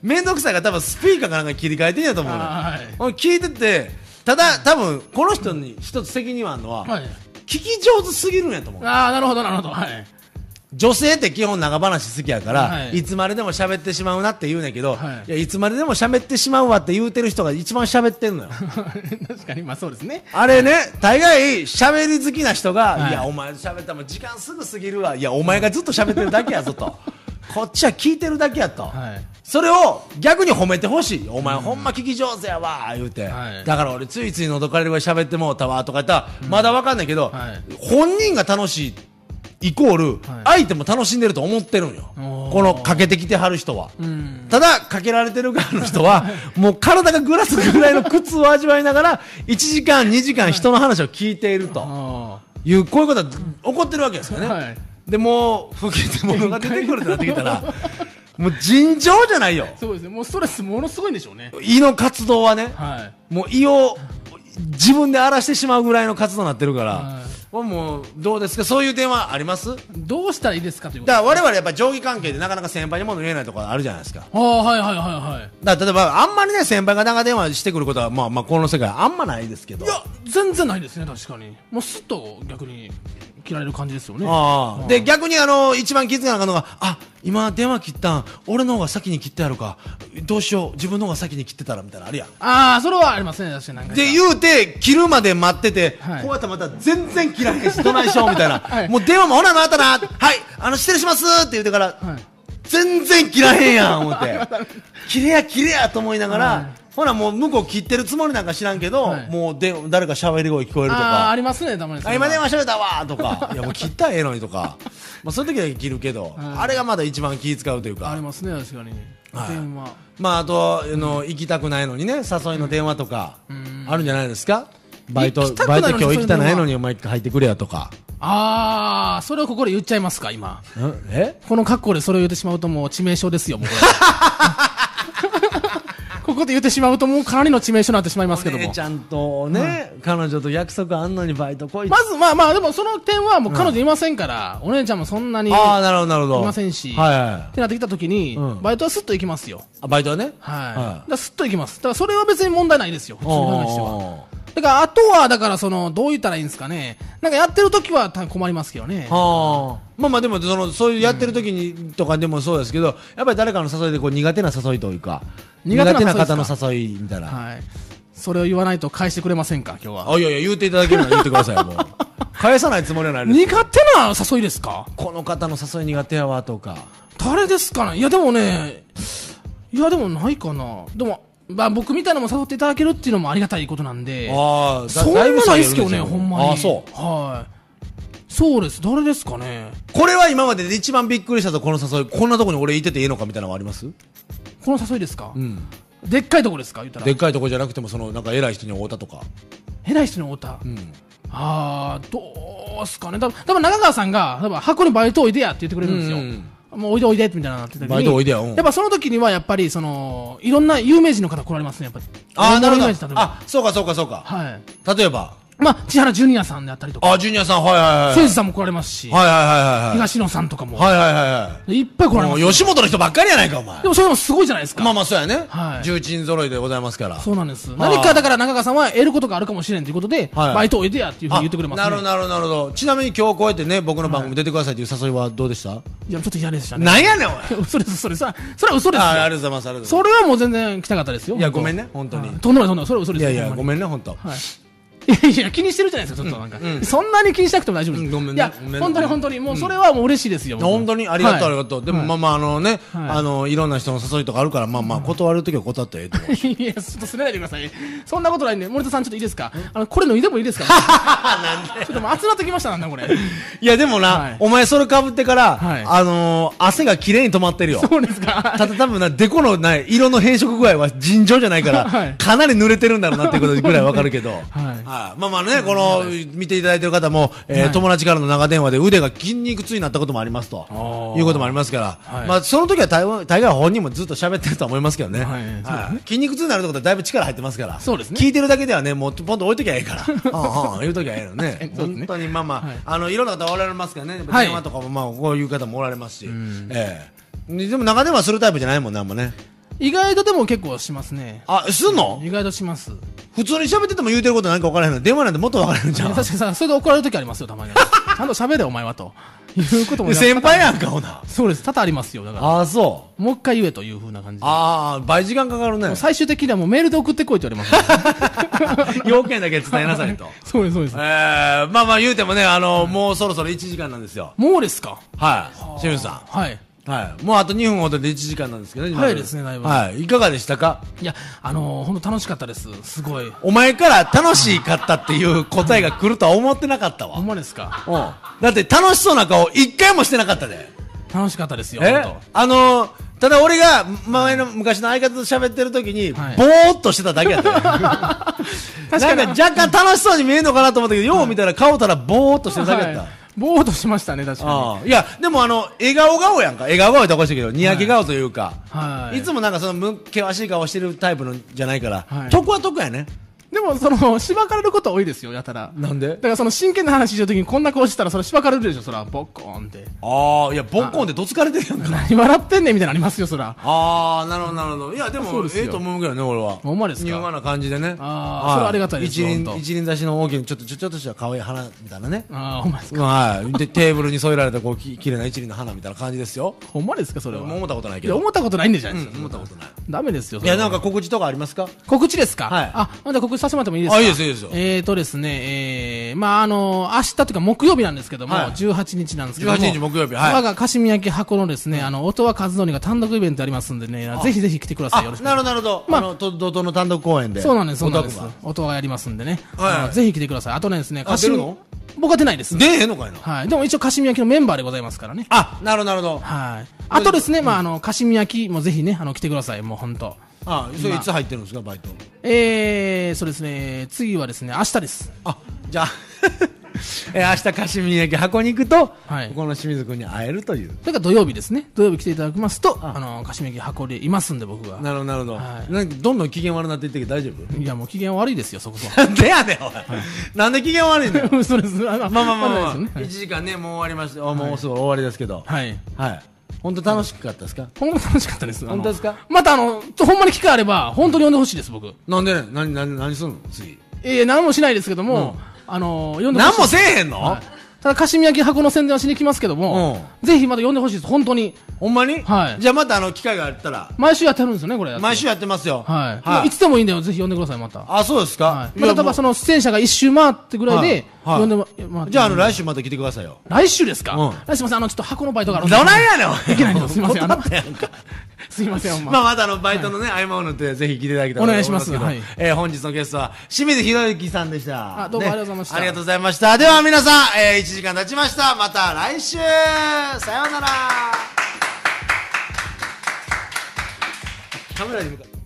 [SPEAKER 1] 面倒くさいから多分スピーカーかなんか切り替えてんやと思うねん
[SPEAKER 2] はい。
[SPEAKER 1] 俺聞いてて、ただ多分この人に一つ責任はあるのは、
[SPEAKER 2] はい。
[SPEAKER 1] 聞き上手すぎるんやと思う。
[SPEAKER 2] ああ、なるほど、なるほど。はい。
[SPEAKER 1] 女性って基本長話好きやから、
[SPEAKER 2] はい
[SPEAKER 1] い、つまででも喋ってしまうなって言うねんけど、
[SPEAKER 2] は
[SPEAKER 1] い、
[SPEAKER 2] い
[SPEAKER 1] やいつまででも喋ってしまうわって言うてる人が一番喋ってんのよ。
[SPEAKER 2] 確かに、まあ、そうですね。
[SPEAKER 1] あれね、大概喋り好きな人が、
[SPEAKER 2] はい
[SPEAKER 1] い、や、お前喋ったらもう時間すぐ過ぎるわ。いや、お前がずっと喋ってるだけやぞと。こっちは聞いてるだけやと。
[SPEAKER 2] はい。
[SPEAKER 1] それを逆に褒めてほしい。お前ほんま聞き上手やわ、言うて、
[SPEAKER 2] はい
[SPEAKER 1] だから俺ついつい喉かれるぐらい喋ってもうたわ、とか言ったら、まだわかんないけど、
[SPEAKER 2] はい
[SPEAKER 1] 本人が楽しい。イコール、
[SPEAKER 2] は
[SPEAKER 1] 相手も楽しんでると思ってるんよ。
[SPEAKER 2] おー
[SPEAKER 1] このかけてきてはる人は。
[SPEAKER 2] うん。
[SPEAKER 1] ただ、かけられてる側の人 は、もう体がぐらつくぐらいの苦痛を味わいながら、1時間、2時間人の話を聞いていると
[SPEAKER 2] あ
[SPEAKER 1] いう、こういうことは起こってるわけですよ
[SPEAKER 2] あ。
[SPEAKER 1] ね。
[SPEAKER 2] はい。
[SPEAKER 1] で、もう、吹けて物が出てくるってなってきたら、もう尋常じゃないよ。
[SPEAKER 2] そうですね。もうストレスものすごいんでしょうね。
[SPEAKER 1] 胃の活動はね、
[SPEAKER 2] はい。
[SPEAKER 1] もう胃を自分で荒らしてしまうぐらいの活動になってるから、
[SPEAKER 2] は
[SPEAKER 1] もうどうですか、そういう点はありますだか
[SPEAKER 2] どうしたらいいですかということ。
[SPEAKER 1] ら我々やっぱ上下関係でなかなか先輩に物言えないところあるじゃないですか。
[SPEAKER 2] ああ、はいはいはいはい。
[SPEAKER 1] だから例えばあんまりね、先輩が長電話してくることは、まあまあこの世界あんまないですけど。
[SPEAKER 2] いや、全然ないですね、確かに。もうすっと逆に切られる感じですよね。
[SPEAKER 1] ああで逆にあの一番気づかなかったのがあ今電話切ったん俺の方が先に切ってやるかどうしよう自分の方が先に切ってたらみたいなのあるやん
[SPEAKER 2] ああ、それはありますね、確かになんか。
[SPEAKER 1] で言うて切るまで待ってて、
[SPEAKER 2] はい
[SPEAKER 1] こうやったらまた全然切らへんしどないしようみたいな、
[SPEAKER 2] はい
[SPEAKER 1] もう電話もほなまた なはいあの失礼しますって言ってから、
[SPEAKER 2] はい
[SPEAKER 1] 全然切らへんやん思 って切れや切れやと思いながら、
[SPEAKER 2] はい
[SPEAKER 1] ほなもう向こう切ってるつもりなんか知らんけど、
[SPEAKER 2] はい
[SPEAKER 1] もうで誰か喋り声聞こえると
[SPEAKER 2] ああ、
[SPEAKER 1] か
[SPEAKER 2] ありますね、たまに。
[SPEAKER 1] あ今電
[SPEAKER 2] は。
[SPEAKER 1] 話しゃべったわとかいやもう切ったらええのにとかまあそういう時だけ切るけど、あれがまだ一番気使うという
[SPEAKER 2] あり
[SPEAKER 1] か
[SPEAKER 2] ますね、確かに。
[SPEAKER 1] はい
[SPEAKER 2] 電話。
[SPEAKER 1] まああとあの行きたくないのにね誘いの電話とかあるんじゃないですかバイト
[SPEAKER 2] 行きたくな
[SPEAKER 1] バ
[SPEAKER 2] い
[SPEAKER 1] イト
[SPEAKER 2] のに
[SPEAKER 1] 今日行きたないの
[SPEAKER 2] そういう
[SPEAKER 1] にお前一回入ってくれやとか
[SPEAKER 2] ああ、それをここで言っちゃいますか、今。
[SPEAKER 1] んえ
[SPEAKER 2] この格好でそれを言ってしまうともう致命傷ですよ、もうこ れここで言ってしまうともうかなりの致命傷になってしまいますけど
[SPEAKER 1] お姉
[SPEAKER 2] も
[SPEAKER 1] ち。ゃんとね、彼女と約束あんのにバイト来いって
[SPEAKER 2] まず、まあまあ、でもその点はもう彼女いませんから、お姉ちゃんもそんなに、
[SPEAKER 1] ああ、
[SPEAKER 2] っ
[SPEAKER 1] なるほど、なるほど。
[SPEAKER 2] いませんし
[SPEAKER 1] はいはい
[SPEAKER 2] てなってきた時に、
[SPEAKER 1] うん
[SPEAKER 2] バイトはスッと行きますよ。
[SPEAKER 1] あ。バイトはね。
[SPEAKER 2] は
[SPEAKER 1] はい
[SPEAKER 2] い。だからスッと行きます。だからそれは別に問題ないですよ、普通に
[SPEAKER 1] おー
[SPEAKER 2] 関しては。だから、あとは、だから、その、どう言ったらいいんですかね。なんかやってる時は多分困りますけどね。
[SPEAKER 1] はあ。まあまあでも、その、そういうやってる時にとかでもそうですけど、やっぱり誰かの誘いでこう苦手な誘いというか、苦
[SPEAKER 2] 苦手
[SPEAKER 1] 手な
[SPEAKER 2] な誘いですか
[SPEAKER 1] 方の誘いみたいな。
[SPEAKER 2] はい。それを言わないと返してくれませんか、今日は。
[SPEAKER 1] あ、いやいや、言うていただけるなら言ってくださいよ、もう。返さないつもりはないです。
[SPEAKER 2] 苦手な誘いですか
[SPEAKER 1] この方の誘い苦手やわとか。
[SPEAKER 2] 誰ですかねいや、でもね、いや、でもないかな。でも、まあ、僕みたいなのも誘っていただけるっていうのもありがたいことなんで。
[SPEAKER 1] ああ、だ
[SPEAKER 2] そんな
[SPEAKER 1] だぶ
[SPEAKER 2] ない
[SPEAKER 1] 差
[SPEAKER 2] で
[SPEAKER 1] が
[SPEAKER 2] すけどね、
[SPEAKER 1] 出る
[SPEAKER 2] ほんまに。
[SPEAKER 1] あそう。
[SPEAKER 2] はい。そうです。誰ですかね
[SPEAKER 1] これは今までで一番びっくりしたと、この誘い。こんなとこに俺いてていいのかみたいなのはあります
[SPEAKER 2] この誘いですか、
[SPEAKER 1] うん。
[SPEAKER 2] でっかいとこですか言ったら。
[SPEAKER 1] でっかいとこじゃなくても、その、なんか偉い人に会うたとか。
[SPEAKER 2] 偉い人に会うた。
[SPEAKER 1] うん。
[SPEAKER 2] ああ、どうすかね。多分多分中川さんが、多分箱にバイトおいでやって言ってくれるんですよ。もうおいでおいでみたいなのになってた時に
[SPEAKER 1] バイトおいでやうん
[SPEAKER 2] っぱその時にはやっぱりそのいろんな有名人の方来られますねやっぱり
[SPEAKER 1] ああ、なる
[SPEAKER 2] 有
[SPEAKER 1] ほ
[SPEAKER 2] 名人
[SPEAKER 1] ど
[SPEAKER 2] 例え。ば
[SPEAKER 1] あ、そうかそうかそうか。
[SPEAKER 2] はい
[SPEAKER 1] 例えば。
[SPEAKER 2] まあ千原ジュニアさんであったりとか
[SPEAKER 1] あ、ジュニアさん、はいはいはい。
[SPEAKER 2] 誠司さんも来られますし、
[SPEAKER 1] はいはいはいはい。
[SPEAKER 2] 東野さんとかも、、
[SPEAKER 1] はいはいはいはい
[SPEAKER 2] っぱい来られ
[SPEAKER 1] い。も
[SPEAKER 2] ます
[SPEAKER 1] う
[SPEAKER 2] よ
[SPEAKER 1] 吉本の人ばっかりやないか、お前
[SPEAKER 2] で。もそれもすごいじゃないですか、
[SPEAKER 1] まあまあ、そうやね。
[SPEAKER 2] はい
[SPEAKER 1] 重鎮揃いでございますから。
[SPEAKER 2] そうなんです何かだから中川さんは得ることがあるかもしれんということで、
[SPEAKER 1] はい
[SPEAKER 2] バイトおいでやっていうふうに言ってくれます、ね、
[SPEAKER 1] あなるほどなるほどなるほどちなみに今日こうやってね僕の番組出てくださいという誘いはどうでした、
[SPEAKER 2] いやちょっと嫌でしたね
[SPEAKER 1] なんやねんおいあ
[SPEAKER 2] 嘘ですそれさそれは嘘ですよ
[SPEAKER 1] ありがとうございますありがとうございます
[SPEAKER 2] それはもう全然来たかったですよ
[SPEAKER 1] いや
[SPEAKER 2] 本当
[SPEAKER 1] ごめんね本当に
[SPEAKER 2] はいとんでもないとんでもないそれは嘘で
[SPEAKER 1] い
[SPEAKER 2] す
[SPEAKER 1] や
[SPEAKER 2] よ
[SPEAKER 1] いや
[SPEAKER 2] ほんまに
[SPEAKER 1] ごめんね本当、
[SPEAKER 2] はい。いやいや、気にしてるじゃないですか、ちょっとなんか。そんなに気にしなくても大丈夫です。
[SPEAKER 1] うんごめんね
[SPEAKER 2] いや
[SPEAKER 1] ごめんね、
[SPEAKER 2] 本当に本当に、もうそれはもう嬉しいですよ。僕
[SPEAKER 1] 本当にありがとう、あり
[SPEAKER 2] は
[SPEAKER 1] がとうでも、まあまああのね、
[SPEAKER 2] はい
[SPEAKER 1] あのいろんな人の誘いとかあるからまあまあ断るときは断ってええと思う
[SPEAKER 2] いいや、ちょっとすねないでください。そんなことないんで、森田さんちょっといいですかあの、これ脱いでもい いですかなんでちょっともう熱なってきましたなんだこれ。
[SPEAKER 1] いやでもな、
[SPEAKER 2] はい
[SPEAKER 1] お前それかぶってから、
[SPEAKER 2] はい
[SPEAKER 1] あのー汗が綺麗に止まってるよ
[SPEAKER 2] そうですか
[SPEAKER 1] ただ多分な、デコのない、色の変色具合は尋常じゃないから、
[SPEAKER 2] はい
[SPEAKER 1] かなり濡れてるんだろうなっていうことぐらいわかる けど、はい
[SPEAKER 2] い
[SPEAKER 1] まあまあね、この、見ていただいてる方も、えー
[SPEAKER 2] はい
[SPEAKER 1] 友達からの長電話で腕が筋肉痛になったこともありますと、
[SPEAKER 2] ー
[SPEAKER 1] いうこともありますから、
[SPEAKER 2] はい
[SPEAKER 1] まあその時は大大概本人もずっと喋ってるとは思いますけどね、
[SPEAKER 2] はい
[SPEAKER 1] はい筋肉痛になるってことはだいぶ力入ってますから、
[SPEAKER 2] そうですね
[SPEAKER 1] 聞いてるだけではね、もうポンと置いときゃええ から、うんうん言うときゃええの
[SPEAKER 2] か
[SPEAKER 1] ね
[SPEAKER 2] に。そうです
[SPEAKER 1] 本
[SPEAKER 2] ね
[SPEAKER 1] 当にまあまあ、
[SPEAKER 2] はい
[SPEAKER 1] い、あの、いろんな方おられますからね、やっぱ
[SPEAKER 2] はい
[SPEAKER 1] 電話とかもまあ、こういう方もおられますし、ええでも長電話するタイプじゃないもんな、あんまね。
[SPEAKER 2] 意外とでも結構しますね。
[SPEAKER 1] あ、すんの
[SPEAKER 2] 意外とします。
[SPEAKER 1] 普通に喋ってても言うてることなんか分からへんの電話なんてもっと分からへんじゃ
[SPEAKER 2] 確
[SPEAKER 1] ん
[SPEAKER 2] か。にさ、それで怒られる時ありますよ、たまに。ちゃんと喋れ、お前は、と。いうこともやっぱ
[SPEAKER 1] 先輩やんか、ほな。
[SPEAKER 2] そうです。多々ありますよ、だから。
[SPEAKER 1] ああ、そう。
[SPEAKER 2] もう一回言えというふうな感じで。
[SPEAKER 1] ああ、倍時間かかるね
[SPEAKER 2] もう。最終的にはもうメールで送ってこいと言われます。
[SPEAKER 1] 要件だけ伝えな さいと。
[SPEAKER 2] そうです、そうです
[SPEAKER 1] ええ。まあまあ言うてもね、あの、もうそろそろ1時間なんですよ。
[SPEAKER 2] もうですか
[SPEAKER 1] はい。清水さ
[SPEAKER 2] はい。
[SPEAKER 1] ん。はい。もうあと2分ほどで1時間なんですけどね。今
[SPEAKER 2] 早いですねだいぶ
[SPEAKER 1] はい。いかがでしたか
[SPEAKER 2] いや、あのー、本当楽しかったです。すごい。
[SPEAKER 1] お前から楽しかったっていう答えが来るとは思ってなかったわ。
[SPEAKER 2] ほんまですか
[SPEAKER 1] うん。だって楽しそうな顔一回もしてなかったで。
[SPEAKER 2] 楽しかったですよ、
[SPEAKER 1] え
[SPEAKER 2] 本
[SPEAKER 1] あのー、ただ俺が前の昔の相方と喋ってる時に、ぼ
[SPEAKER 2] はい
[SPEAKER 1] ーっとしてただけ やったよ。
[SPEAKER 2] 当。
[SPEAKER 1] なんか若干楽しそうに見えるのかなと思ったけど、よう見たら顔たらぼーっとしてるだけやった。
[SPEAKER 2] はいぼーっとしましたね、確か
[SPEAKER 1] ああいや、でもあの、笑顔顔やんか。笑顔顔っておかしいけど、にやけ顔というか。、
[SPEAKER 2] に。はいい。
[SPEAKER 1] つもなんかその、険しい顔してるタイプのじゃないから、
[SPEAKER 2] はい
[SPEAKER 1] 得は得やね。
[SPEAKER 2] でも、その、しばかれることは多いですよ、やたら。
[SPEAKER 1] なんで
[SPEAKER 2] だから、その、真剣な話してるときにこんな顔してたら、それしばかれるでしょ、そら、ボッコーンって。
[SPEAKER 1] ああ、いや、ボッコンでどつかれてるやんか。
[SPEAKER 2] 何笑ってんねんみたいなのありますよ、そら。
[SPEAKER 1] ああ、なるほど、なるほど。いや、で
[SPEAKER 2] そう
[SPEAKER 1] も、
[SPEAKER 2] です
[SPEAKER 1] ええ
[SPEAKER 2] よ
[SPEAKER 1] と思うけどね、俺は。
[SPEAKER 2] ほんまですか
[SPEAKER 1] 柔和な感じでね。
[SPEAKER 2] あー
[SPEAKER 1] は
[SPEAKER 2] それはありがたいです
[SPEAKER 1] 一輪
[SPEAKER 2] ほんと
[SPEAKER 1] 一輪差しの大きな、ちょっと、ちょちょっとした可愛い花みたいなね。
[SPEAKER 2] ああ、ほんまですか。
[SPEAKER 1] はい。で、テーブルに添えられた、こう、き綺麗な一輪の花みたいな感じですよ。
[SPEAKER 2] ほんまですか、それは。
[SPEAKER 1] 思ったことない
[SPEAKER 2] い
[SPEAKER 1] け
[SPEAKER 2] や、
[SPEAKER 1] ど。
[SPEAKER 2] 思ったことないんでじゃないです
[SPEAKER 1] うん
[SPEAKER 2] か。
[SPEAKER 1] 思ったことない。
[SPEAKER 2] ダメですよ、そ
[SPEAKER 1] い
[SPEAKER 2] れは
[SPEAKER 1] や、なんか告知とかありますか
[SPEAKER 2] 告知ですか、
[SPEAKER 1] はい
[SPEAKER 2] あ、まだ告知させてもらってもいいですか
[SPEAKER 1] あいいですいいですよ
[SPEAKER 2] えーとですね、えー、まあ、あの、明日というか木曜日なんですけども、
[SPEAKER 1] はい
[SPEAKER 2] 18日なんですけども。
[SPEAKER 1] 18日木曜日はい
[SPEAKER 2] 我がカシミ焼き箱のですね、あの、音羽和則が単独イベントありますんでね、ぜひぜひ来てください。
[SPEAKER 1] あ
[SPEAKER 2] よろしくお
[SPEAKER 1] な
[SPEAKER 2] 願
[SPEAKER 1] るほ
[SPEAKER 2] いし
[SPEAKER 1] ど、なるほど。
[SPEAKER 2] ま
[SPEAKER 1] あ
[SPEAKER 2] あ
[SPEAKER 1] の、と道東の単独公演
[SPEAKER 2] ま。
[SPEAKER 1] です
[SPEAKER 2] そうなんです、そうなんです
[SPEAKER 1] 音楽。
[SPEAKER 2] 音羽がやりますんでね。
[SPEAKER 1] はいはい
[SPEAKER 2] あのぜひ来てください。あとねですね、
[SPEAKER 1] あ出るの
[SPEAKER 2] 僕は出ないです
[SPEAKER 1] が。出えへんのかいな。
[SPEAKER 2] はい。でも一応カシミ焼きのメンバーでございますからね。
[SPEAKER 1] あ、なるほど、なるほど。
[SPEAKER 2] はい。あとですね、まあ、あの、カシミ焼きもぜひね、あの、来てください。もう本当。
[SPEAKER 1] あ、それいつ入ってるんですか、バイト。
[SPEAKER 2] えー、そうですね、次はですね、明日です。
[SPEAKER 1] あ、じゃあ、 えー、明日カシミヤ駅箱に行くと、
[SPEAKER 2] はい
[SPEAKER 1] ここの清水君に会えるという。
[SPEAKER 2] だから土曜日ですね。土曜日来ていただきますと、あの、かしめき箱でいますんで、僕が。
[SPEAKER 1] なるほど、なるほど。
[SPEAKER 2] はい
[SPEAKER 1] なんかどんどん機嫌悪なっていってるけど大丈夫
[SPEAKER 2] いや、もう機嫌悪いですよ、そこそこ。
[SPEAKER 1] なんでやねん、おい。なんで機嫌悪いんだよ。
[SPEAKER 2] そうです。まあ
[SPEAKER 1] まあまあまあまあ、
[SPEAKER 2] そうですよね
[SPEAKER 1] 1時間ね、もう終わりました。あもうすぐ終わりですけど。
[SPEAKER 2] はい。
[SPEAKER 1] はい。本当楽しかったですか
[SPEAKER 2] ほんま楽しかったです。あの
[SPEAKER 1] 本当ですか
[SPEAKER 2] またあの、ちょほんまに機会あれば、本当に呼んでほしいです、僕。
[SPEAKER 1] なんで、何、何、何すんの次。
[SPEAKER 2] ええ、何もしないですけども、あの、呼んでほ
[SPEAKER 1] 何
[SPEAKER 2] しい。
[SPEAKER 1] もせえへんの、
[SPEAKER 2] はいただ、かしみ焼き箱の宣伝はしに来ますけども、ぜひまた呼んでほしいです、本当に。
[SPEAKER 1] ほんまに
[SPEAKER 2] はい
[SPEAKER 1] じゃあまたあの、機会があったら、
[SPEAKER 2] 毎週やってるんですよね、これ。
[SPEAKER 1] 毎週やってますよ。
[SPEAKER 2] はい。
[SPEAKER 1] はい
[SPEAKER 2] いつでもいいんだよ、ぜひ呼んでください、また。
[SPEAKER 1] あ、そうですか、
[SPEAKER 2] はい。
[SPEAKER 1] いや
[SPEAKER 2] また、まあその、出演者が一周回ってぐらいで、
[SPEAKER 1] はいはい
[SPEAKER 2] 呼んでも、ま
[SPEAKER 1] じゃあ、あの、
[SPEAKER 2] 来
[SPEAKER 1] 来週また来てください よ。
[SPEAKER 2] 週ですか
[SPEAKER 1] うん
[SPEAKER 2] あすいません、あの、ちょっと箱のバイトがあるんで
[SPEAKER 1] どないやねん、おい
[SPEAKER 2] いけないんですすいませんあの
[SPEAKER 1] 断ったやんか。
[SPEAKER 2] すいません、ほんま
[SPEAKER 1] まあ、またあの、バイトのね、合間を縫って、ぜひ来ていただけたらと思けど
[SPEAKER 2] お願いします
[SPEAKER 1] えー本日のゲストは、清水宏之さんでした。
[SPEAKER 2] あどうもありがとうございました
[SPEAKER 1] ねありがとうございました。では、皆さん、え1時間経ちました。また来週さようならカメラに向かって。